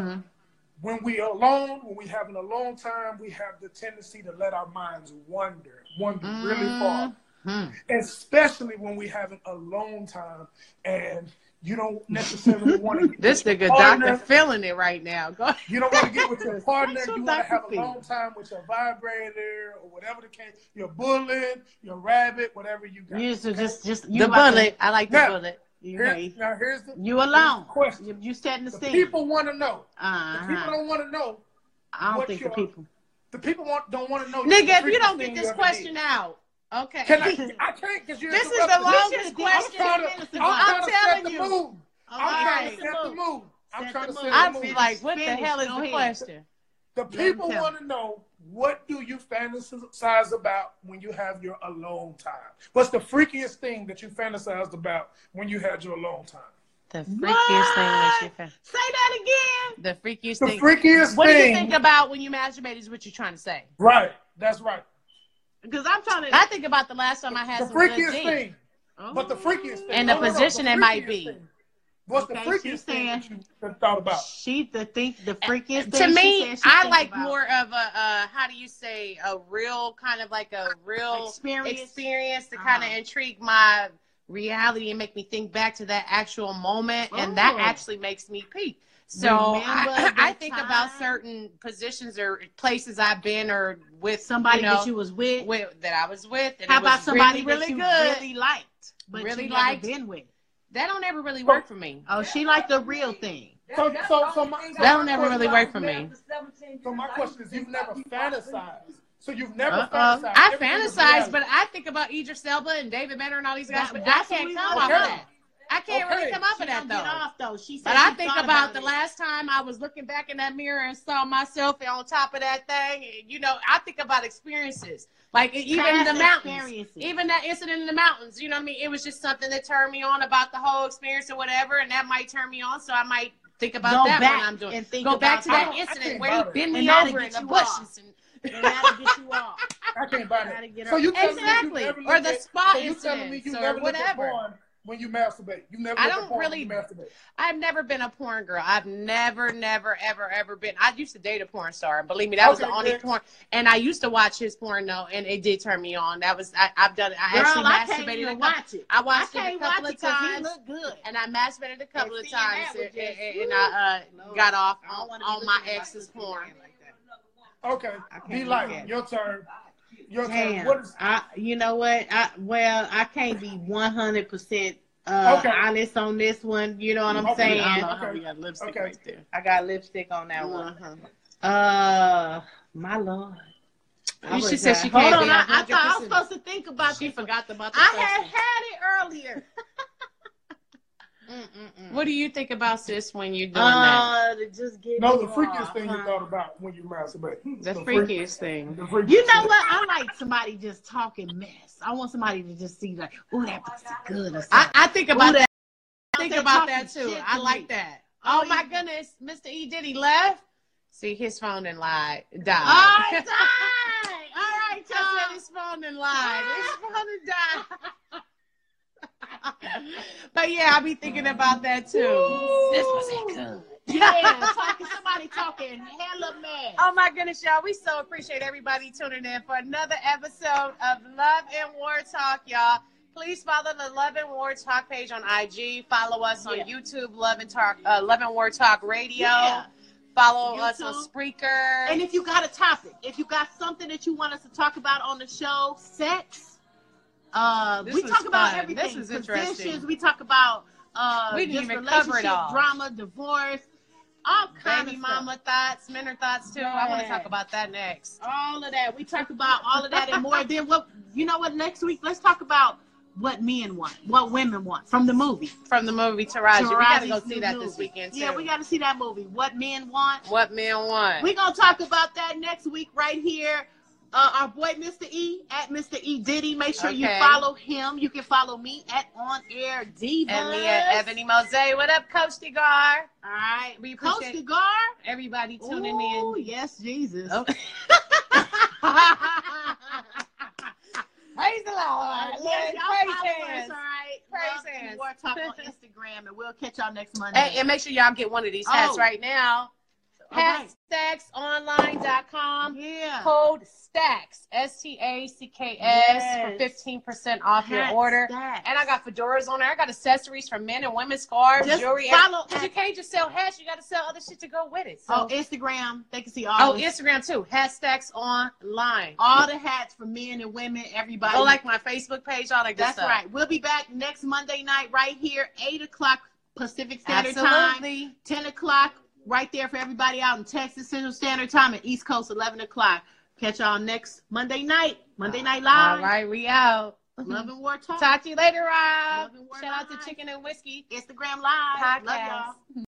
Speaker 5: when we are alone, when we having a long time, we have the tendency to let our minds wander, wander really
Speaker 3: Mm-hmm.
Speaker 5: far. Especially when we having a long time and you don't necessarily want to
Speaker 3: This nigga doctor feeling it right now. Go ahead.
Speaker 5: you don't want to get with your partner.
Speaker 4: That's what
Speaker 5: You want to
Speaker 4: Dr.
Speaker 5: have a
Speaker 4: Phil.
Speaker 5: long time with your vibrator or whatever the case. Your bullet, your rabbit, whatever you got.
Speaker 4: You so just, just you
Speaker 3: The
Speaker 4: about to-
Speaker 3: bullet. I like the
Speaker 5: Yeah.
Speaker 3: bullet.
Speaker 4: you,
Speaker 5: Here-
Speaker 4: right.
Speaker 5: now here's the,
Speaker 4: You alone.
Speaker 5: here's the question.
Speaker 4: You, you setting the
Speaker 5: The
Speaker 4: scene.
Speaker 5: people want to know. The people
Speaker 4: uh-huh.
Speaker 5: don't want to know.
Speaker 4: I don't
Speaker 5: what
Speaker 4: think the
Speaker 5: your-
Speaker 4: people.
Speaker 5: The people want don't want to know.
Speaker 3: Nigga, if
Speaker 5: the
Speaker 3: you don't
Speaker 5: freakiest
Speaker 3: get
Speaker 5: thing
Speaker 3: this
Speaker 5: ever
Speaker 3: question
Speaker 5: did.
Speaker 3: out, okay.
Speaker 5: can I? I can't because you're.
Speaker 3: This is the
Speaker 5: interrupting me.
Speaker 3: longest
Speaker 4: question
Speaker 5: I'm trying
Speaker 4: in minutes
Speaker 5: to,
Speaker 4: ago.
Speaker 5: I'm trying
Speaker 3: I'm
Speaker 5: to set
Speaker 3: telling
Speaker 5: the
Speaker 3: you.
Speaker 5: mood. I'm trying to
Speaker 4: Alright.
Speaker 5: set the mood. I'm
Speaker 4: Set
Speaker 5: trying to
Speaker 4: the
Speaker 5: set
Speaker 4: mood.
Speaker 5: the
Speaker 3: I'd
Speaker 5: mood.
Speaker 3: be like, what the
Speaker 4: Finish,
Speaker 3: hell is
Speaker 4: go
Speaker 3: the
Speaker 4: ahead.
Speaker 3: question?
Speaker 5: The
Speaker 4: Let 'em
Speaker 5: people
Speaker 4: tell
Speaker 5: want to know what do you fantasize about when you have your alone time? What's the freakiest thing that you fantasized about when you had your alone time?
Speaker 3: The freakiest
Speaker 4: What?
Speaker 3: thing that
Speaker 4: Say that again.
Speaker 3: you The freakiest
Speaker 5: The
Speaker 3: thing.
Speaker 5: freakiest
Speaker 3: what do
Speaker 5: thing.
Speaker 3: you think about when you masturbate is what you're trying to say.
Speaker 5: right. That's right.
Speaker 4: Because I'm trying to.
Speaker 3: I think about the last time I had
Speaker 5: The
Speaker 3: some good
Speaker 5: freakiest
Speaker 3: dick. Oh.
Speaker 5: thing. But the freakiest thing.
Speaker 3: And the
Speaker 5: No, no, no,
Speaker 3: position it might be.
Speaker 5: freakiest thing. What's
Speaker 4: Okay,
Speaker 5: the freakiest
Speaker 4: she's
Speaker 5: thing that you
Speaker 4: saying-
Speaker 5: thought about?
Speaker 4: She the think the freakiest.
Speaker 3: to
Speaker 4: thing
Speaker 3: me,
Speaker 4: she said she
Speaker 3: I
Speaker 4: think
Speaker 3: like
Speaker 4: about.
Speaker 3: more of a uh, how do you say a real kind of like a real
Speaker 4: Experience.
Speaker 3: experience to kind of
Speaker 4: Uh-huh.
Speaker 3: intrigue my reality and make me think back to that actual moment, and that
Speaker 4: Oh.
Speaker 3: actually makes me peak. So I,
Speaker 4: Remember
Speaker 3: I
Speaker 4: the
Speaker 3: think about
Speaker 4: time?
Speaker 3: certain positions or places I've been or with
Speaker 4: somebody
Speaker 3: you know,
Speaker 4: that you was with.
Speaker 3: with, that I was with. And
Speaker 4: How
Speaker 3: it was
Speaker 4: about somebody
Speaker 3: really, really
Speaker 4: that you
Speaker 3: good?
Speaker 4: really liked, but
Speaker 3: Really
Speaker 4: you
Speaker 3: liked.
Speaker 4: never been with?
Speaker 3: that don't ever really work for me.
Speaker 4: Oh, she liked the real thing.
Speaker 5: So- so- so my- so
Speaker 3: That'll never really work for me.
Speaker 5: So my question is, you've never fantasized. So you've never
Speaker 4: Uh-uh.
Speaker 5: fantasized.
Speaker 3: I
Speaker 5: Everything is
Speaker 3: fantasize,
Speaker 5: reality.
Speaker 3: but I think about Idris Elba and David Banner and all these guys,
Speaker 4: That-
Speaker 3: but I
Speaker 4: that's what
Speaker 3: can't
Speaker 4: we
Speaker 3: come off
Speaker 5: want.
Speaker 3: of
Speaker 5: Okay.
Speaker 3: that. I can't really
Speaker 5: Okay.
Speaker 3: come off of that
Speaker 4: She
Speaker 3: though.
Speaker 4: don't Get off though. She said
Speaker 3: But I
Speaker 4: she
Speaker 3: think
Speaker 4: thought
Speaker 3: about,
Speaker 4: about
Speaker 3: the
Speaker 4: it.
Speaker 3: last time I was looking back in that mirror and saw myself on top of that thing. and, You know, I think about experiences, like e-, even
Speaker 4: Past
Speaker 3: the mountains,
Speaker 4: experiences.
Speaker 3: even that incident in the mountains. You know what I mean? It was just something that turned me on about the whole experience or whatever, and that might turn me on. So I might think about
Speaker 4: Go
Speaker 3: that
Speaker 4: back
Speaker 3: when I'm doing.
Speaker 4: and think
Speaker 3: go back
Speaker 4: about
Speaker 3: to that
Speaker 4: that.
Speaker 3: incident
Speaker 5: think
Speaker 3: where he
Speaker 5: about it.
Speaker 3: bent
Speaker 4: And
Speaker 3: me
Speaker 4: that'll
Speaker 3: over in
Speaker 4: get
Speaker 3: the
Speaker 4: you off.
Speaker 3: bushes. And,
Speaker 4: And that'll get you off.
Speaker 5: I can't buy
Speaker 4: Gotta
Speaker 5: that.
Speaker 4: get
Speaker 5: So
Speaker 4: up.
Speaker 5: you telling me
Speaker 3: exactly,
Speaker 5: you never
Speaker 3: or
Speaker 5: look
Speaker 3: the
Speaker 5: at-
Speaker 3: spot
Speaker 5: so you telling me
Speaker 3: incidents
Speaker 5: you
Speaker 3: or
Speaker 5: never look at
Speaker 3: whatever.
Speaker 5: porn when you masturbate? You never.
Speaker 3: I
Speaker 5: look at
Speaker 3: don't
Speaker 5: porn when you
Speaker 3: really-
Speaker 5: masturbate.
Speaker 3: I've never been a porn girl. I've never, never, ever, ever been. I used to date a porn star. and Believe me, that was the
Speaker 5: Okay,
Speaker 3: only
Speaker 5: good.
Speaker 3: porn. And I used to watch his porn though, and it did turn me on. That was I, I've done. it. I
Speaker 4: Girl, I
Speaker 3: actually
Speaker 4: can't
Speaker 3: masturbated.
Speaker 4: even
Speaker 3: a couple,
Speaker 4: watch it.
Speaker 3: I
Speaker 4: I
Speaker 3: watched it a
Speaker 4: can't
Speaker 3: couple
Speaker 4: watch
Speaker 3: of
Speaker 4: it 'cause he
Speaker 3: times,
Speaker 4: look good.
Speaker 3: and I masturbated a couple
Speaker 4: And
Speaker 3: of
Speaker 4: seeing that
Speaker 3: times,
Speaker 4: was
Speaker 3: and, and,
Speaker 4: just- Oh.
Speaker 3: and I uh,
Speaker 4: Lord,
Speaker 3: got off
Speaker 4: I don't
Speaker 3: on,
Speaker 4: wanna be
Speaker 3: on my
Speaker 4: looking at
Speaker 3: ex's
Speaker 4: pussy
Speaker 3: porn.
Speaker 4: again like that.
Speaker 5: Okay,
Speaker 4: I can't
Speaker 5: be
Speaker 4: look
Speaker 5: like
Speaker 4: at
Speaker 5: your turn. Your turn.
Speaker 4: Damn.
Speaker 5: What is?
Speaker 4: I, you know what? I well, I can't be one hundred percent uh
Speaker 5: Okay.
Speaker 4: honest on this one. You know what I'm
Speaker 5: Okay.
Speaker 4: saying?
Speaker 5: I
Speaker 4: I,
Speaker 5: know how we
Speaker 3: got lipstick
Speaker 5: Okay. right
Speaker 3: there.
Speaker 4: got lipstick on that one. Uh, my lord. I
Speaker 3: She
Speaker 4: was
Speaker 3: said
Speaker 4: high.
Speaker 3: she
Speaker 4: Hold
Speaker 3: can't
Speaker 4: on.
Speaker 3: be
Speaker 4: I, I thought I was
Speaker 3: 100%.
Speaker 4: supposed to think about
Speaker 3: She
Speaker 4: this.
Speaker 3: forgot about the
Speaker 4: I had
Speaker 3: question.
Speaker 4: had it earlier. Mm-mm-mm.
Speaker 3: What do you think about sis when you're doing that?
Speaker 4: Uh, to just get
Speaker 5: No,
Speaker 4: me
Speaker 5: the freakiest
Speaker 4: off,
Speaker 5: thing you
Speaker 4: huh?
Speaker 5: thought about when you masturbate.
Speaker 3: The
Speaker 5: freak-
Speaker 3: freakiest thing.
Speaker 5: The freakiest.
Speaker 4: You know what? I like somebody just talking mess. I want somebody to just see like, oh, that pussy good or something.
Speaker 3: I, I think about
Speaker 4: Who
Speaker 3: that. I
Speaker 4: Out
Speaker 3: think
Speaker 4: there
Speaker 3: about
Speaker 4: talking
Speaker 3: that too.
Speaker 4: shit to
Speaker 3: I like
Speaker 4: me.
Speaker 3: that. Oh
Speaker 4: Oh,
Speaker 3: my
Speaker 4: yeah.
Speaker 3: goodness, Mr. E Diddy left. See his phone and lied.
Speaker 4: All right,
Speaker 3: Died.
Speaker 4: all right,
Speaker 3: I said
Speaker 4: y'all. Ah.
Speaker 3: his phone and lied. His phone and died. but yeah, I be thinking about that too. This was it good.
Speaker 4: Yeah, talking somebody talking hella mad.
Speaker 3: Oh my goodness, y'all. We so appreciate everybody tuning in for another episode of Love and War Talk, y'all. Please follow the Love and War Talk page on IG. Follow us on
Speaker 4: Yeah.
Speaker 3: YouTube, Love and Talk, uh, Love and War Talk Radio.
Speaker 4: Yeah.
Speaker 3: Follow us on
Speaker 4: YouTube.
Speaker 3: Spreaker.
Speaker 4: And if you got a topic, if you got something that you want us to talk about on the show, sex. Uh,
Speaker 3: This
Speaker 4: we
Speaker 3: was
Speaker 4: talk about
Speaker 3: fun.
Speaker 4: everything.
Speaker 3: This is interesting.
Speaker 4: Positions, We talk about uh,
Speaker 3: We didn't
Speaker 4: just
Speaker 3: even cover it
Speaker 4: relationship
Speaker 3: all.
Speaker 4: Drama, divorce, all kind
Speaker 3: baby
Speaker 4: of stuff.
Speaker 3: mama thoughts, men are thoughts too. I want to
Speaker 4: Yes.
Speaker 3: talk about that next.
Speaker 4: all of that. We talked about all of that and more. then what? You know what? Next week, let's talk about what men want, what women want from the movie.
Speaker 3: From the movie Taraji. we gotta go
Speaker 4: Taraji's
Speaker 3: see
Speaker 4: new
Speaker 3: that
Speaker 4: movie.
Speaker 3: this weekend too.
Speaker 4: Yeah, we got to see that movie. What men want.
Speaker 3: what men want.
Speaker 4: We're gonna talk about that next week right here. Uh, our boy Mr. E at Mr. E Diddy. Make sure you
Speaker 3: Okay.
Speaker 4: follow him. You can follow me at On Air Divas.
Speaker 3: and me at Ebony Mosey. What up, Coach Degar?
Speaker 4: All right,
Speaker 3: We
Speaker 4: Coach
Speaker 3: appreciate
Speaker 4: Cigar.
Speaker 3: everybody tuning
Speaker 4: Ooh,
Speaker 3: in.
Speaker 4: Yes, Jesus.
Speaker 3: Oh. Praise the Lord.
Speaker 4: Yes, y'all
Speaker 3: Praise
Speaker 4: follow
Speaker 3: hands.
Speaker 4: us, all right?
Speaker 3: Praise
Speaker 4: Love and
Speaker 3: hands.
Speaker 4: War Talk on Instagram, and we'll catch y'all next Monday.
Speaker 3: Hey, and make sure y'all get one of these hats
Speaker 4: Oh.
Speaker 3: right now.
Speaker 4: All right.
Speaker 3: Hashtagsonline.com.
Speaker 4: Yeah.
Speaker 3: Code STACKS, S T A C K S, for 15% off your
Speaker 4: Hats,
Speaker 3: order.
Speaker 4: stacks.
Speaker 3: And I got fedoras on there. I got accessories for men and women, scarves,
Speaker 4: Just
Speaker 3: jewelry.
Speaker 4: follow
Speaker 3: Because you
Speaker 4: at-
Speaker 3: can't just sell hats, you got to sell other shit to go with it. So,
Speaker 4: on Instagram. They can see all.
Speaker 3: oh,
Speaker 4: the-
Speaker 3: Instagram too. Hashtags online.
Speaker 4: all the hats for men and women. Everybody.
Speaker 3: Go like my Facebook page, all that good
Speaker 4: That's
Speaker 3: stuff.
Speaker 4: right. We'll be back next Monday night right here, 8 o'clock Pacific Standard Time,
Speaker 3: Absolutely.
Speaker 4: 10 o'clock right there for everybody out in Texas Central Standard Time and East Coast, 11 o'clock. Catch y'all next Monday night, Monday Night Live.
Speaker 3: All right, we out.
Speaker 4: Love and War Talk.
Speaker 3: Talk to you later, Rob.
Speaker 4: Love and War
Speaker 3: Shout out to
Speaker 4: Live.
Speaker 3: Chicken and Whiskey
Speaker 4: Instagram Live.
Speaker 3: podcast.
Speaker 4: Love y'all.